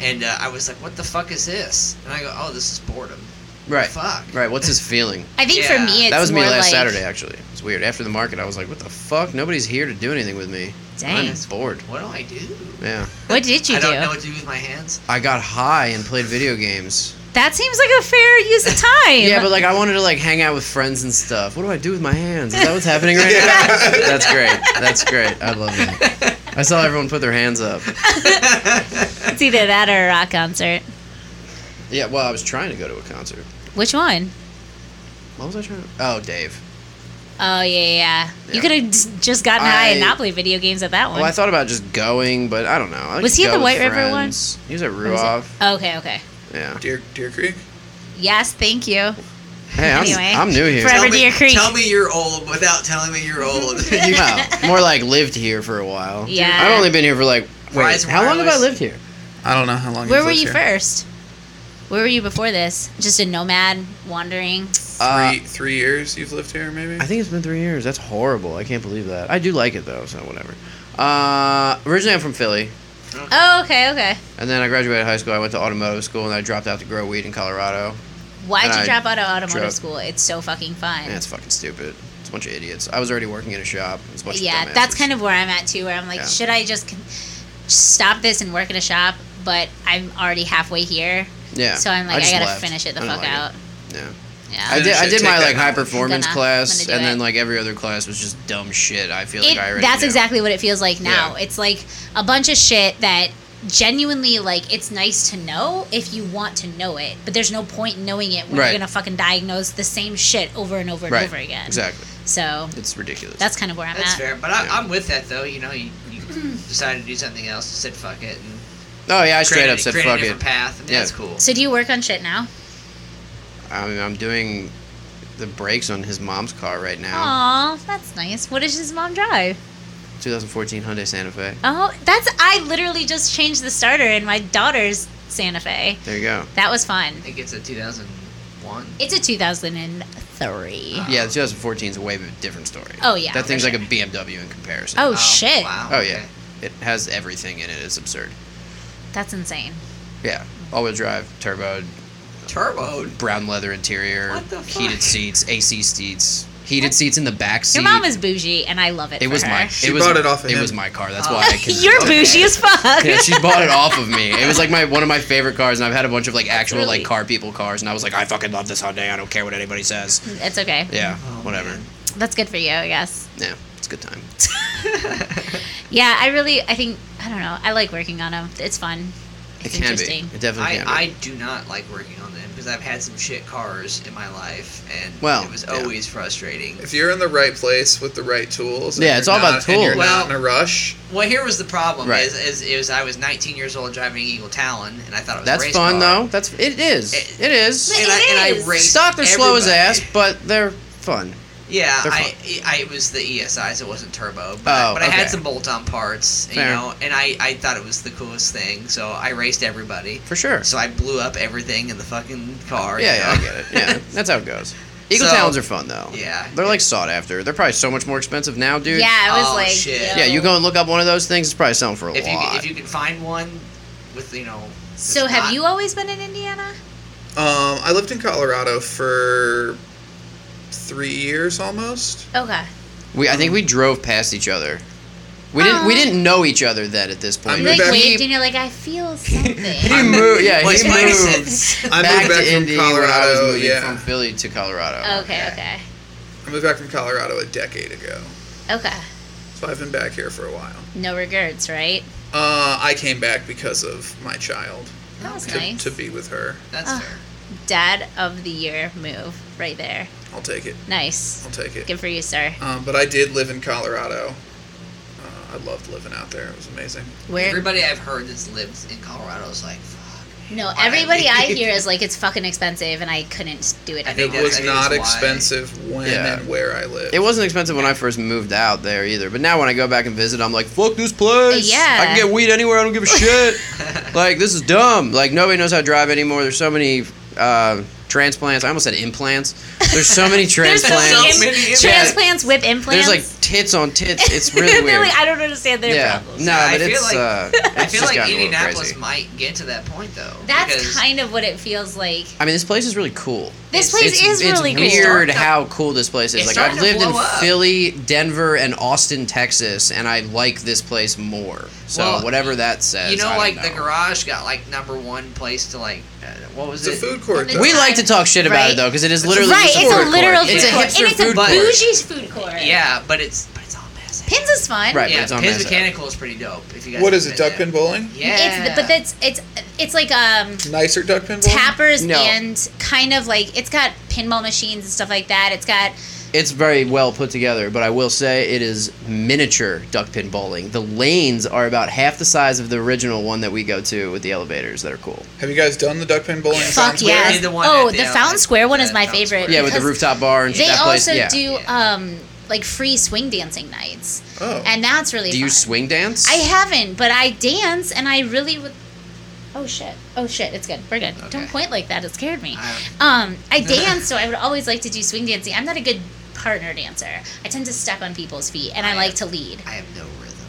Speaker 2: and uh, I was like, "What the fuck is this?" And I go, "Oh, this is boredom."
Speaker 3: Right.
Speaker 2: Fuck.
Speaker 3: Right. What's his feeling?
Speaker 1: I think for
Speaker 2: Yeah.
Speaker 1: me, it's
Speaker 3: that was me
Speaker 1: more
Speaker 3: last
Speaker 1: like,
Speaker 3: Saturday. Actually, it's weird. After the market, I was like, "What the fuck? Nobody's here to do anything with me.
Speaker 1: Dang.
Speaker 3: I'm bored."
Speaker 2: What do I do?
Speaker 3: Yeah.
Speaker 1: What did you
Speaker 2: I don't know
Speaker 1: do?
Speaker 2: what to do with
Speaker 1: *laughs*
Speaker 2: my hands. *laughs*
Speaker 3: I got high and played video games.
Speaker 1: That seems like a fair use of time.
Speaker 3: Yeah, but like I wanted to like hang out with friends and stuff. What do I do with my hands? Is that what's happening
Speaker 1: *laughs*
Speaker 3: right now? That's great. That's great. I love
Speaker 1: *laughs*
Speaker 3: that. I saw everyone put their hands up.
Speaker 1: it's either that or a rock concert.
Speaker 3: Yeah, well, I was trying to go to a concert.
Speaker 1: Which one?
Speaker 3: What was I trying to? Oh, Dave.
Speaker 1: Oh yeah, yeah. yeah. You
Speaker 3: Yeah.
Speaker 1: could have just gotten high and
Speaker 3: I-
Speaker 1: not played video games at that one.
Speaker 3: Well, I thought about just going, but I don't know. I like
Speaker 1: Was
Speaker 3: to
Speaker 1: he at the
Speaker 3: go with
Speaker 1: White River one?
Speaker 3: friends. He was at
Speaker 1: What was it?
Speaker 3: Ruoff.
Speaker 1: okay, okay.
Speaker 3: Yeah.
Speaker 4: Deer, Deer Creek?
Speaker 1: Yes, thank you.
Speaker 3: Hey, I'm,
Speaker 1: Anyway.
Speaker 3: I'm new here.
Speaker 1: Forever
Speaker 3: *laughs*
Speaker 2: Tell me-
Speaker 1: Deer Creek.
Speaker 2: Tell me you're old without telling me
Speaker 1: *laughs*
Speaker 2: you're old. *laughs* You-
Speaker 3: Well, more like lived here for a while.
Speaker 1: Yeah.
Speaker 3: I've only been here for like. Wait,
Speaker 2: Verizon
Speaker 3: how long have I
Speaker 2: Wireless.
Speaker 3: lived here?
Speaker 4: I don't know how long
Speaker 1: Where
Speaker 4: you've
Speaker 1: were
Speaker 4: lived
Speaker 1: you
Speaker 4: here.
Speaker 1: first? Where were you before this? Just a nomad wandering.
Speaker 3: Uh,
Speaker 4: Three, three years you've lived here, maybe?
Speaker 3: I think it's been three years. That's horrible. I can't believe that. I do like it though, so whatever. Uh, originally, I'm from Philly,
Speaker 1: Oh, okay, okay.
Speaker 3: and then I graduated high school. I went to automotive school, and I dropped out to grow weed in Colorado.
Speaker 1: Why'd
Speaker 3: And
Speaker 1: you
Speaker 3: I
Speaker 1: drop out of automotive
Speaker 3: drove-
Speaker 1: school? It's so fucking fun.
Speaker 3: And it's fucking stupid. It's a bunch of idiots. I was already working in a shop. It's a bunch
Speaker 1: yeah,
Speaker 3: of dumbasses.
Speaker 1: that's kind of where I'm at too. Where I'm like,
Speaker 3: Yeah.
Speaker 1: should I just con- stop this and work in a shop? But I'm already halfway here,
Speaker 3: yeah.
Speaker 1: so I'm like, I,
Speaker 3: just
Speaker 1: gotta
Speaker 3: left.
Speaker 1: finish it the
Speaker 3: I didn't
Speaker 1: fuck
Speaker 3: like it.
Speaker 1: out.
Speaker 3: Yeah.
Speaker 1: Yeah,
Speaker 3: I did. I
Speaker 4: Take
Speaker 3: did my
Speaker 4: that
Speaker 3: like high
Speaker 4: knowledge.
Speaker 3: performance
Speaker 1: Gonna-
Speaker 3: class,
Speaker 1: gonna do
Speaker 3: and then
Speaker 1: it.
Speaker 3: like every other class was just dumb shit. I feel like
Speaker 1: It-
Speaker 3: I already.
Speaker 1: that's
Speaker 3: knew.
Speaker 1: exactly what it feels like now.
Speaker 3: Yeah.
Speaker 1: It's like a bunch of shit that genuinely like it's nice to know if you want to know it, but there's no point in knowing it when
Speaker 3: Right.
Speaker 1: you're gonna fucking diagnose the same shit over and over and
Speaker 3: Right.
Speaker 1: over again.
Speaker 3: Exactly.
Speaker 1: So
Speaker 3: It's ridiculous.
Speaker 1: that's kind of where I'm
Speaker 2: That's
Speaker 1: at.
Speaker 2: fair, but I,
Speaker 3: Yeah.
Speaker 2: I'm with that though. You know, you,
Speaker 1: *clears throat*
Speaker 2: you decided to do something else, said fuck it, and
Speaker 3: oh yeah, I straight
Speaker 2: created,
Speaker 3: up said
Speaker 2: created
Speaker 3: fuck
Speaker 2: a
Speaker 3: it.
Speaker 2: different path. I mean,
Speaker 3: Yeah.
Speaker 2: that's cool.
Speaker 1: So do you work on shit now?
Speaker 3: I mean, I'm doing the brakes on his mom's car right now.
Speaker 1: Aw, that's nice. What does his mom drive?
Speaker 3: 2014 Hyundai Santa Fe.
Speaker 1: Oh, that's I literally just changed the starter in my daughter's Santa Fe.
Speaker 3: There you go.
Speaker 1: That was fun.
Speaker 2: I think it's a 2001.
Speaker 1: It's a 2003.
Speaker 3: Yeah, the 2014 is a way of a different story.
Speaker 1: Oh, yeah,
Speaker 3: that
Speaker 1: for
Speaker 3: thing's like
Speaker 1: sure.
Speaker 3: a BMW in comparison.
Speaker 1: Oh, shit.
Speaker 2: Wow.
Speaker 3: Oh yeah,
Speaker 2: okay.
Speaker 3: it has everything in it. It's absurd.
Speaker 1: That's insane.
Speaker 3: Yeah, all-wheel drive, turbo,
Speaker 2: Turboed.
Speaker 3: brown leather interior,
Speaker 2: What the fuck?
Speaker 3: heated seats, AC seats, heated seats in the back seat.
Speaker 1: Your mom is bougie, and I love it.
Speaker 3: It
Speaker 1: for
Speaker 3: was
Speaker 1: her. *laughs*
Speaker 3: my.
Speaker 5: She
Speaker 3: it was,
Speaker 5: bought it off of
Speaker 3: It
Speaker 5: him.
Speaker 3: was my car. That's
Speaker 2: Oh.
Speaker 3: why I can.
Speaker 1: You're bougie as fuck. *laughs*
Speaker 3: Yeah, she bought it off of me. It was like my one of my favorite cars, and I've had a bunch of like actual
Speaker 1: really-
Speaker 3: like car people cars, and I was like, I fucking love this Hyundai. I don't care what anybody says.
Speaker 1: It's okay.
Speaker 3: Yeah,
Speaker 2: Oh,
Speaker 3: whatever.
Speaker 2: man.
Speaker 1: That's good for you, I
Speaker 3: *laughs*
Speaker 1: guess.
Speaker 3: Yeah, it's a good time.
Speaker 1: Yeah, I really, I think, I don't know. I like working on them. It's fun.
Speaker 3: It
Speaker 1: It's
Speaker 3: can be.
Speaker 1: interesting.
Speaker 3: It definitely
Speaker 2: I,
Speaker 3: can.
Speaker 2: I
Speaker 3: be.
Speaker 2: do not like working on them because I've had some shit cars in my life and
Speaker 3: Well,
Speaker 2: it was
Speaker 3: yeah.
Speaker 2: always frustrating.
Speaker 5: If you're in the right place with the right tools, and
Speaker 3: Yeah, it's
Speaker 5: you're
Speaker 3: all about
Speaker 5: not- and you're
Speaker 3: tools.
Speaker 5: not in a rush.
Speaker 2: Well, here was the problem
Speaker 3: Right.
Speaker 2: is, is, is I was 19 years old driving Eagle Talon and I thought it was a
Speaker 3: That's
Speaker 2: race
Speaker 3: fun
Speaker 2: car.
Speaker 3: though. That's it is.
Speaker 2: It-
Speaker 3: it is.
Speaker 1: It
Speaker 2: And I, and
Speaker 1: is.
Speaker 2: I raced
Speaker 3: Stock they're slow as
Speaker 2: everybody.
Speaker 3: ass, but they're fun.
Speaker 2: Yeah,
Speaker 3: They're
Speaker 2: I, I it was the ESIs. It wasn't turbo, but,
Speaker 3: Oh,
Speaker 2: but I
Speaker 3: okay.
Speaker 2: had some bolt-on parts,
Speaker 3: Fair.
Speaker 2: you know, and I, I thought it was the coolest thing. So I raced everybody.
Speaker 3: For sure.
Speaker 2: So I blew up everything in the fucking car. you
Speaker 3: Yeah, yeah, I
Speaker 2: know?
Speaker 3: get it.
Speaker 2: *laughs*
Speaker 3: Yeah, that's how it goes. Eagle
Speaker 2: So-
Speaker 3: Talons are fun though.
Speaker 2: Yeah,
Speaker 3: They're
Speaker 2: yeah.
Speaker 3: like sought after. They're probably so much more expensive now, dude.
Speaker 1: yeah, I was
Speaker 2: Oh,
Speaker 1: like,
Speaker 2: shit.
Speaker 1: yo.
Speaker 3: Yeah, you go and look up one of those things. It's probably selling for a
Speaker 2: if you
Speaker 3: lot.
Speaker 2: if you can find one with you know.
Speaker 1: So
Speaker 2: that's
Speaker 1: have
Speaker 2: not-
Speaker 1: you always been in Indiana?
Speaker 5: Um, I lived in Colorado for three years almost.
Speaker 1: Okay.
Speaker 3: we, I
Speaker 2: Um,
Speaker 3: think we drove past each other. We didn't. We
Speaker 1: Aw.
Speaker 3: didn't know each other then at this point.
Speaker 5: I'm
Speaker 1: You
Speaker 5: You're
Speaker 1: like
Speaker 5: back-
Speaker 1: waved and you're like, I
Speaker 3: *laughs*
Speaker 1: feel something.
Speaker 3: He
Speaker 2: *laughs*
Speaker 3: moved. Yeah,
Speaker 2: Wait,
Speaker 3: he
Speaker 2: wait a
Speaker 3: moved. *laughs*
Speaker 2: second.
Speaker 5: I
Speaker 3: back
Speaker 5: moved back
Speaker 3: to
Speaker 5: from
Speaker 3: Indy when I was
Speaker 5: Colorado.
Speaker 3: moving
Speaker 5: yeah,
Speaker 3: from Philly to Colorado.
Speaker 1: okay, okay,
Speaker 5: I moved back from Colorado a decade ago,
Speaker 1: okay.
Speaker 5: so I've been back here for a while.
Speaker 1: No regrets, right?
Speaker 5: Uh, I came back because of my child
Speaker 1: That was
Speaker 5: to,
Speaker 1: nice.
Speaker 5: to be with her.
Speaker 2: That's
Speaker 1: Ah.
Speaker 2: fair.
Speaker 1: Dad of the year move right there.
Speaker 5: I'll take it.
Speaker 1: Nice.
Speaker 5: I'll take it.
Speaker 1: Good for you, sir.
Speaker 5: Um, but I did live in Colorado. Uh, I loved living out there. It was amazing.
Speaker 1: Where?
Speaker 2: Everybody I've heard that's lived in Colorado is like, fuck. *laughs*
Speaker 1: No,
Speaker 2: I-
Speaker 1: everybody *laughs* I hear is like, it's fucking expensive, and I couldn't do it.
Speaker 2: I
Speaker 5: It
Speaker 2: think
Speaker 1: anymore.
Speaker 2: that's-
Speaker 5: was
Speaker 2: I think
Speaker 5: not
Speaker 2: that's why-
Speaker 5: expensive when
Speaker 3: Yeah.
Speaker 5: and where I lived.
Speaker 3: It wasn't expensive when I first moved out there either, but now when I go back and visit, I'm like, fuck this place.
Speaker 1: Yeah.
Speaker 3: I can get weed anywhere. I don't give a shit.
Speaker 1: *laughs*
Speaker 3: like this is dumb. Like nobody knows how to drive anymore. There's so many uh, transplants. I almost said implants. There's so
Speaker 1: *laughs* *laughs*
Speaker 3: many
Speaker 1: There's so many
Speaker 3: transplants.
Speaker 1: im- transplants with implants.
Speaker 3: There's like tits on tits. It's
Speaker 1: *laughs*
Speaker 3: really
Speaker 1: They're
Speaker 3: weird.
Speaker 1: like, I don't understand their
Speaker 3: yeah.
Speaker 1: problems.
Speaker 3: No,
Speaker 2: I
Speaker 3: but
Speaker 2: feel
Speaker 3: it's
Speaker 2: like-
Speaker 3: uh,
Speaker 2: I
Speaker 3: it's
Speaker 2: feel
Speaker 3: just
Speaker 2: like
Speaker 3: gotten a little
Speaker 2: Indianapolis
Speaker 3: crazy.
Speaker 2: might get to that point though.
Speaker 1: That's
Speaker 2: because
Speaker 1: kind of what it feels like.
Speaker 3: I mean, this place is really cool.
Speaker 1: This
Speaker 2: It's-
Speaker 1: place is really
Speaker 3: It's weird
Speaker 1: cool.
Speaker 3: how cool this place is.
Speaker 2: It's
Speaker 3: Like I've
Speaker 2: starting to
Speaker 3: lived in
Speaker 2: blow up.
Speaker 3: Philly, Denver, and Austin, Texas, and I like this place more. So
Speaker 2: Well,
Speaker 3: whatever that says,
Speaker 2: You know,
Speaker 3: I don't
Speaker 2: like the
Speaker 3: know.
Speaker 2: garage got like number one place to like, uh, what was
Speaker 5: It's a
Speaker 2: it?
Speaker 5: food court.
Speaker 1: It's-
Speaker 5: though.
Speaker 3: We like to talk shit about it
Speaker 1: Right.
Speaker 3: though, because it is literally
Speaker 1: right,
Speaker 3: just
Speaker 1: it's
Speaker 3: food
Speaker 1: a
Speaker 3: court.
Speaker 1: literal
Speaker 3: It's
Speaker 1: food
Speaker 3: a
Speaker 1: court,
Speaker 3: hipster
Speaker 1: and it's
Speaker 3: food
Speaker 1: a
Speaker 3: court.
Speaker 1: bougie food court.
Speaker 2: Yeah, but it's but it's all messy.
Speaker 1: Pins is fun.
Speaker 3: Right, but
Speaker 2: yeah,
Speaker 3: it's on
Speaker 2: Pins
Speaker 3: Mesa.
Speaker 2: Mechanical is pretty dope. If you guys
Speaker 5: What
Speaker 2: have
Speaker 5: is it?
Speaker 2: been
Speaker 5: Duck
Speaker 2: there.
Speaker 5: pin bowling?
Speaker 2: Yeah,
Speaker 1: It's but that's it's it's like um
Speaker 5: Nicer duck pin bowling.
Speaker 1: tappers
Speaker 3: No.
Speaker 1: and kind of like it's got pinball machines and stuff like that. It's got
Speaker 3: It's very well put together, but I will say it is miniature duck pin bowling. The lanes are about half the size of the original one that we go to with the elevators that are cool.
Speaker 5: Have you guys done the duck pin bowling? in
Speaker 1: fuck
Speaker 5: Times
Speaker 2: Square?
Speaker 1: yeah.
Speaker 2: Yeah, the one
Speaker 1: Oh,
Speaker 2: at
Speaker 1: the
Speaker 2: the, uh,
Speaker 1: Fountain Square one is
Speaker 2: uh,
Speaker 1: my
Speaker 2: Fountain
Speaker 1: favorite.
Speaker 2: Square.
Speaker 3: Yeah, with the
Speaker 1: because
Speaker 3: rooftop bar and shit.
Speaker 1: They
Speaker 3: that place.
Speaker 1: also
Speaker 3: yeah.
Speaker 1: do
Speaker 2: Yeah.
Speaker 1: um like free swing dancing nights,
Speaker 5: Square? Oh.
Speaker 1: and that's really
Speaker 3: Do
Speaker 1: fun.
Speaker 3: you swing dance?
Speaker 1: I haven't, but I dance, and I really would. Oh shit! Oh shit! It's good. We're good. Don't
Speaker 2: Okay.
Speaker 1: point like that. It scared me.
Speaker 2: I-
Speaker 1: Um,
Speaker 3: *laughs*
Speaker 1: I dance, so I would always like to do swing dancing. I'm not a good partner dancer. I tend to step on people's feet, and I,
Speaker 2: I-
Speaker 1: like to lead.
Speaker 2: I have no rhythm,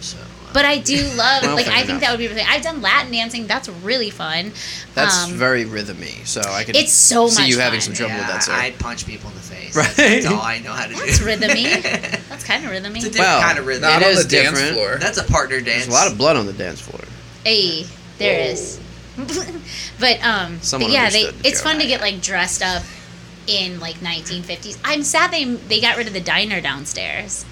Speaker 2: so. uh,
Speaker 1: But I
Speaker 3: *laughs*
Speaker 1: do love,
Speaker 3: Well,
Speaker 1: like,
Speaker 3: fair
Speaker 1: I think
Speaker 3: enough.
Speaker 1: that would be really. I've done Latin dancing. That's really fun.
Speaker 3: That's
Speaker 1: um,
Speaker 3: very rhythmy, so I could.
Speaker 1: It's so much.
Speaker 3: see you having
Speaker 1: fun.
Speaker 3: some trouble with that, sir.
Speaker 2: yeah, I'd punch people in the face.
Speaker 3: Right.
Speaker 2: That's, that's all I know how to do.
Speaker 1: That's rhythmy.
Speaker 2: it's
Speaker 1: That's kind of rhythmy.
Speaker 2: a different
Speaker 3: Well,
Speaker 2: kind of rhythm.
Speaker 5: Not
Speaker 3: It
Speaker 5: on
Speaker 3: is
Speaker 5: the dance
Speaker 3: different.
Speaker 5: floor.
Speaker 2: *laughs* That's a partner dance.
Speaker 3: There's a lot of blood on the dance floor.
Speaker 1: Hey, there it is. *laughs* but um, but
Speaker 3: Someone
Speaker 1: yeah, they
Speaker 3: understood the
Speaker 1: it's
Speaker 3: joke.
Speaker 1: fun to get like dressed up in like 1950s. I'm sad they they got rid of the diner downstairs.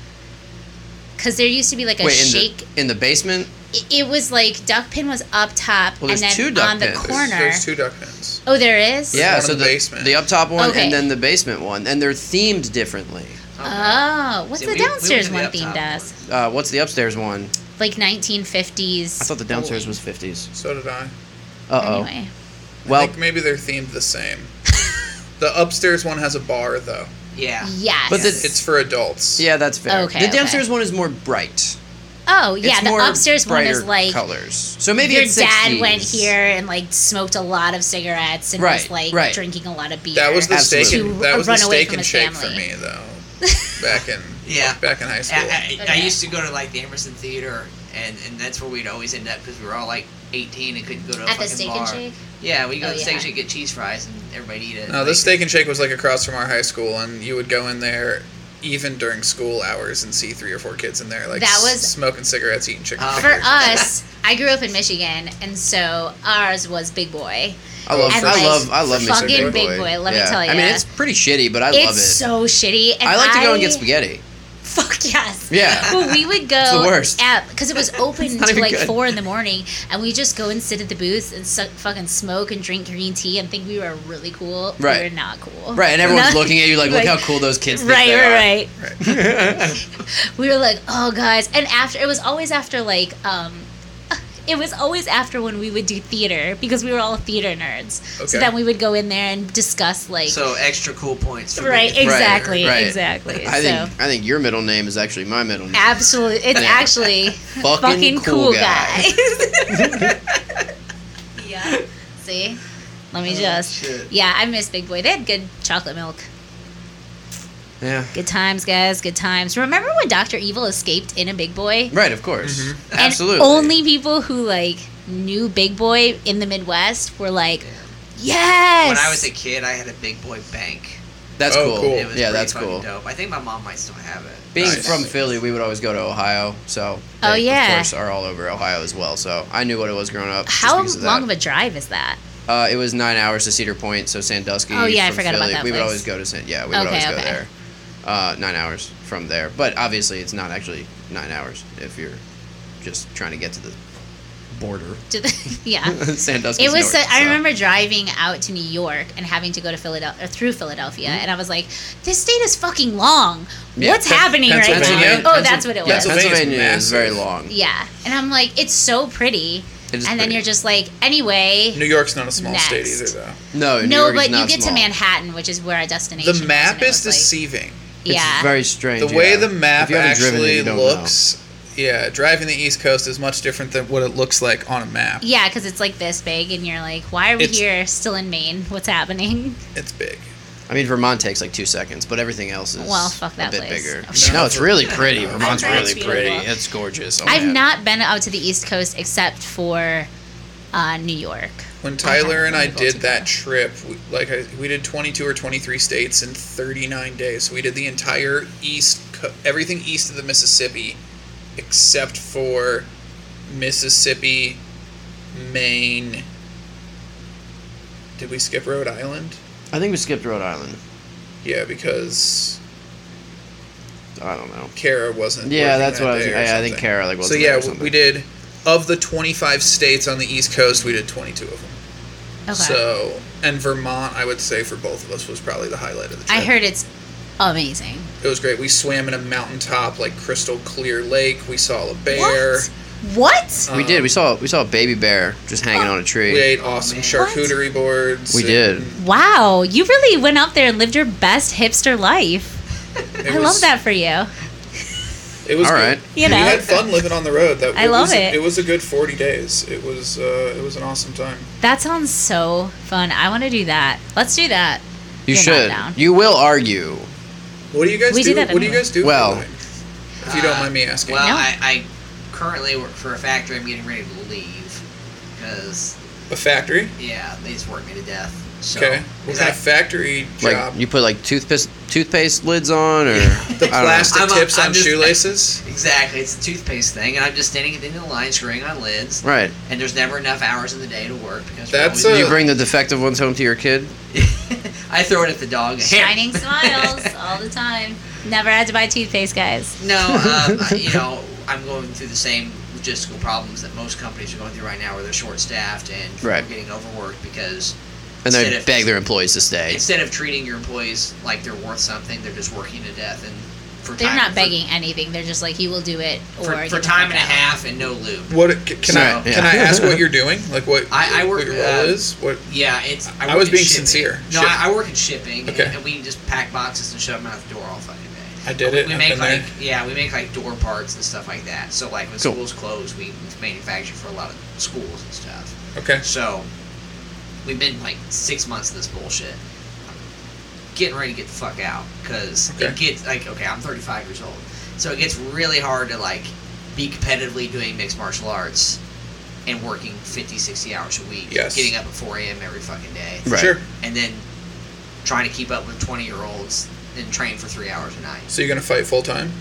Speaker 1: Cause there used to be like a
Speaker 3: Wait, in
Speaker 1: shake.
Speaker 3: the in the basement?
Speaker 1: it, it was like duck pin was up top, and
Speaker 3: Well, there's
Speaker 1: then
Speaker 3: two duck
Speaker 1: on the
Speaker 3: pins.
Speaker 1: corner.
Speaker 5: There's two duck pins.
Speaker 1: oh, there is.
Speaker 3: yeah,
Speaker 5: one
Speaker 3: so
Speaker 5: in
Speaker 3: the
Speaker 5: the basement.
Speaker 3: the up top one
Speaker 1: Okay.
Speaker 3: and then the basement one, and they're themed differently.
Speaker 2: Okay.
Speaker 1: Oh, what's
Speaker 2: See,
Speaker 1: the
Speaker 2: we- we went
Speaker 1: downstairs
Speaker 2: to the
Speaker 1: one
Speaker 2: up
Speaker 1: themed
Speaker 2: top
Speaker 1: as?
Speaker 3: Uh, what's the upstairs one?
Speaker 1: Like 1950s.
Speaker 3: I thought the downstairs was 50s.
Speaker 5: So did I.
Speaker 3: Uh oh.
Speaker 1: Anyway,
Speaker 5: I
Speaker 3: Well, *laughs*
Speaker 5: think maybe they're themed the same. the upstairs one has a bar though.
Speaker 2: Yeah.
Speaker 1: Yes.
Speaker 3: But the-
Speaker 4: It's for adults.
Speaker 3: Yeah, that's fair.
Speaker 1: Okay,
Speaker 3: the
Speaker 1: okay.
Speaker 3: downstairs one is more bright.
Speaker 1: oh yeah,
Speaker 3: It's
Speaker 1: the
Speaker 3: more
Speaker 1: upstairs one is
Speaker 3: brighter
Speaker 1: like
Speaker 3: colors. So maybe
Speaker 1: your
Speaker 3: it's
Speaker 1: dad
Speaker 3: 60s.
Speaker 1: went here and like smoked a lot of cigarettes and was
Speaker 3: Right,
Speaker 1: like
Speaker 3: right.
Speaker 1: drinking a lot of beer.
Speaker 4: That was the
Speaker 3: Absolutely.
Speaker 4: steak.
Speaker 1: To
Speaker 4: And, that was the
Speaker 1: run away
Speaker 4: steak
Speaker 1: from
Speaker 4: and
Speaker 1: his
Speaker 4: shake for
Speaker 1: family.
Speaker 4: me
Speaker 1: *laughs*
Speaker 4: though. Back in
Speaker 2: Yeah.
Speaker 4: back in high school.
Speaker 2: I, I, I
Speaker 1: Okay.
Speaker 2: used to go to like the Emerson Theater, and, and that's where we'd always end up because we were all like 18 and couldn't go to a
Speaker 1: at the
Speaker 2: fucking
Speaker 1: steak
Speaker 2: bar.
Speaker 1: and
Speaker 4: *laughs*
Speaker 1: shake.
Speaker 2: Yeah, we go
Speaker 1: Oh,
Speaker 2: to the steak
Speaker 1: yeah.
Speaker 2: and shake, get cheese fries, and everybody eat it.
Speaker 4: no,
Speaker 2: Like,
Speaker 4: the steak and shake was like across from our high school, and you would go in there even during school hours and see three or four kids in there like
Speaker 1: That
Speaker 4: s-
Speaker 1: was-
Speaker 4: smoking cigarettes, eating chicken.
Speaker 2: Oh.
Speaker 1: For
Speaker 4: fingers.
Speaker 1: us, I grew up in Michigan, and so ours was Big Boy.
Speaker 3: I love,
Speaker 1: And,
Speaker 3: I
Speaker 1: like,
Speaker 3: love, I love me some
Speaker 1: fucking Big Boy, let me
Speaker 3: Yeah.
Speaker 1: tell
Speaker 3: I mean,
Speaker 1: ya.
Speaker 3: it's pretty shitty, but I
Speaker 1: it's
Speaker 3: love it.
Speaker 1: so shitty. And
Speaker 3: I like to go and get spaghetti.
Speaker 1: *laughs* Fuck yes. *laughs*
Speaker 3: Yeah.
Speaker 1: Well, we would
Speaker 3: It's the
Speaker 1: go
Speaker 3: worst.
Speaker 1: at because it
Speaker 3: *laughs*
Speaker 1: was open
Speaker 3: not
Speaker 1: till
Speaker 3: even
Speaker 1: like
Speaker 3: good.
Speaker 1: four in the morning, and we just go and sit at the booth and suck, fucking smoke and drink green tea and think we were really cool.
Speaker 3: Right.
Speaker 1: We were not cool.
Speaker 3: Right, and
Speaker 1: *laughs*
Speaker 3: everyone's
Speaker 1: Not-
Speaker 3: looking at you like, look
Speaker 1: Like-
Speaker 3: how cool those kids think
Speaker 1: Right,
Speaker 3: they
Speaker 1: right,
Speaker 3: are.
Speaker 1: right.
Speaker 3: right.
Speaker 1: *laughs* we were like, oh, guys. And after, it was always after, like, um, *laughs* it was always after when we would do theater because we were all theater nerds.
Speaker 4: Okay.
Speaker 1: So then we would go in there and discuss, like,
Speaker 2: So extra cool points. For
Speaker 1: right,
Speaker 2: being a
Speaker 1: exactly,
Speaker 3: right.
Speaker 1: exactly.
Speaker 3: I
Speaker 1: so,
Speaker 3: think I think your middle name is actually my middle name.
Speaker 1: absolutely, it's actually
Speaker 3: fucking,
Speaker 1: fucking cool,
Speaker 3: guy.
Speaker 1: guys. *laughs* yeah. See? Let me just.
Speaker 2: shit.
Speaker 1: Yeah, I miss Big Boy. They had good chocolate milk.
Speaker 3: Yeah.
Speaker 1: Good times, guys. Good times. Remember when Dr. Evil escaped in a Big Boy?
Speaker 3: Right, of course. Absolutely.
Speaker 1: Mm-hmm. And only people who like knew Big Boy in the Midwest were like, yes.
Speaker 2: When I was a kid, I had a big boy bank.
Speaker 3: that's
Speaker 4: Oh,
Speaker 3: cool.
Speaker 4: cool.
Speaker 2: It was
Speaker 3: Yeah,
Speaker 2: pretty
Speaker 3: that's
Speaker 2: fucking
Speaker 3: cool.
Speaker 2: Dope. I think my mom might still have it.
Speaker 3: Being
Speaker 4: Nice.
Speaker 3: from Philly, we would always go to Ohio, so
Speaker 1: Oh,
Speaker 3: they,
Speaker 1: yeah.
Speaker 3: of course, are all over Ohio as well. So I knew what it was growing up. just
Speaker 1: how
Speaker 3: because of
Speaker 1: long
Speaker 3: that.
Speaker 1: of a drive is that? *laughs*
Speaker 3: Uh, it was nine hours to Cedar Point, so Sandusky.
Speaker 1: Oh, yeah, I
Speaker 3: from
Speaker 1: forgot about
Speaker 3: Philly.
Speaker 1: that
Speaker 3: We would
Speaker 1: place.
Speaker 3: always go to San. Yeah, we would
Speaker 1: Okay,
Speaker 3: always go
Speaker 1: okay.
Speaker 3: there. Uh, nine hours from there, but obviously it's not actually nine hours if you're just trying to get to the border.
Speaker 1: Do the- yeah.
Speaker 3: *laughs* Sandusky.
Speaker 1: It was.
Speaker 3: North,
Speaker 1: so- I
Speaker 3: so.
Speaker 1: remember driving out to New York and having to go to Philadelphia or through Philadelphia, and I was like, "This state is fucking long.
Speaker 3: Mm-hmm. Yeah,
Speaker 1: What's
Speaker 3: Pen-
Speaker 1: happening right
Speaker 4: Pennsylvania-
Speaker 1: now?" Oh,
Speaker 4: Pennsylvania-
Speaker 1: that's what it
Speaker 3: Yeah,
Speaker 1: was.
Speaker 4: Pennsylvania- Pennsylvania's
Speaker 3: Pennsylvania is very long.
Speaker 4: massive.
Speaker 1: Yeah, and I'm like, "It's so pretty,"
Speaker 3: It is
Speaker 1: and then
Speaker 3: pretty.
Speaker 1: you're just like, "Anyway,
Speaker 4: New York's not a small state
Speaker 1: Next.
Speaker 4: either though.
Speaker 3: no, New
Speaker 1: no."
Speaker 3: York is
Speaker 1: But you
Speaker 3: not
Speaker 1: get to
Speaker 3: small.
Speaker 1: Manhattan, which is where our destination.
Speaker 4: The map
Speaker 1: and it
Speaker 4: is
Speaker 1: was like-
Speaker 4: deceiving.
Speaker 1: yeah.
Speaker 3: It's very strange.
Speaker 4: The way
Speaker 3: yeah.
Speaker 4: the map
Speaker 3: If you haven't driven it,
Speaker 4: actually
Speaker 3: you don't
Speaker 4: looks, yeah, driving the East Coast is much different than what it looks like on a map.
Speaker 1: Yeah, because it's like this big, and you're like, why are we
Speaker 4: It's-
Speaker 1: here still in Maine? What's happening?
Speaker 4: It's big.
Speaker 3: know. I mean, Vermont takes like two seconds, but everything else is
Speaker 1: Well, fuck that
Speaker 3: a bit
Speaker 1: place. *laughs*
Speaker 3: bigger.
Speaker 1: Oh, shit.
Speaker 3: No, it's really pretty. Vermont's
Speaker 1: heard it's
Speaker 3: really pretty.
Speaker 1: beautiful.
Speaker 3: It's gorgeous. Oh,
Speaker 1: I've
Speaker 3: man.
Speaker 1: not been out to the East Coast except for uh, New York.
Speaker 4: When Tyler and I
Speaker 1: really
Speaker 4: did
Speaker 1: voted
Speaker 4: that trip, we, like I, we did 22 or 23 states in 39 days. So we did the entire east, co- everything east of the Mississippi, except for Mississippi, Maine. Did we skip Rhode Island?
Speaker 3: I think we skipped Rhode Island.
Speaker 4: Yeah, because
Speaker 3: I don't know.
Speaker 4: Kara wasn't.
Speaker 3: Yeah,
Speaker 4: working
Speaker 3: that's
Speaker 4: that
Speaker 3: what I was.
Speaker 4: day or
Speaker 3: Yeah, I think
Speaker 4: something.
Speaker 3: Kara like was.
Speaker 4: So yeah, w- we did. Of the 25 states on the East Coast, we did 22 of them.
Speaker 1: Okay.
Speaker 4: So, and Vermont, I would say for both of us was probably the highlight of the trip.
Speaker 1: I heard it's amazing.
Speaker 4: it was great. We swam in a mountaintop, like crystal clear lake. We saw a bear.
Speaker 1: What?
Speaker 4: Um,
Speaker 3: We did. We saw we saw a baby bear just hanging on a tree.
Speaker 4: we ate awesome
Speaker 2: man.
Speaker 4: charcuterie boards.
Speaker 3: We
Speaker 4: and
Speaker 3: did.
Speaker 1: what? Wow, you really went out there and lived your best hipster life.
Speaker 4: it
Speaker 1: I
Speaker 4: was-
Speaker 1: love that for you.
Speaker 4: It was
Speaker 3: All
Speaker 4: all
Speaker 3: right.
Speaker 4: right.
Speaker 1: You know.
Speaker 4: we had fun living on the road. That
Speaker 1: I
Speaker 4: it
Speaker 1: love
Speaker 4: was,
Speaker 1: it.
Speaker 4: It was a good 40 days. It was uh, it was an awesome time.
Speaker 1: That sounds so fun. I want to do that. Let's do that.
Speaker 3: You
Speaker 1: You're not
Speaker 3: should.
Speaker 1: down.
Speaker 3: You will argue.
Speaker 4: What do you guys
Speaker 1: We
Speaker 4: do?
Speaker 1: did that
Speaker 4: what do you
Speaker 1: anyway.
Speaker 4: guys do? for a
Speaker 3: Well-
Speaker 4: living? if you don't mind me asking.
Speaker 2: Uh, Well,
Speaker 1: No.
Speaker 2: I, I currently work for a factory. I'm getting ready to leave because
Speaker 4: a factory.
Speaker 2: yeah, they just work me to death. So,
Speaker 4: Okay. What
Speaker 2: 'cause
Speaker 4: kind
Speaker 2: I-
Speaker 4: of factory
Speaker 3: Like
Speaker 4: job?
Speaker 3: you put like toothpaste toothpaste lids on or
Speaker 4: *laughs* the
Speaker 3: I don't know.
Speaker 4: plastic
Speaker 2: I'm a-
Speaker 4: tips
Speaker 2: I'm
Speaker 4: on
Speaker 2: just-
Speaker 4: shoelaces.
Speaker 2: Exactly, it's a toothpaste thing, and I'm just standing at the end of the line screwing on lids,
Speaker 3: Right.
Speaker 2: and there's never enough hours in the day to work because
Speaker 4: That's
Speaker 2: we're *laughs*
Speaker 4: a-
Speaker 3: You bring the defective ones home to your kid.
Speaker 2: always- I throw it at the dog. *laughs*
Speaker 1: Shining smiles all the time. Never had to buy toothpaste, guys.
Speaker 2: No, um, I- you know, I'm going through the same logistical problems that most companies are going through right now, where they're short-staffed and people
Speaker 3: Right.
Speaker 2: getting overworked because
Speaker 3: And they
Speaker 2: Instead of-
Speaker 3: beg their employees to stay.
Speaker 2: instead of treating your employees like they're worth something, they're just working to death and for
Speaker 1: They're
Speaker 2: time,
Speaker 1: not
Speaker 2: for-
Speaker 1: begging anything. They're just like, you will do it or
Speaker 2: for,
Speaker 1: get
Speaker 2: for
Speaker 1: the
Speaker 2: time
Speaker 1: fuck
Speaker 2: and a
Speaker 1: out."
Speaker 2: half and no lube.
Speaker 5: What c- can
Speaker 3: Right,
Speaker 5: I
Speaker 3: yeah.
Speaker 5: can
Speaker 3: *laughs*
Speaker 5: I ask what you're doing? Like what
Speaker 2: I- I work,
Speaker 5: what your role
Speaker 2: uh,
Speaker 5: is? What
Speaker 2: Yeah, it's.
Speaker 5: I
Speaker 2: work
Speaker 5: was
Speaker 2: in
Speaker 5: being
Speaker 2: shipping.
Speaker 5: sincere.
Speaker 2: No,
Speaker 5: Shipping.
Speaker 2: I, I work in shipping, and-
Speaker 5: Okay.
Speaker 2: and, we just pack boxes and shove them out the door all fucking day.
Speaker 5: I did it.
Speaker 2: We
Speaker 5: I've
Speaker 2: make
Speaker 5: been
Speaker 2: like
Speaker 5: there.
Speaker 2: yeah, we make like door parts and stuff like that. So like when
Speaker 3: Cool.
Speaker 2: schools close, we manufacture for a lot of schools and stuff.
Speaker 5: Okay.
Speaker 2: So we've been like six months of this bullshit. I'm getting ready to get the fuck out because
Speaker 5: Okay.
Speaker 2: it gets like okay, I'm 35 years old, so it gets really hard to like be competitively doing mixed martial arts and working 50, 60 hours a week,
Speaker 5: Yes.
Speaker 2: getting up at 4 a.m. every fucking day
Speaker 3: Right.
Speaker 5: Sure.
Speaker 2: and then trying to keep up with 20 year olds and train for three hours a night.
Speaker 5: So you're gonna fight full time?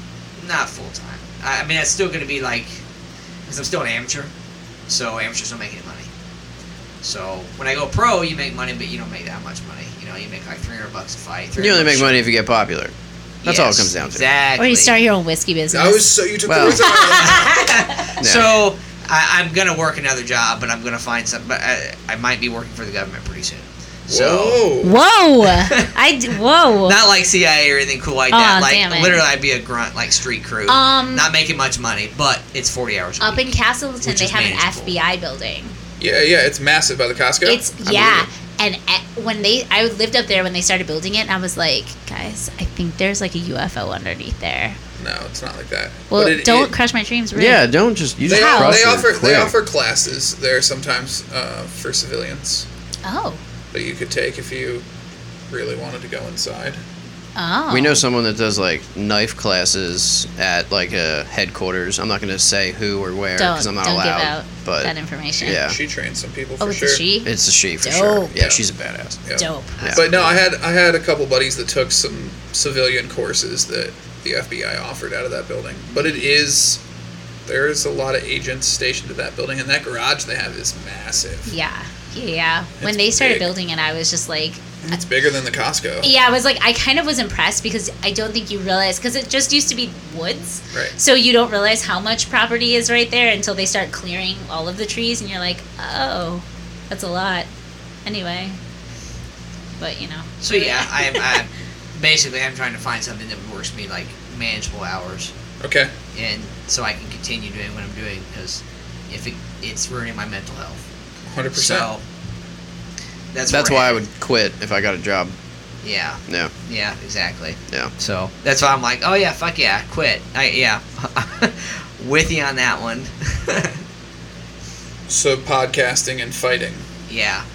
Speaker 2: Not full time. I, I mean, that's still going to be like, because I'm still an amateur, so amateurs don't make any money. So when I go pro, you make money, but you don't make that much money. You know, you make like 300 bucks a fight.
Speaker 3: You
Speaker 2: 300
Speaker 3: only make
Speaker 2: bucks-
Speaker 3: money if you get popular. That's all it
Speaker 2: Yes,
Speaker 3: comes down to.
Speaker 2: Exactly.
Speaker 1: Or you
Speaker 2: *laughs*
Speaker 3: *laughs*
Speaker 1: start your own whiskey business.
Speaker 5: I was so you took
Speaker 3: Well-
Speaker 5: the words out of my mouth.
Speaker 2: So I, I'm gonna work another job, but I'm gonna find some. But I, I might be working for the government pretty soon.
Speaker 3: *laughs*
Speaker 2: So
Speaker 5: Whoa.
Speaker 2: *laughs*
Speaker 1: Whoa! I d- whoa.
Speaker 2: Not like CIA or anything cool like that.
Speaker 1: Aw,
Speaker 2: like
Speaker 1: damn it.
Speaker 2: literally, I'd be a grunt, like street crew.
Speaker 1: Um,
Speaker 2: not making much money, but it's forty hours. A
Speaker 1: Up
Speaker 2: week.
Speaker 1: in Castleton,
Speaker 2: Which
Speaker 1: they
Speaker 2: is
Speaker 1: have
Speaker 2: manageable.
Speaker 1: an FBI building.
Speaker 5: Yeah, yeah, it's massive by the Costco.
Speaker 1: It's
Speaker 5: I
Speaker 1: yeah,
Speaker 5: believe
Speaker 1: and a- when they, I lived up there when they started building it, and I was like, guys, I think there's like a UFO underneath there.
Speaker 5: it. No, it's not like that.
Speaker 1: Well,
Speaker 5: But it-
Speaker 1: don't
Speaker 5: it-
Speaker 1: crush my dreams. Really.
Speaker 3: Yeah, don't just you
Speaker 5: They,
Speaker 3: just
Speaker 5: they,
Speaker 3: cross it
Speaker 5: offer they
Speaker 3: quick.
Speaker 5: offer classes there sometimes uh, for civilians
Speaker 1: Oh.
Speaker 5: that you could take if you really wanted to go inside.
Speaker 1: Oh.
Speaker 3: We know someone that does like knife classes at like a headquarters. I'm not going to say who or where
Speaker 1: Oh. Don't
Speaker 3: because I'm not
Speaker 1: don't
Speaker 3: allowed.
Speaker 1: give out
Speaker 3: but
Speaker 1: that information.
Speaker 3: Yeah.
Speaker 5: She trained some people for
Speaker 1: Oh, it's
Speaker 5: sure.
Speaker 1: a she.
Speaker 3: it's a she for
Speaker 1: Dope.
Speaker 3: sure. Yeah,
Speaker 5: Yeah.
Speaker 3: she's a badass.
Speaker 5: Yeah.
Speaker 1: Dope.
Speaker 3: Yeah.
Speaker 5: But no, I had I had a couple buddies that took some civilian courses that the FBI offered out of that building. But it is there is a lot of agents stationed at that building, and that garage they have is massive.
Speaker 1: Yeah. Yeah. yeah. When
Speaker 5: It's
Speaker 1: they started
Speaker 5: big.
Speaker 1: building it, I was just like,
Speaker 5: It's bigger than the Costco.
Speaker 1: yeah, I was like, I kind of was impressed because I don't think you realize because it just used to be woods.
Speaker 5: Right.
Speaker 1: So you don't realize how much property is right there until they start clearing all of the trees, and you're like, oh, that's a lot. Anyway, but you know,
Speaker 2: So yeah, I'm, I'm basically I'm trying to find something that works me like manageable hours,
Speaker 5: Okay.
Speaker 2: and so I can continue doing what I'm doing because if it, it's ruining my mental health,
Speaker 5: 100%.
Speaker 2: so that's
Speaker 3: That's
Speaker 2: where
Speaker 3: why I
Speaker 2: I'm-
Speaker 3: would quit if I got a job.
Speaker 2: Yeah,
Speaker 3: No,
Speaker 2: yeah, exactly.
Speaker 3: no.
Speaker 2: So that's why I'm like, oh yeah, fuck yeah, quit. I, yeah, *laughs* with you on that one. *laughs*
Speaker 5: so podcasting and fighting.
Speaker 2: yeah.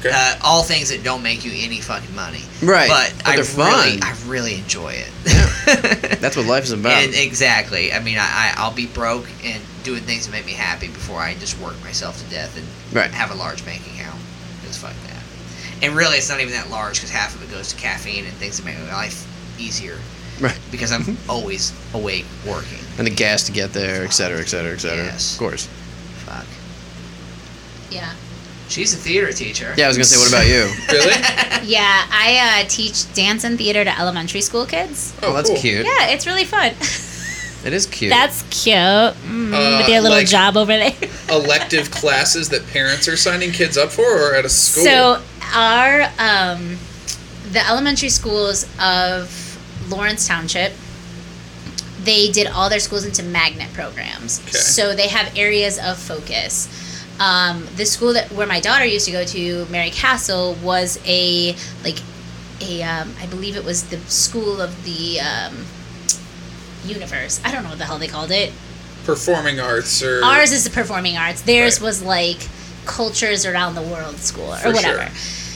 Speaker 5: Okay.
Speaker 2: uh, all things that don't make you any fucking money.
Speaker 3: Right,
Speaker 2: But,
Speaker 3: but
Speaker 2: I
Speaker 3: they're
Speaker 2: really,
Speaker 3: fun.
Speaker 2: I really enjoy it. *laughs*
Speaker 3: That's what life's about.
Speaker 2: and exactly. I mean, I, I I'll be broke and doing things that make me happy before I just work myself to death and
Speaker 3: Right.
Speaker 2: have a large bank account. Because fuck that. And really, it's not even that large because half of it goes to caffeine and things that make my life easier.
Speaker 3: Right. Mm-hmm.
Speaker 2: Because I'm always awake working.
Speaker 3: and the gas to get there, et cetera, et cetera, et cetera.
Speaker 2: Yes.
Speaker 3: Of course.
Speaker 2: Fuck.
Speaker 1: yeah,
Speaker 2: She's a theater teacher.
Speaker 3: Yeah, I was gonna say, what about you?
Speaker 2: *laughs*
Speaker 5: Really?
Speaker 1: yeah. I uh, teach dance and theater to elementary school kids.
Speaker 3: oh, that's
Speaker 5: cool.
Speaker 3: cute.
Speaker 1: Yeah, it's really fun. *laughs*
Speaker 3: It is cute.
Speaker 1: That's cute. Mm, with their
Speaker 5: Uh,
Speaker 1: little
Speaker 5: like-
Speaker 1: job over there.
Speaker 5: Elective classes that parents are signing kids up for or at a school?
Speaker 1: So our um, the elementary schools of Lawrence Township, they did all their schools into magnet programs.
Speaker 5: Okay.
Speaker 1: So they have areas of focus. Um, the school that where my daughter used to go to, Mary Castle, was a like a um, I believe it was the school of the um, universe. I don't know what the hell they called it.
Speaker 5: Performing arts or.
Speaker 1: Ours is the performing arts. Theirs
Speaker 5: Right.
Speaker 1: was like cultures around the world school or
Speaker 5: For sure.
Speaker 1: whatever.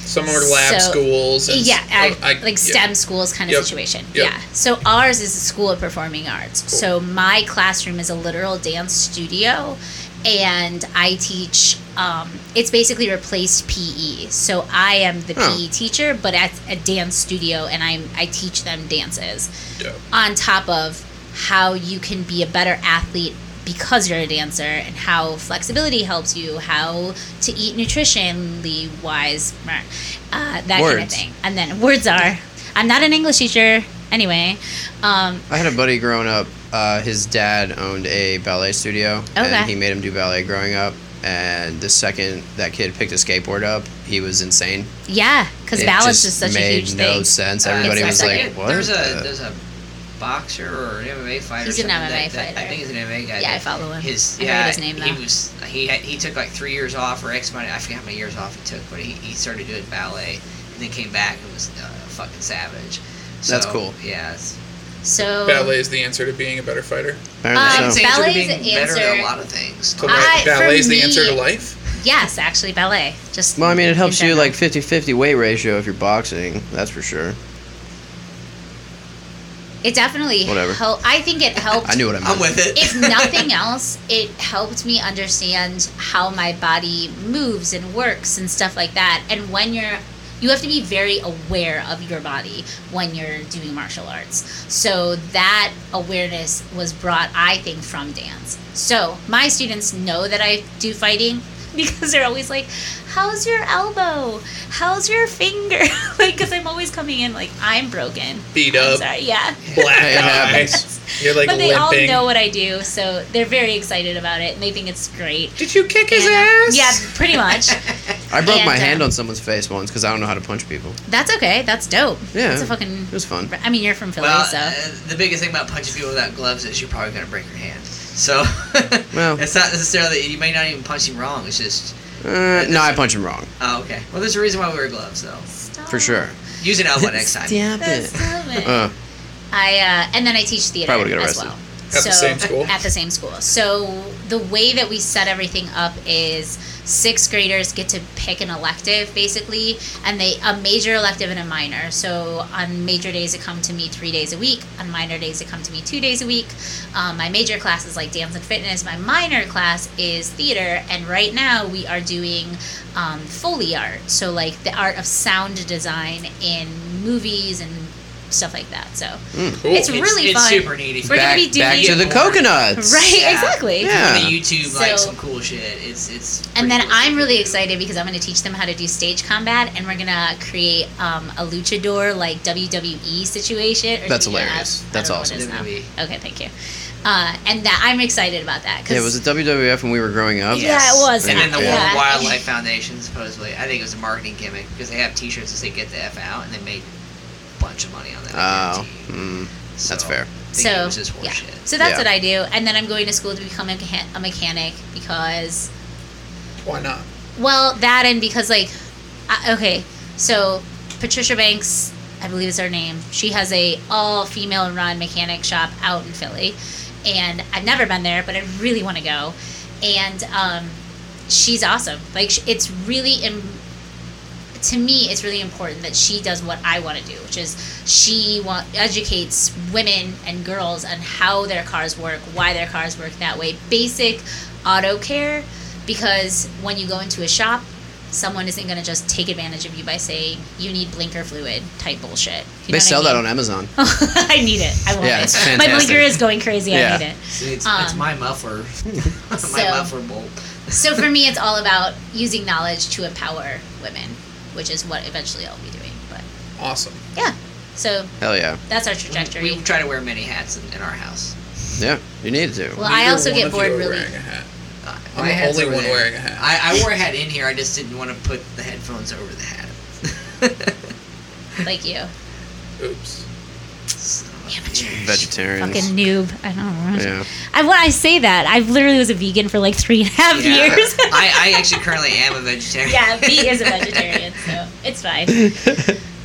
Speaker 5: Some are lab
Speaker 1: So-
Speaker 5: schools. And oh,
Speaker 1: yeah, ag-
Speaker 5: I- yeah.
Speaker 1: like STEM schools kind of
Speaker 5: Yep.
Speaker 1: situation.
Speaker 5: Yep.
Speaker 1: Yeah. So ours is a school of performing arts.
Speaker 5: Cool.
Speaker 1: So my classroom is a literal dance studio, and I teach. Um, it's basically replaced PE. So I am the
Speaker 3: Oh.
Speaker 1: PE teacher, but at a dance studio, and I'm I teach them dances
Speaker 5: Dope.
Speaker 1: on top of how you can be a better athlete because you're a dancer and how flexibility helps you how to eat nutritionally wise meh, uh, that kind of
Speaker 3: Words.
Speaker 1: thing and then words are i'm not an english teacher anyway um,
Speaker 3: I had a buddy growing up. Uh, his dad owned a ballet studio,
Speaker 1: Okay.
Speaker 3: and he made him do ballet growing up. And the second that kid picked a skateboard up, he was insane.
Speaker 1: yeah because
Speaker 3: It
Speaker 1: balance is such a
Speaker 3: made
Speaker 1: huge
Speaker 3: no
Speaker 1: thing
Speaker 3: sense.
Speaker 2: Uh,
Speaker 3: Everybody
Speaker 1: It's
Speaker 3: was
Speaker 1: like
Speaker 3: like,
Speaker 1: it-
Speaker 3: "What?"
Speaker 2: There's a
Speaker 3: the-"
Speaker 2: there's a boxer or an MMA fighter.
Speaker 1: He's
Speaker 2: or
Speaker 1: an
Speaker 2: something
Speaker 1: MMA
Speaker 2: that, that- I
Speaker 1: fighter.
Speaker 2: think he's an MMA guy.
Speaker 1: Yeah, I
Speaker 2: that-
Speaker 1: follow him. I
Speaker 2: His
Speaker 1: forget
Speaker 2: yeah,
Speaker 1: his name,
Speaker 2: he
Speaker 1: though.
Speaker 2: was he had, he took like three years off or X amount. I forget how many years off he took, but he, he started doing ballet and then came back and was uh, fucking savage. So,
Speaker 3: That's cool.
Speaker 2: Yeah,
Speaker 1: Um,
Speaker 2: it's,
Speaker 1: So
Speaker 5: Ballet is the ansso to being a better fighter.
Speaker 1: Um,
Speaker 2: I would say it's
Speaker 1: ballet's
Speaker 2: being better at
Speaker 1: answer-
Speaker 2: a lot of things.
Speaker 5: So
Speaker 1: I-
Speaker 5: like,
Speaker 1: for
Speaker 5: ballet is the answer
Speaker 1: me-
Speaker 5: to
Speaker 1: *laughs*
Speaker 5: life.
Speaker 1: yes, actually ballet. Just
Speaker 3: well, I mean, it helps
Speaker 1: in
Speaker 3: you
Speaker 1: general.
Speaker 3: like 50 50 weight ratio if you're boxing. That's for sure.
Speaker 1: it definitely
Speaker 3: Whatever.
Speaker 1: hel- I think it helped.
Speaker 3: *laughs* I knew what I meant.
Speaker 2: I'm with it.
Speaker 1: if nothing else, it helped me understand how my body moves and works and stuff like that. And when you're you have to be very aware of your body when you're doing martial arts. So that awareness was brought, I think, from dance. So my students know that I do fighting *laughs* because they're always like, How's your elbow? How's your finger? *laughs* like, because I'm always coming in like, I'm broken.
Speaker 5: Beat
Speaker 1: I'm
Speaker 5: up,
Speaker 1: sorry. Yeah
Speaker 5: black
Speaker 3: It happens.
Speaker 5: eyes. You're like
Speaker 1: but they
Speaker 5: limping.
Speaker 1: all know what I do, so they're very excited about it, and they think it's great.
Speaker 5: Did you kick his
Speaker 1: And, uh,
Speaker 5: ass?
Speaker 1: Yeah, pretty
Speaker 3: *laughs*
Speaker 1: much.
Speaker 3: I broke my
Speaker 1: And, uh,
Speaker 3: hand on someone's face once because I don't know how to punch people.
Speaker 1: That's okay. That's dope.
Speaker 3: Yeah.
Speaker 1: That's a fucking.
Speaker 3: It was fun.
Speaker 1: I mean, you're from Philly,
Speaker 2: *laughs* Well,
Speaker 1: so.
Speaker 2: uh, the biggest thing about punching people without gloves is you're probably gonna break your hand. So *laughs*
Speaker 3: Well.
Speaker 2: it's not necessarily you may not even punch him wrong. It's just
Speaker 3: Uh, no, I punch him wrong.
Speaker 2: oh okay. Well, there's a reason why we wear gloves though.
Speaker 3: For sure.
Speaker 2: Use an elbow next time.
Speaker 3: Stop
Speaker 1: That's
Speaker 3: it.
Speaker 1: it.
Speaker 3: Uh,
Speaker 1: I uh, and then I teach theater
Speaker 3: Probably would've got
Speaker 1: as well.
Speaker 3: arrested.
Speaker 5: At the same school?
Speaker 1: At the same school. So the way that we set everything up is sixth graders get to pick an elective basically, and they a major elective and a minor. So on major days it come to me three days a week. On minor days it come to me two days a week. Um, my major class is like dance and fitness. My minor class is theater, and right now we are doing um, foley art. So like the art of sound design in movies and stuff like that. So
Speaker 5: Cool.
Speaker 1: it's really
Speaker 2: it's
Speaker 1: fun.
Speaker 2: super neat. If
Speaker 1: We're
Speaker 2: you
Speaker 1: gonna
Speaker 3: back,
Speaker 1: be doing-
Speaker 3: back to the
Speaker 2: Yeah.
Speaker 3: coconuts.
Speaker 1: Right,
Speaker 2: Yeah.
Speaker 1: exactly.
Speaker 3: Yeah.
Speaker 2: on the YouTube like
Speaker 1: So-
Speaker 2: some cool shit. It's it's.
Speaker 1: And
Speaker 2: pretty
Speaker 1: then
Speaker 2: cool shit
Speaker 1: I'm
Speaker 2: to
Speaker 1: really
Speaker 2: do.
Speaker 1: excited because I'm going to teach them how to do stage combat, and we're going to create um, a luchador like WWE situation. Or
Speaker 3: That's
Speaker 1: WWF.
Speaker 3: hilarious.
Speaker 1: I
Speaker 3: That's
Speaker 1: don't know what
Speaker 3: awesome.
Speaker 1: it is now.
Speaker 2: WWE.
Speaker 1: Okay, thank you. Uh, and that I'm excited about that. Cause
Speaker 3: Yeah, was it WWF when we were growing up?
Speaker 1: Yeah. it was.
Speaker 2: And then the
Speaker 1: Yeah.
Speaker 2: World Wildlife Foundation supposedly, I think it was a marketing gimmick because they have T-shirts that say "Get the F out" and they made a bunch of money on that. I
Speaker 3: Oh,
Speaker 2: guarantee you.
Speaker 3: mm,
Speaker 2: So,
Speaker 3: that's fair.
Speaker 2: I think
Speaker 1: so
Speaker 2: it was just
Speaker 1: yeah.
Speaker 2: horseshit.
Speaker 1: So that's
Speaker 3: Yeah.
Speaker 1: what I do, and then I'm going to school to become a, mecha- a mechanic because
Speaker 5: Why not?
Speaker 1: Well, that and because like, I, okay, so Patricia Banks, I believe is her name. She has a all female run mechanic shop out in Philly, and I've never been there, but I really want to go. And um, she's awesome. Like sh- it's really Im- to me, it's really important that she does what I want to do, which is she wa- educates women and girls on how their cars work, why their cars work that way, basic auto care. Because when you go into a shop, someone isn't going to just take advantage of you by saying you need blinker fluid type bullshit. You
Speaker 3: They
Speaker 1: know what
Speaker 3: sell
Speaker 1: I
Speaker 3: that
Speaker 1: mean?
Speaker 3: on Amazon.
Speaker 1: *laughs* I need it. I want
Speaker 3: Yeah,
Speaker 1: it.
Speaker 3: it's
Speaker 1: My
Speaker 3: fantastic.
Speaker 1: blinker is going crazy.
Speaker 3: Yeah.
Speaker 1: I need it.
Speaker 2: See, it's, it's
Speaker 1: Um,
Speaker 2: my muffler, *laughs* my
Speaker 1: so-
Speaker 2: muffler bolt.
Speaker 1: so for me it's all about using knowledge to empower women which is what eventually i'll be doing but
Speaker 5: Awesome.
Speaker 1: yeah so
Speaker 3: Hell yeah.
Speaker 1: that's our
Speaker 2: We,
Speaker 1: trajectory
Speaker 2: we try to wear many hats in, in our house.
Speaker 3: Yeah, you need to.
Speaker 1: well i
Speaker 5: Neither
Speaker 1: also
Speaker 5: one
Speaker 1: get
Speaker 5: of you
Speaker 1: bored
Speaker 5: are
Speaker 1: really
Speaker 5: Wearing a hat.
Speaker 2: Uh,
Speaker 5: I'm
Speaker 2: my
Speaker 5: the
Speaker 2: hat's
Speaker 5: only
Speaker 2: over
Speaker 5: one
Speaker 2: there.
Speaker 5: wearing a hat.
Speaker 2: I, I wore a hat in here. I just didn't want to put the headphones over the hat.
Speaker 1: like you
Speaker 5: Oops.
Speaker 2: Son of a bitch.
Speaker 3: Vegetarians.
Speaker 1: fucking noob i don't know
Speaker 3: yeah.
Speaker 1: i when i say that i literally was a vegan for like three and a half
Speaker 2: Yeah.
Speaker 1: years
Speaker 2: *laughs* I, I actually currently am a vegetarian.
Speaker 1: yeah he
Speaker 2: *laughs*
Speaker 1: is a vegetarian so it's fine *laughs*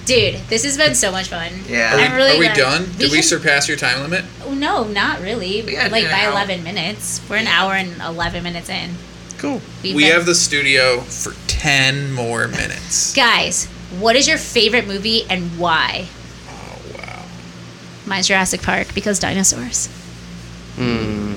Speaker 1: dude this has been so much fun
Speaker 2: Yeah.
Speaker 5: Are we,
Speaker 1: I'm really
Speaker 5: are we
Speaker 1: glad-
Speaker 5: done? Did we
Speaker 1: can-
Speaker 5: surpass your time limit?
Speaker 1: Oh, no not really
Speaker 2: We got
Speaker 1: like
Speaker 2: an
Speaker 1: by
Speaker 2: hour.
Speaker 1: 11 minutes we're an
Speaker 2: Yeah.
Speaker 1: hour and 11 minutes in
Speaker 3: Cool.
Speaker 1: We've
Speaker 5: We
Speaker 1: been-
Speaker 5: have the studio for 10 more minutes.
Speaker 1: guys what is your favorite movie and why
Speaker 5: Oh, wow.
Speaker 1: Mine's Jurassic Park because dinosaurs.
Speaker 3: Mm.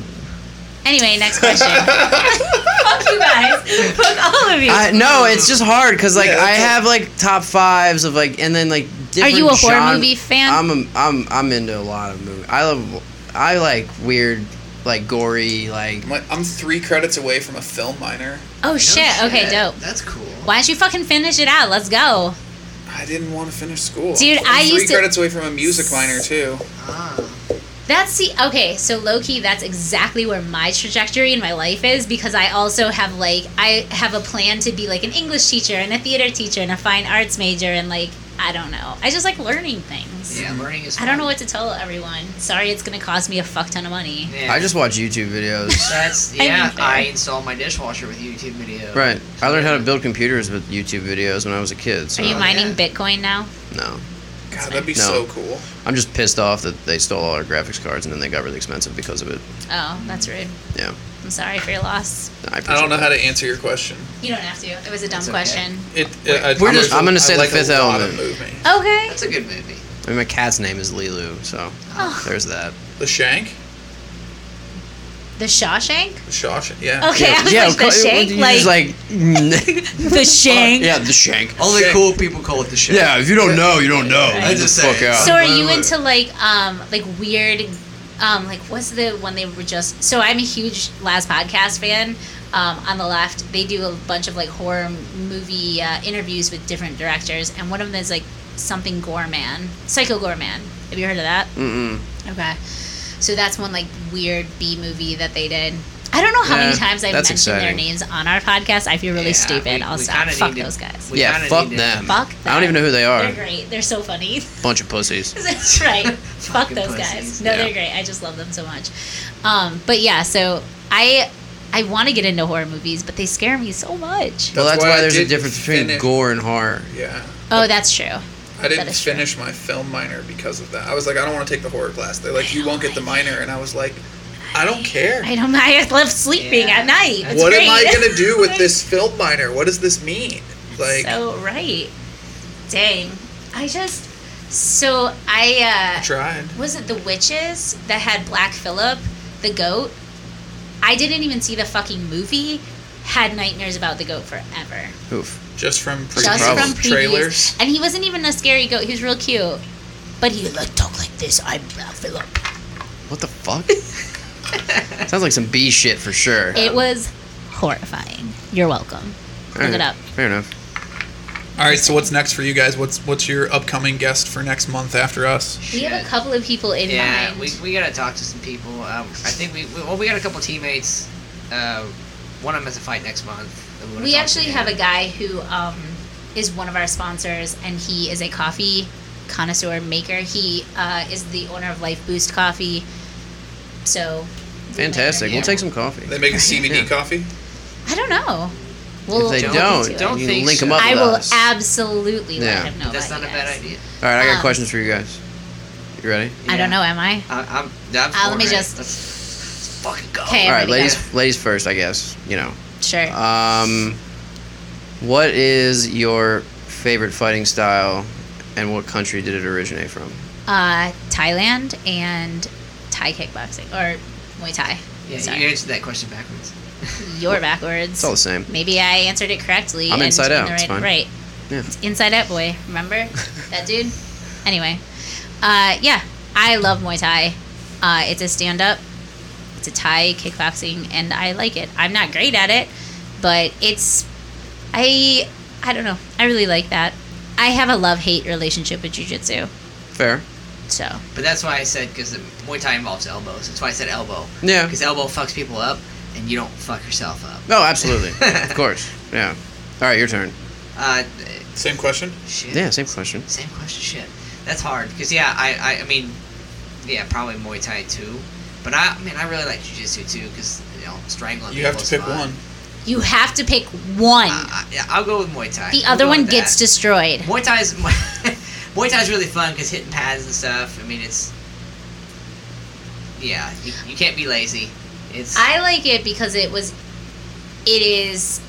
Speaker 1: Anyway, next question. *laughs* Fuck you guys. Fuck all of you.
Speaker 3: I, Uh, no, it's just hard because like
Speaker 5: Yeah,
Speaker 3: I
Speaker 5: that's a-
Speaker 3: have like top fives of like and then like. Different
Speaker 1: you a horror
Speaker 3: gen-
Speaker 1: movie fan?
Speaker 3: I'm a, I'm I'm into a lot of movies. I love I like weird like gory like
Speaker 5: I'm, like, I'm three credits away from a film minor.
Speaker 1: oh
Speaker 2: No
Speaker 1: shit. Okay, dope.
Speaker 2: That's cool.
Speaker 1: Why don't you fucking finish it out? Let's go.
Speaker 5: I didn't want to finish school.
Speaker 1: Dude,
Speaker 5: I'm
Speaker 1: I
Speaker 5: three
Speaker 1: used to-
Speaker 5: credits away from a music minor, too.
Speaker 2: Ah.
Speaker 1: That's the okay. So low key, that's exactly where my trajectory in my life is because I also have like I have a plan to be like an English teacher and a theater teacher and a fine arts major and like I don't know. I just like learning things.
Speaker 2: Yeah, learning is.
Speaker 1: I don't know
Speaker 2: fun.
Speaker 1: what to tell everyone. Sorry, it's gonna cost me a fuck ton of money.
Speaker 2: Yeah.
Speaker 3: I just watch YouTube videos.
Speaker 2: That's
Speaker 1: I mean,
Speaker 2: yeah.
Speaker 1: fair.
Speaker 2: I, installed my dishwasher with YouTube video.
Speaker 3: right. I learned how to build computers with YouTube videos when I was a kid. So
Speaker 1: Are you
Speaker 2: Oh,
Speaker 1: mining
Speaker 2: yeah.
Speaker 1: Bitcoin now?
Speaker 3: no,
Speaker 5: God, that'd be
Speaker 3: No.
Speaker 5: so cool.
Speaker 3: I'm just pissed off that they stole all our graphics cards and then they got really expensive because of it.
Speaker 1: Oh, that's rude.
Speaker 3: Yeah.
Speaker 1: I'm sorry for your loss.
Speaker 3: I,
Speaker 5: I don't know how
Speaker 3: to.
Speaker 5: to answer your question.
Speaker 1: You don't have to. It was a dumb
Speaker 2: It's okay.
Speaker 1: question.
Speaker 5: It.
Speaker 2: Wait,
Speaker 5: I,
Speaker 3: we're
Speaker 5: I
Speaker 3: just-
Speaker 5: like-
Speaker 3: I'm gonna
Speaker 5: I
Speaker 3: say the
Speaker 5: like a
Speaker 3: fifth
Speaker 5: lot of
Speaker 3: element.
Speaker 5: movement.
Speaker 1: Okay.
Speaker 2: That's a good movie.
Speaker 3: I mean, my cat's name is Lilu, so
Speaker 1: Oh,
Speaker 3: there's that.
Speaker 5: The Shank,
Speaker 1: the
Speaker 2: *laughs*
Speaker 1: Shawshank?
Speaker 5: the Shawshank. Yeah.
Speaker 1: Okay, I was like, the
Speaker 3: co-
Speaker 1: shank?
Speaker 3: you
Speaker 1: Like,
Speaker 3: just like
Speaker 1: the *laughs* shank?
Speaker 3: yeah, the shank.
Speaker 2: Only
Speaker 5: Shit.
Speaker 2: cool people call it the shit.
Speaker 3: Yeah, if you don't know, you don't know.
Speaker 2: I
Speaker 3: Get
Speaker 2: just
Speaker 3: the
Speaker 2: say
Speaker 3: fuck
Speaker 2: it.
Speaker 3: out.
Speaker 1: So are you
Speaker 2: Absolutely.
Speaker 1: into like um like weird um like what's the one they were just so I'm a huge Last Podcast fan. Um, on the left, they do a bunch of like horror movie uh, interviews with different directors, and one of them is like something Gorman, Psycho Gorman. Have you heard of that?
Speaker 3: Mm-mm.
Speaker 1: Okay, so that's one like weird B movie that they did. I don't know how
Speaker 3: Yeah,
Speaker 1: many times I've
Speaker 3: that's
Speaker 1: mentioned their
Speaker 3: exciting.
Speaker 1: names on our podcast. I feel really
Speaker 2: Yeah,
Speaker 1: stupid.
Speaker 2: we-
Speaker 1: I'll
Speaker 2: we
Speaker 1: stop.
Speaker 2: kinda
Speaker 1: Fuck
Speaker 2: need to-
Speaker 1: those guys.
Speaker 2: We
Speaker 3: Yeah,
Speaker 2: kinda
Speaker 3: fuck
Speaker 2: need to-
Speaker 3: them.
Speaker 1: Fuck.
Speaker 3: I don't even know who they
Speaker 1: They're
Speaker 3: are.
Speaker 1: great. They're so funny. *laughs*
Speaker 3: Bunch of pussies.
Speaker 1: That's right. Fuck
Speaker 2: Fucking
Speaker 1: those
Speaker 2: pussies.
Speaker 1: guys. No,
Speaker 3: Yeah.
Speaker 1: they're great. I just love them so much. Um, but yeah, so I I want to get into horror movies, but they scare me so much.
Speaker 3: well,
Speaker 5: That's
Speaker 3: that's
Speaker 5: why
Speaker 3: why,
Speaker 5: I
Speaker 3: there's a
Speaker 5: didn't
Speaker 3: difference between
Speaker 5: finish.
Speaker 3: gore and horror.
Speaker 5: Yeah.
Speaker 1: Oh, that's true.
Speaker 5: I didn't
Speaker 1: is true.
Speaker 5: finish my film minor because of that. I was like, I don't want to take the horror class. They're like, you won't get the minor, and I was like, I don't care.
Speaker 1: I don't. I love sleeping
Speaker 2: Yeah.
Speaker 1: at night. It's
Speaker 5: what
Speaker 1: great.
Speaker 5: am I gonna do
Speaker 1: *laughs*
Speaker 5: with this film minor? What does this mean? Like,
Speaker 1: so right. Dang. I just. So I.
Speaker 5: I
Speaker 1: Uh,
Speaker 5: tried.
Speaker 1: was it the witches that had Black Phillip, the goat? I didn't even see the fucking movie. Had nightmares about the goat forever.
Speaker 3: Oof.
Speaker 5: Just from previous
Speaker 1: just
Speaker 3: Problem.
Speaker 1: from previews.
Speaker 5: trailers.
Speaker 1: And he wasn't even a scary goat. He was real cute. But he like talk like this. I'm Black Phillip.
Speaker 3: What the fuck? Sounds like some B shit for sure.
Speaker 1: It was horrifying. You're welcome. Look
Speaker 3: All right.
Speaker 1: it up.
Speaker 3: Fair enough.
Speaker 5: All right, so what's next for you guys? What's what's your upcoming guest for next month after us?
Speaker 1: We have
Speaker 2: Shit.
Speaker 1: a couple of people in
Speaker 2: Yeah,
Speaker 1: mind.
Speaker 2: we, we gotta talk to some people. Um, I think we, we well we got a couple teammates. Uh, one of them has a fight next month. that wanna
Speaker 1: We
Speaker 2: talk
Speaker 1: actually
Speaker 2: to
Speaker 1: have a guy who um, is one of our sponsors, and he is a coffee connoisseur maker. He uh, is the owner of Life Boost Coffee. So
Speaker 3: Fantastic.
Speaker 2: Yeah.
Speaker 3: We'll take some coffee.
Speaker 5: They
Speaker 1: *laughs*
Speaker 5: make a CBD
Speaker 3: Yeah.
Speaker 5: coffee.
Speaker 1: I don't know. We'll
Speaker 3: if they
Speaker 1: look
Speaker 3: don't,
Speaker 1: into it.
Speaker 2: Don't
Speaker 3: you
Speaker 2: think
Speaker 3: link them
Speaker 2: so.
Speaker 3: up
Speaker 1: I
Speaker 3: with
Speaker 1: will
Speaker 3: us.
Speaker 1: absolutely
Speaker 3: Yeah.
Speaker 1: let him know.
Speaker 2: But That's
Speaker 1: about
Speaker 2: not a
Speaker 1: you
Speaker 2: bad
Speaker 1: guys.
Speaker 2: idea.
Speaker 3: All right, I got
Speaker 1: Um,
Speaker 3: questions for you guys. You ready?
Speaker 1: I don't know. Am I?
Speaker 2: I, I'm. I'm
Speaker 1: Uh, let me
Speaker 2: for it.
Speaker 1: just-
Speaker 2: Let's, let's fucking go.
Speaker 1: Okay.
Speaker 3: All right,
Speaker 1: ready,
Speaker 3: ladies, ladies first, I guess. You know,
Speaker 1: Sure.
Speaker 3: Um, what is your favorite fighting style, and what country did it originate from?
Speaker 1: Uh, Thailand and Thai kickboxing or Muay Thai.
Speaker 2: Yeah,
Speaker 1: Sorry.
Speaker 2: you answered that question backwards.
Speaker 1: You're backwards.
Speaker 3: It's all the same.
Speaker 1: Maybe I answered it correctly.
Speaker 3: I'm
Speaker 1: and
Speaker 3: inside
Speaker 1: in the
Speaker 3: out, it's
Speaker 1: Right,
Speaker 3: fine.
Speaker 1: right.
Speaker 3: Yeah.
Speaker 1: It's Inside Out Boy.
Speaker 3: *laughs*
Speaker 1: Remember that dude? Anyway, uh, yeah, I love Muay Thai. Uh, it's a stand up, it's a Thai kickboxing, and I like it. I'm not great at it, but it's. I I don't know. I really like that. I have a love hate relationship with Jiu Jitsu.
Speaker 3: Fair.
Speaker 1: So,
Speaker 2: But that's why I said because Muay Thai involves elbows. That's why I said elbow.
Speaker 3: Yeah.
Speaker 2: Because elbow fucks people up, and you don't fuck yourself up.
Speaker 1: *laughs*
Speaker 3: No, absolutely. of course. Yeah. All right, your turn.
Speaker 2: Uh,
Speaker 5: Same question.
Speaker 2: shit.
Speaker 3: Yeah, same question.
Speaker 2: Same question. Shit. That's hard because yeah, I, I I mean, yeah, probably Muay Thai too. But I, I mean, I really like Jiu Jitsu too because you know strangling.
Speaker 5: You have
Speaker 2: people
Speaker 5: to
Speaker 2: is
Speaker 5: pick
Speaker 2: fun.
Speaker 5: one.
Speaker 1: you have to pick one.
Speaker 2: I, Uh, I, I'll go with Muay Thai.
Speaker 1: the
Speaker 2: We'll
Speaker 1: other
Speaker 2: go
Speaker 1: one
Speaker 2: with
Speaker 1: gets
Speaker 2: that.
Speaker 1: destroyed.
Speaker 2: Muay Thai is *laughs* Muay Thai is really fun because hitting pads and stuff. I mean, it's yeah, you, you can't be lazy. It's
Speaker 1: I like it because it was, it is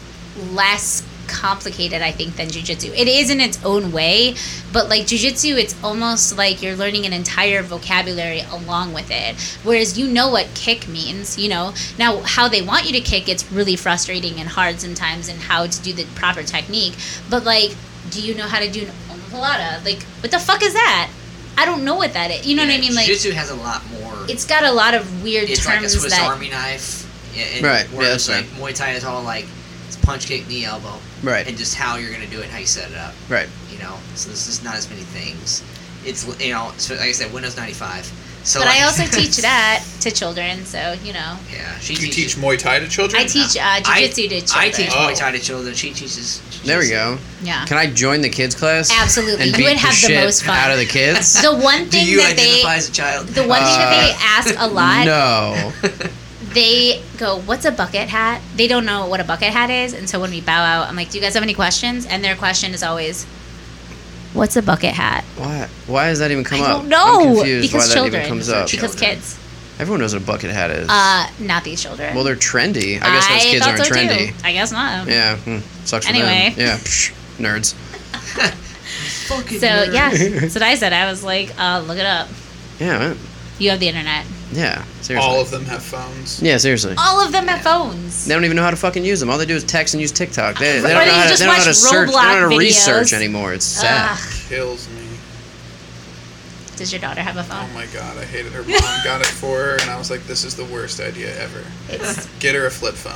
Speaker 1: less complicated, I think, than jujitsu. It is in its own way, but like jujitsu, it's almost like you're learning an entire vocabulary along with it. Whereas you know what kick means, you know. Now, how they want you to kick, it's really frustrating and hard sometimes, and how to do the proper technique. But like, do you know how to do an omoplata? Like, what the fuck is that? I don't know what that is. You know what I mean? Like,
Speaker 2: Jiu Jitsu has a lot more.
Speaker 1: it's got a lot of weird
Speaker 2: it's like a
Speaker 1: terms
Speaker 2: Swiss
Speaker 1: that.
Speaker 2: Army knife. And
Speaker 3: Right, yeah,
Speaker 2: Whereas
Speaker 3: that's
Speaker 2: like Muay Thai is all like it's punch, kick, knee, elbow,
Speaker 3: Right.
Speaker 2: and just how you're gonna do it, and how you set it up.
Speaker 3: Right.
Speaker 2: You know, so there's just not as many things. It's you know, so like I said, Windows ninety five. So
Speaker 1: But
Speaker 2: like,
Speaker 1: I also
Speaker 2: *laughs*
Speaker 1: teach that to children, so you know,
Speaker 2: Yeah, she
Speaker 4: Do you
Speaker 2: teaches.
Speaker 4: teach Muay Thai to children?
Speaker 1: I teach uh, jujitsu to children.
Speaker 2: I teach
Speaker 4: Oh.
Speaker 2: Muay Thai to children. She teaches.
Speaker 3: There we go.
Speaker 1: Yeah,
Speaker 3: Can I join the kids class?
Speaker 1: Uh-huh. Absolutely.
Speaker 3: And
Speaker 1: You
Speaker 3: beat
Speaker 1: would have the
Speaker 3: shit
Speaker 1: most fun.
Speaker 3: out of
Speaker 1: *laughs*
Speaker 3: the kids.
Speaker 1: the
Speaker 3: *laughs*
Speaker 1: one
Speaker 2: Do
Speaker 1: thing
Speaker 2: you
Speaker 1: that they,
Speaker 2: identify as a child?
Speaker 1: the
Speaker 2: *laughs*
Speaker 1: one thing that they ask a lot,
Speaker 3: No.
Speaker 1: they go, "What's a bucket hat?" They don't know what a bucket hat is, and so when we bow out, I'm like, "Do you guys have any questions?" And their question is always, "What's a bucket hat?"
Speaker 3: Why? Why does that even come
Speaker 1: I
Speaker 3: up?
Speaker 1: don't know
Speaker 3: I'm confused
Speaker 1: because
Speaker 3: why
Speaker 1: children,
Speaker 3: that even comes up.
Speaker 1: because kids,
Speaker 3: Everyone knows what a bucket hat is.
Speaker 1: uh, not these children.
Speaker 3: well, they're trendy. I guess those kids
Speaker 1: thought
Speaker 3: aren't
Speaker 1: so
Speaker 3: trendy.
Speaker 1: Too. I guess not.
Speaker 3: Yeah. Hmm. Sucks for
Speaker 1: Anyway.
Speaker 3: them. Yeah. Psh, nerds.
Speaker 2: Fucking
Speaker 1: So
Speaker 2: nerd.
Speaker 1: yeah, that's what I said. I was like, uh, "Look it up.
Speaker 3: Yeah. man.
Speaker 1: You have the internet.
Speaker 3: Yeah. Seriously.
Speaker 4: All of them have phones.
Speaker 3: yeah. Seriously.
Speaker 1: All of them have phones."
Speaker 3: They don't even know how to fucking use them. All they do is text and use TikTok. They, they
Speaker 1: Or
Speaker 3: don't know
Speaker 1: they
Speaker 3: how to,
Speaker 1: just
Speaker 3: they don't know how to
Speaker 1: watch
Speaker 3: search. They don't know how to
Speaker 1: Roblox
Speaker 3: research
Speaker 1: videos.
Speaker 3: anymore. It's sad.
Speaker 1: Ugh.
Speaker 4: Kills me.
Speaker 1: Does your daughter have a
Speaker 4: Oh
Speaker 1: phone?
Speaker 4: my god, I hated her mom. Got it for her, and I was like, this is the worst idea ever.
Speaker 1: It's,
Speaker 4: Get her a flip phone.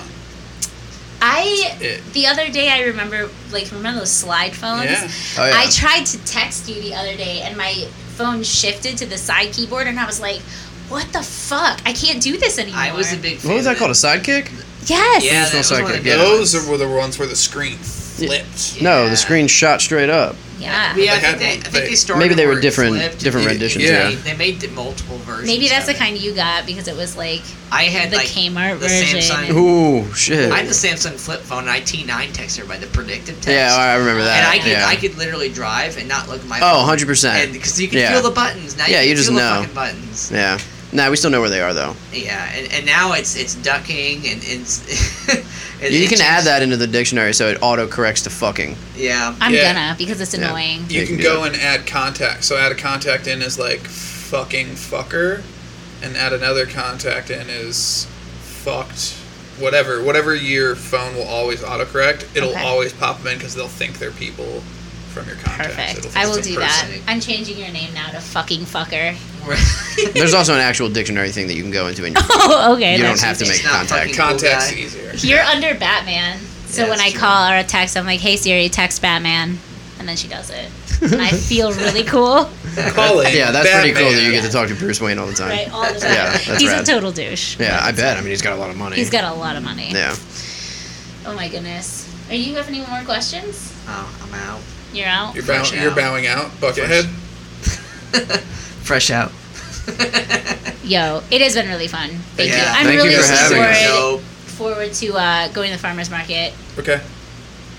Speaker 1: I
Speaker 4: It.
Speaker 1: the other day I remember like remember those slide phones?
Speaker 4: Yeah.
Speaker 3: Oh, yeah.
Speaker 1: I tried to text you the other day and my phone shifted to the side keyboard and I was like, "What the fuck? I can't do this anymore."
Speaker 2: I was a big. Fan
Speaker 3: what was that
Speaker 2: of
Speaker 3: called? A
Speaker 2: it.
Speaker 3: sidekick?
Speaker 1: yes.
Speaker 2: Yeah, that was
Speaker 3: Personal
Speaker 2: one of
Speaker 3: sidekick,
Speaker 2: the
Speaker 3: yeah.
Speaker 2: big
Speaker 4: Those
Speaker 2: ones.
Speaker 4: are the ones where the screen flipped.
Speaker 3: No,
Speaker 2: Yeah.
Speaker 3: the screen shot straight up.
Speaker 1: Yeah.
Speaker 2: Uh, Yeah, I think
Speaker 4: They had
Speaker 2: they, I
Speaker 4: one.
Speaker 2: think
Speaker 4: They-
Speaker 2: they started.
Speaker 3: Maybe they were
Speaker 2: where it
Speaker 3: different-
Speaker 2: flipped.
Speaker 3: different
Speaker 2: They-
Speaker 3: renditions,
Speaker 2: They,
Speaker 4: yeah.
Speaker 2: they made the multiple versions.
Speaker 1: Maybe that's the
Speaker 2: of it.
Speaker 1: kind you got because it was like
Speaker 2: I had
Speaker 1: the
Speaker 2: like
Speaker 1: Kmart
Speaker 2: the
Speaker 1: version.
Speaker 2: Samsung-
Speaker 3: Ooh, shit.
Speaker 2: I had the Samsung flip phone. And I T9 texted her by the predictive text.
Speaker 3: Yeah, I remember that.
Speaker 2: and I could
Speaker 3: yeah.
Speaker 2: I could literally drive and not look at my.
Speaker 3: Oh,
Speaker 2: phone.
Speaker 3: 100%.
Speaker 2: And because you can
Speaker 3: Yeah.
Speaker 2: feel the buttons now.
Speaker 3: Yeah,
Speaker 2: you,
Speaker 3: you
Speaker 2: can
Speaker 3: just
Speaker 2: feel
Speaker 3: know.
Speaker 2: the fucking buttons.
Speaker 3: yeah. Nah, we still know where they are though.
Speaker 2: Yeah, and, and now it's it's ducking and, and it's. *laughs* it-
Speaker 3: you
Speaker 2: it
Speaker 3: can
Speaker 2: changed-
Speaker 3: add that into the dictionary so it auto corrects to fucking.
Speaker 2: Yeah. *laughs*
Speaker 1: I'm
Speaker 4: Yeah.
Speaker 1: gonna because it's
Speaker 3: Yeah.
Speaker 1: annoying.
Speaker 4: You
Speaker 3: Yeah,
Speaker 4: can
Speaker 3: you can do
Speaker 4: go
Speaker 3: that.
Speaker 4: and add contact. So add a contact in is like fucking fucker, and add another contact in is fucked. Whatever, whatever your phone will always autocorrect, it'll
Speaker 1: Okay.
Speaker 4: always pop them in because they'll think they're people from your contacts. It'll
Speaker 1: Perfect.
Speaker 4: think
Speaker 1: I will
Speaker 4: it's a
Speaker 1: do
Speaker 4: person.
Speaker 1: that. I'm changing your name now to fucking fucker. *laughs*
Speaker 3: There's also an actual dictionary thing that you can go into and you
Speaker 1: Oh, okay.
Speaker 3: don't
Speaker 1: that's
Speaker 3: have to
Speaker 2: easy.
Speaker 3: make
Speaker 2: It's not
Speaker 3: contact.
Speaker 2: fucking-
Speaker 4: Contact's
Speaker 2: Cool guy.
Speaker 4: easier.
Speaker 1: You're under Batman. So
Speaker 2: Yeah,
Speaker 1: when I
Speaker 2: that's
Speaker 1: call or a text, I'm like, "Hey Siri, text Batman," and then she does it, and *laughs* I feel really cool,
Speaker 4: Calling
Speaker 3: Yeah, that's pretty cool
Speaker 4: Batman.
Speaker 3: that you get to talk to Bruce Wayne all the
Speaker 1: *laughs*
Speaker 3: time.
Speaker 1: right? All the time.
Speaker 3: Yeah, that's
Speaker 1: He's
Speaker 3: rad.
Speaker 1: a total douche.
Speaker 3: Yeah, I bet. I mean, he's got a lot of money.
Speaker 1: He's got a lot of money.
Speaker 3: Yeah.
Speaker 1: Oh my goodness. Are you have any more questions?
Speaker 2: Oh, I'm out.
Speaker 1: You're out.
Speaker 4: You're, bow-
Speaker 2: Fresh
Speaker 4: you're
Speaker 2: out.
Speaker 4: bowing out, buckethead.
Speaker 2: Fresh out.
Speaker 1: Yo, it has been really fun. Thank you.
Speaker 2: Yeah.
Speaker 1: I'm
Speaker 3: Thank you
Speaker 1: really
Speaker 3: for
Speaker 1: looking
Speaker 3: having
Speaker 1: forward,
Speaker 3: us.
Speaker 2: So,
Speaker 1: forward to uh, going to the farmers market.
Speaker 4: Okay.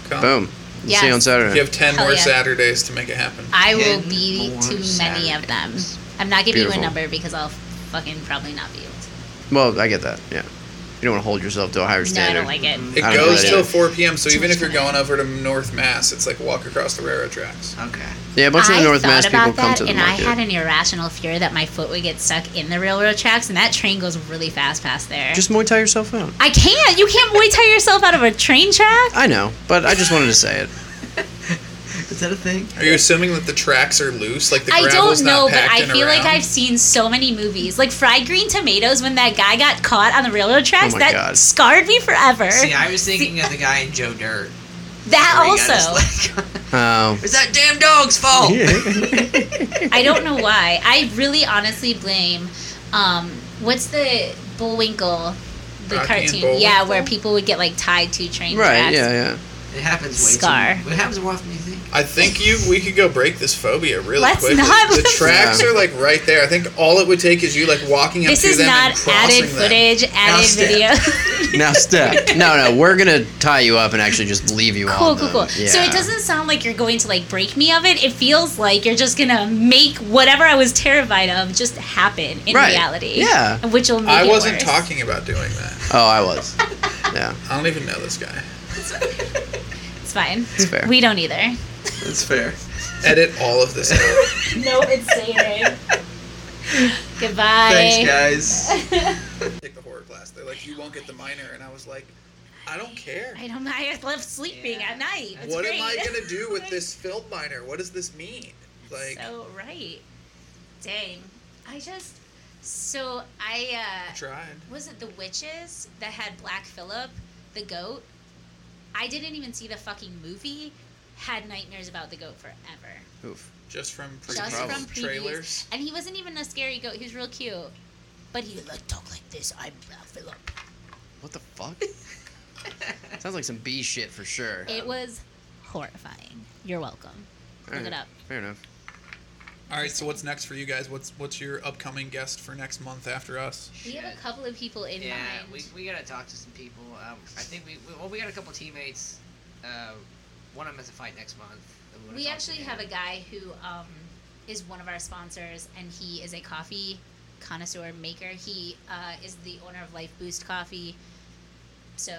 Speaker 4: Come.
Speaker 3: Boom. We'll See you on
Speaker 1: Yes.
Speaker 3: Saturday.
Speaker 4: You have ten
Speaker 1: Hell
Speaker 4: more
Speaker 1: yeah.
Speaker 4: Saturdays to make it happen.
Speaker 1: I will
Speaker 2: Ten
Speaker 1: be
Speaker 2: more
Speaker 1: to many of them.
Speaker 2: Saturdays.
Speaker 1: I'm not giving
Speaker 3: Beautiful.
Speaker 1: you a number because I'll fucking probably not be able to.
Speaker 3: Well, I get that. Yeah. You don't want to hold yourself to a higher
Speaker 1: No, I
Speaker 3: standard. Mm-hmm.
Speaker 1: don't like it.
Speaker 4: It
Speaker 3: I don't know
Speaker 4: goes
Speaker 3: that
Speaker 4: till
Speaker 3: either.
Speaker 4: 4 p.m. So
Speaker 1: Too
Speaker 4: even
Speaker 1: much
Speaker 4: if you're
Speaker 1: time.
Speaker 4: going over to North Mass, it's like walk across the railroad tracks.
Speaker 2: okay.
Speaker 3: yeah, a bunch of
Speaker 1: I
Speaker 3: the North
Speaker 1: thought
Speaker 3: Mass
Speaker 1: about
Speaker 3: people come
Speaker 1: that,
Speaker 3: to the
Speaker 1: and
Speaker 3: market.
Speaker 1: I had an irrational fear that my foot would get stuck in the railroad tracks, and that train goes really fast past there.
Speaker 3: Just Muay Thai yourself out.
Speaker 1: I can't. You can't Muay Thai yourself out of a train track.
Speaker 3: I know, but I just wanted to say it.
Speaker 2: Is that a thing?
Speaker 4: Are you assuming that the tracks are loose, like *laughs* the
Speaker 1: I
Speaker 4: gravel's
Speaker 1: don't know,
Speaker 4: not
Speaker 1: but
Speaker 4: packed
Speaker 1: I
Speaker 4: in
Speaker 1: feel
Speaker 4: around?
Speaker 1: like I've seen so many movies, like Fried Green Tomatoes. When that guy got caught on the railroad tracks,
Speaker 3: Oh my
Speaker 1: that
Speaker 3: God.
Speaker 1: scarred me forever.
Speaker 2: See, I was thinking of the guy in Joe Dirt.
Speaker 1: that
Speaker 2: where he got his
Speaker 4: *laughs*
Speaker 1: also,
Speaker 2: leg-
Speaker 3: Um,
Speaker 2: It's that damn dog's fault.
Speaker 1: I don't know why. I really, honestly blame. Um, what's the Bullwinkle, the
Speaker 4: Rocky and
Speaker 1: cartoon? Yeah, where
Speaker 4: Bullwinkle?
Speaker 1: people would get like tied to train
Speaker 3: right,
Speaker 1: tracks.
Speaker 3: yeah, yeah.
Speaker 2: It happens way
Speaker 1: Scar.
Speaker 2: too. It happens more often than you think.
Speaker 4: I think you we could go break this phobia really
Speaker 1: Let's
Speaker 4: quickly.
Speaker 1: not.
Speaker 4: The tracks
Speaker 3: Yeah.
Speaker 4: are like right there. I think all it would take is you like walking up
Speaker 1: This
Speaker 4: to
Speaker 1: is
Speaker 4: them
Speaker 1: not
Speaker 4: and crossing
Speaker 1: added
Speaker 4: them.
Speaker 1: footage, added
Speaker 2: step.
Speaker 1: video.
Speaker 4: *laughs*
Speaker 3: Now
Speaker 1: *laughs*
Speaker 3: step. No, no, we're gonna tie you up and actually just leave you
Speaker 1: cool,
Speaker 3: on.
Speaker 1: cool,
Speaker 3: the-
Speaker 1: cool.
Speaker 3: Yeah.
Speaker 1: So it doesn't sound like you're going to like break me of it. It feels like you're just gonna make whatever I was terrified of just happen in
Speaker 3: Right.
Speaker 1: reality.
Speaker 3: Yeah.
Speaker 1: And Which will make
Speaker 4: I
Speaker 1: it
Speaker 4: wasn't
Speaker 1: worse.
Speaker 4: talking about doing that.
Speaker 3: Oh, I was. Yeah,
Speaker 4: I don't even know this guy.
Speaker 1: It's fine.
Speaker 3: it's fair.
Speaker 1: We don't either.
Speaker 2: That's *laughs* fair.
Speaker 4: Edit all of this out.
Speaker 1: no, it's safe. *laughs* Goodbye.
Speaker 2: guys.
Speaker 4: Take the horror class. They're like, you won't get the minor, and I was like, I don't care.
Speaker 1: *laughs* I don't. I love sleeping at night. It's
Speaker 4: what
Speaker 1: great.
Speaker 4: am I gonna do with
Speaker 1: *laughs*
Speaker 4: this film minor? What does this mean? Like,
Speaker 1: So right. Dang. I just. So I. uh...
Speaker 4: tried.
Speaker 1: was it the witches that had Black Phillip, the goat? I didn't even see the fucking movie. had nightmares about the goat forever.
Speaker 3: Oof.
Speaker 5: Just from previous
Speaker 1: Just
Speaker 3: problem.
Speaker 1: from previews.
Speaker 5: trailers.
Speaker 1: And he wasn't even a scary goat. He was real cute. But he would like talk like this. I'm Black Phillip.
Speaker 3: What
Speaker 1: *laughs*
Speaker 3: the fuck? Sounds like some B shit for sure.
Speaker 1: It was horrifying. You're welcome.
Speaker 3: All
Speaker 1: Look it up.
Speaker 3: Fair enough.
Speaker 5: All right, so what's next for you guys? What's what's your upcoming guest for next month after us?
Speaker 1: We have a
Speaker 2: Shit.
Speaker 1: couple of people in
Speaker 2: Yeah,
Speaker 1: mind.
Speaker 2: we, we gotta talk to some people. Um, I think we, we well we got a couple teammates. Uh, one of them has a fight next month. that wanna
Speaker 1: We
Speaker 2: talk to
Speaker 1: actually
Speaker 2: him.
Speaker 1: have a guy who um, is one of our sponsors, and he is a coffee connoisseur maker. He uh, is the owner of Life Boost Coffee. So we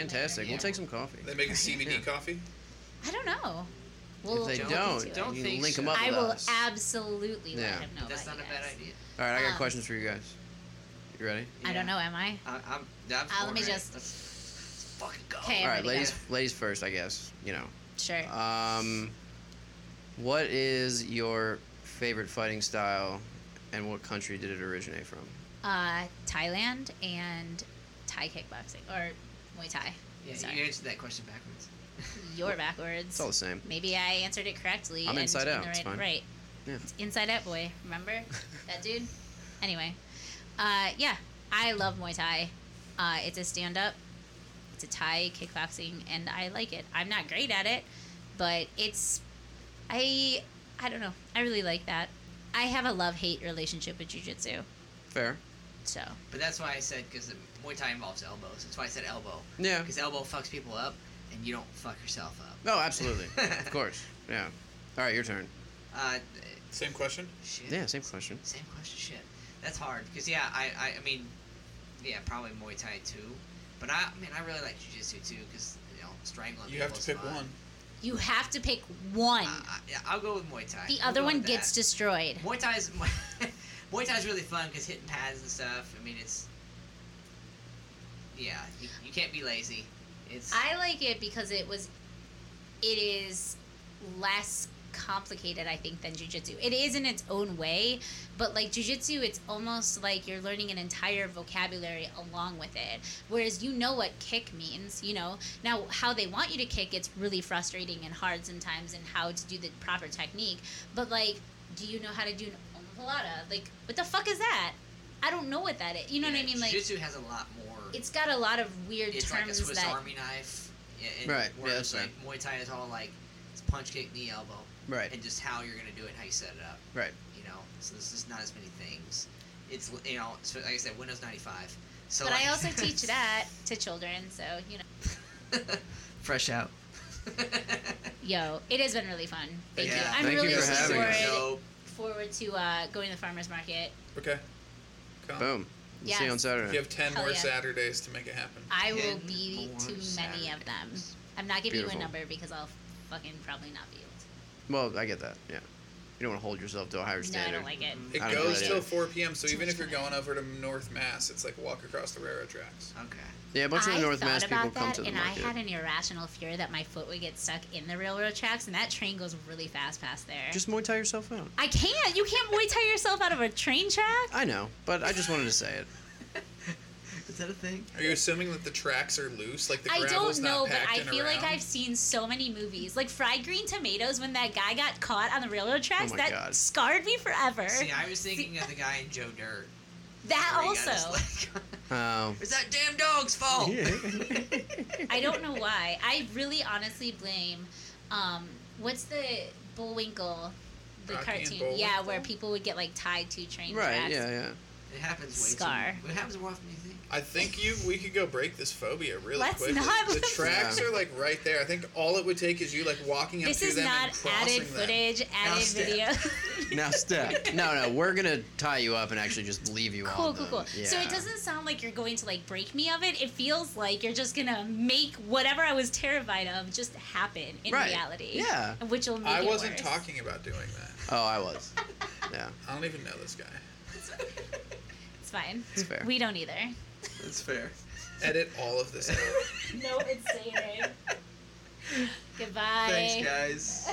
Speaker 1: might
Speaker 3: Fantastic.
Speaker 1: interview
Speaker 3: We'll
Speaker 1: him.
Speaker 3: take some coffee.
Speaker 5: They make a CBD
Speaker 1: *laughs*
Speaker 3: *laughs* Yeah.
Speaker 5: coffee.
Speaker 1: I don't know.
Speaker 3: If
Speaker 1: We'll
Speaker 3: they
Speaker 1: look
Speaker 3: don't,
Speaker 1: into it.
Speaker 2: Don't
Speaker 3: you
Speaker 2: think
Speaker 3: link them
Speaker 2: so.
Speaker 3: up
Speaker 1: I
Speaker 3: with
Speaker 1: will
Speaker 3: us.
Speaker 1: absolutely
Speaker 3: Yeah.
Speaker 1: let him know.
Speaker 2: That's
Speaker 1: about
Speaker 2: not
Speaker 1: you
Speaker 2: a bad
Speaker 1: guys.
Speaker 2: idea.
Speaker 3: All right, I got
Speaker 1: Um,
Speaker 3: questions for you guys. You ready?
Speaker 1: I don't know. Am I?
Speaker 2: I, I'm. I'm
Speaker 1: Uh, let me
Speaker 2: for it.
Speaker 1: just-
Speaker 2: Let's, let's fucking go.
Speaker 1: Okay.
Speaker 3: All right,
Speaker 1: ready,
Speaker 3: ladies, ladies first, I guess. You know,
Speaker 1: Sure.
Speaker 3: um, what is your favorite fighting style, and what country did it originate from?
Speaker 1: Uh, Thailand and Thai kickboxing or Muay Thai.
Speaker 2: Yeah,
Speaker 1: Sorry.
Speaker 2: you answered that question backwards.
Speaker 1: You're backwards.
Speaker 3: It's all the same.
Speaker 1: Maybe I answered it correctly.
Speaker 3: I'm
Speaker 1: and
Speaker 3: inside
Speaker 1: in
Speaker 3: out,
Speaker 1: the
Speaker 3: it's
Speaker 1: Right,
Speaker 3: fine.
Speaker 1: right.
Speaker 3: Yeah.
Speaker 1: Inside Out boy.
Speaker 3: *laughs*
Speaker 1: Remember that dude? Anyway, uh, yeah, I love Muay Thai. Uh, it's a stand up. It's a Thai kickboxing, and I like it. I'm not great at it, but it's I I don't know. I really like that. I have a love hate relationship with jujitsu,
Speaker 3: Fair.
Speaker 1: so
Speaker 2: But that's why I said because Muay Thai involves elbows. That's why I said elbow.
Speaker 3: Yeah.
Speaker 2: Because elbow fucks people up, and you don't fuck yourself up. *laughs*
Speaker 3: No, absolutely. of course. Yeah. All right, your turn.
Speaker 2: Uh,
Speaker 5: Same question.
Speaker 2: shit.
Speaker 3: Yeah, same question.
Speaker 2: Same question. Shit. That's hard. Because yeah, I, I I mean, yeah, probably Muay Thai too. But I, I mean, I really like Jiu Jitsu too because you know strangling.
Speaker 5: You have
Speaker 2: people
Speaker 5: to
Speaker 2: is
Speaker 5: pick
Speaker 2: fun.
Speaker 5: one.
Speaker 1: you have to pick one.
Speaker 2: Uh, I, yeah, I'll go with Muay Thai.
Speaker 1: the
Speaker 2: We'll
Speaker 1: other
Speaker 2: go
Speaker 1: one
Speaker 2: with
Speaker 1: gets
Speaker 2: that.
Speaker 1: destroyed.
Speaker 2: Muay Thai's *laughs* Muay Thai's really fun because hitting pads and stuff. I mean, it's yeah, you, you can't be lazy. It's
Speaker 1: I like it because it was, it is less complicated, I think, than jujitsu. It is in its own way, but like jujitsu, it's almost like you're learning an entire vocabulary along with it. Whereas you know what kick means, you know. Now, how they want you to kick, it's really frustrating and hard sometimes, and how to do the proper technique. But like, do you know how to do an omoplata? Like, what the fuck is that? I don't know what that is. You know what I mean? Like,
Speaker 2: Jiu Jitsu has a lot more.
Speaker 1: it's got a lot of weird
Speaker 2: it's like a
Speaker 1: terms
Speaker 2: Swiss
Speaker 1: that.
Speaker 2: Army knife. yeah, And
Speaker 3: Right, yeah,
Speaker 2: Whereas
Speaker 3: that's
Speaker 2: like Muay Thai is all like it's punch, kick, knee, elbow,
Speaker 3: Right.
Speaker 2: and just how you're gonna do it, and how you set it up.
Speaker 3: Right.
Speaker 2: You know, so there's just not as many things. It's you know, so like I said, Windows 95. So
Speaker 1: But
Speaker 2: like,
Speaker 1: I
Speaker 2: *laughs*
Speaker 3: *laughs*
Speaker 1: also teach that to children, so you know.
Speaker 2: fresh out.
Speaker 1: Yo, it has been really fun. Thank you.
Speaker 2: Yeah.
Speaker 1: I'm
Speaker 3: Thank you
Speaker 1: really
Speaker 3: for having
Speaker 1: forward,
Speaker 3: us.
Speaker 2: So
Speaker 1: forward to uh, going to the farmers market.
Speaker 5: Okay. Come.
Speaker 3: Boom. We'll See you on
Speaker 1: Yes.
Speaker 3: Saturday.
Speaker 5: You have ten
Speaker 1: Hell
Speaker 5: more
Speaker 1: yeah.
Speaker 5: Saturdays to make it happen.
Speaker 1: I will
Speaker 2: Ten
Speaker 1: be
Speaker 2: more
Speaker 1: to many of them.
Speaker 2: Saturdays.
Speaker 1: I'm not giving
Speaker 3: Beautiful.
Speaker 1: you a number because I'll fucking probably not be able to.
Speaker 3: Well, I get that. Yeah. You don't want to hold yourself to a higher
Speaker 1: No, I don't
Speaker 3: standard. Mm-hmm.
Speaker 1: like it.
Speaker 5: It
Speaker 3: I don't
Speaker 5: goes
Speaker 3: know.
Speaker 5: till 4 p.m. So even if you're
Speaker 1: much money.
Speaker 5: going over to North Mass, it's like walk across the railroad tracks.
Speaker 2: okay.
Speaker 3: yeah, a bunch of
Speaker 1: I
Speaker 3: the North
Speaker 1: thought
Speaker 3: Mass people
Speaker 1: about
Speaker 3: come
Speaker 1: that,
Speaker 3: to the
Speaker 1: and
Speaker 3: market.
Speaker 1: I had an irrational fear that my foot would get stuck in the railroad tracks, and that train goes really fast past there.
Speaker 3: Just Muay Thai yourself out.
Speaker 1: I can't. You can't Muay Thai yourself out of a train track.
Speaker 3: I know, but I just wanted to say it.
Speaker 2: Is that a thing?
Speaker 5: Are you assuming that the tracks are loose, like the
Speaker 1: I
Speaker 5: gravel's
Speaker 1: don't know,
Speaker 5: not
Speaker 1: but
Speaker 5: packed
Speaker 1: I
Speaker 5: in
Speaker 1: feel like
Speaker 5: around?
Speaker 1: I've seen so many movies. Like Fried Green Tomatoes, when that guy got caught on the railroad tracks,
Speaker 3: my
Speaker 1: that
Speaker 3: God.
Speaker 1: scarred me forever.
Speaker 2: See, I was thinking of the guy in Joe Dirt.
Speaker 1: that
Speaker 2: where he got his
Speaker 1: also.
Speaker 5: *laughs*
Speaker 2: leg-
Speaker 3: Um,
Speaker 2: *laughs* it's that damn dog's fault.
Speaker 1: Oh. *laughs* I don't know why. I really honestly blame. Um, what's the Bullwinkle, the
Speaker 5: Rocky and
Speaker 1: cartoon? Yeah, where
Speaker 5: Bullwinkle?
Speaker 1: people would get like tied to train
Speaker 3: right,
Speaker 1: tracks.
Speaker 3: yeah, yeah.
Speaker 2: *laughs* It happens way
Speaker 1: Scar.
Speaker 2: too. It happens more often than you think.
Speaker 5: I think you we could go break this phobia really
Speaker 1: Let's
Speaker 5: quickly.
Speaker 1: not.
Speaker 5: the tracks
Speaker 3: Yeah.
Speaker 5: are like right there. I think all it would take is you like walking up
Speaker 1: This
Speaker 5: to
Speaker 1: is
Speaker 5: them
Speaker 1: not
Speaker 5: and crossing
Speaker 1: added
Speaker 5: them.
Speaker 1: footage, added
Speaker 2: step.
Speaker 1: video.
Speaker 5: *laughs*
Speaker 3: Now step. No, no, we're gonna tie you up and actually just leave you
Speaker 1: cool,
Speaker 3: on
Speaker 1: cool,
Speaker 3: them.
Speaker 1: cool.
Speaker 3: Yeah.
Speaker 1: So it doesn't sound like you're going to like break me of it. It feels like you're just gonna make whatever I was terrified of just happen in
Speaker 3: Right.
Speaker 1: reality.
Speaker 3: Yeah.
Speaker 1: And Which will make
Speaker 5: I
Speaker 1: it
Speaker 5: wasn't
Speaker 1: worse.
Speaker 5: talking about doing that.
Speaker 3: Oh, I
Speaker 1: *laughs*
Speaker 3: was. Yeah,
Speaker 5: I don't even know this guy.
Speaker 1: It's fine.
Speaker 3: it's fair.
Speaker 1: We don't either. *laughs*
Speaker 2: That's fair.
Speaker 5: Edit all of this out.
Speaker 1: no, it's saving. *laughs* Goodbye. *laughs*
Speaker 2: guys.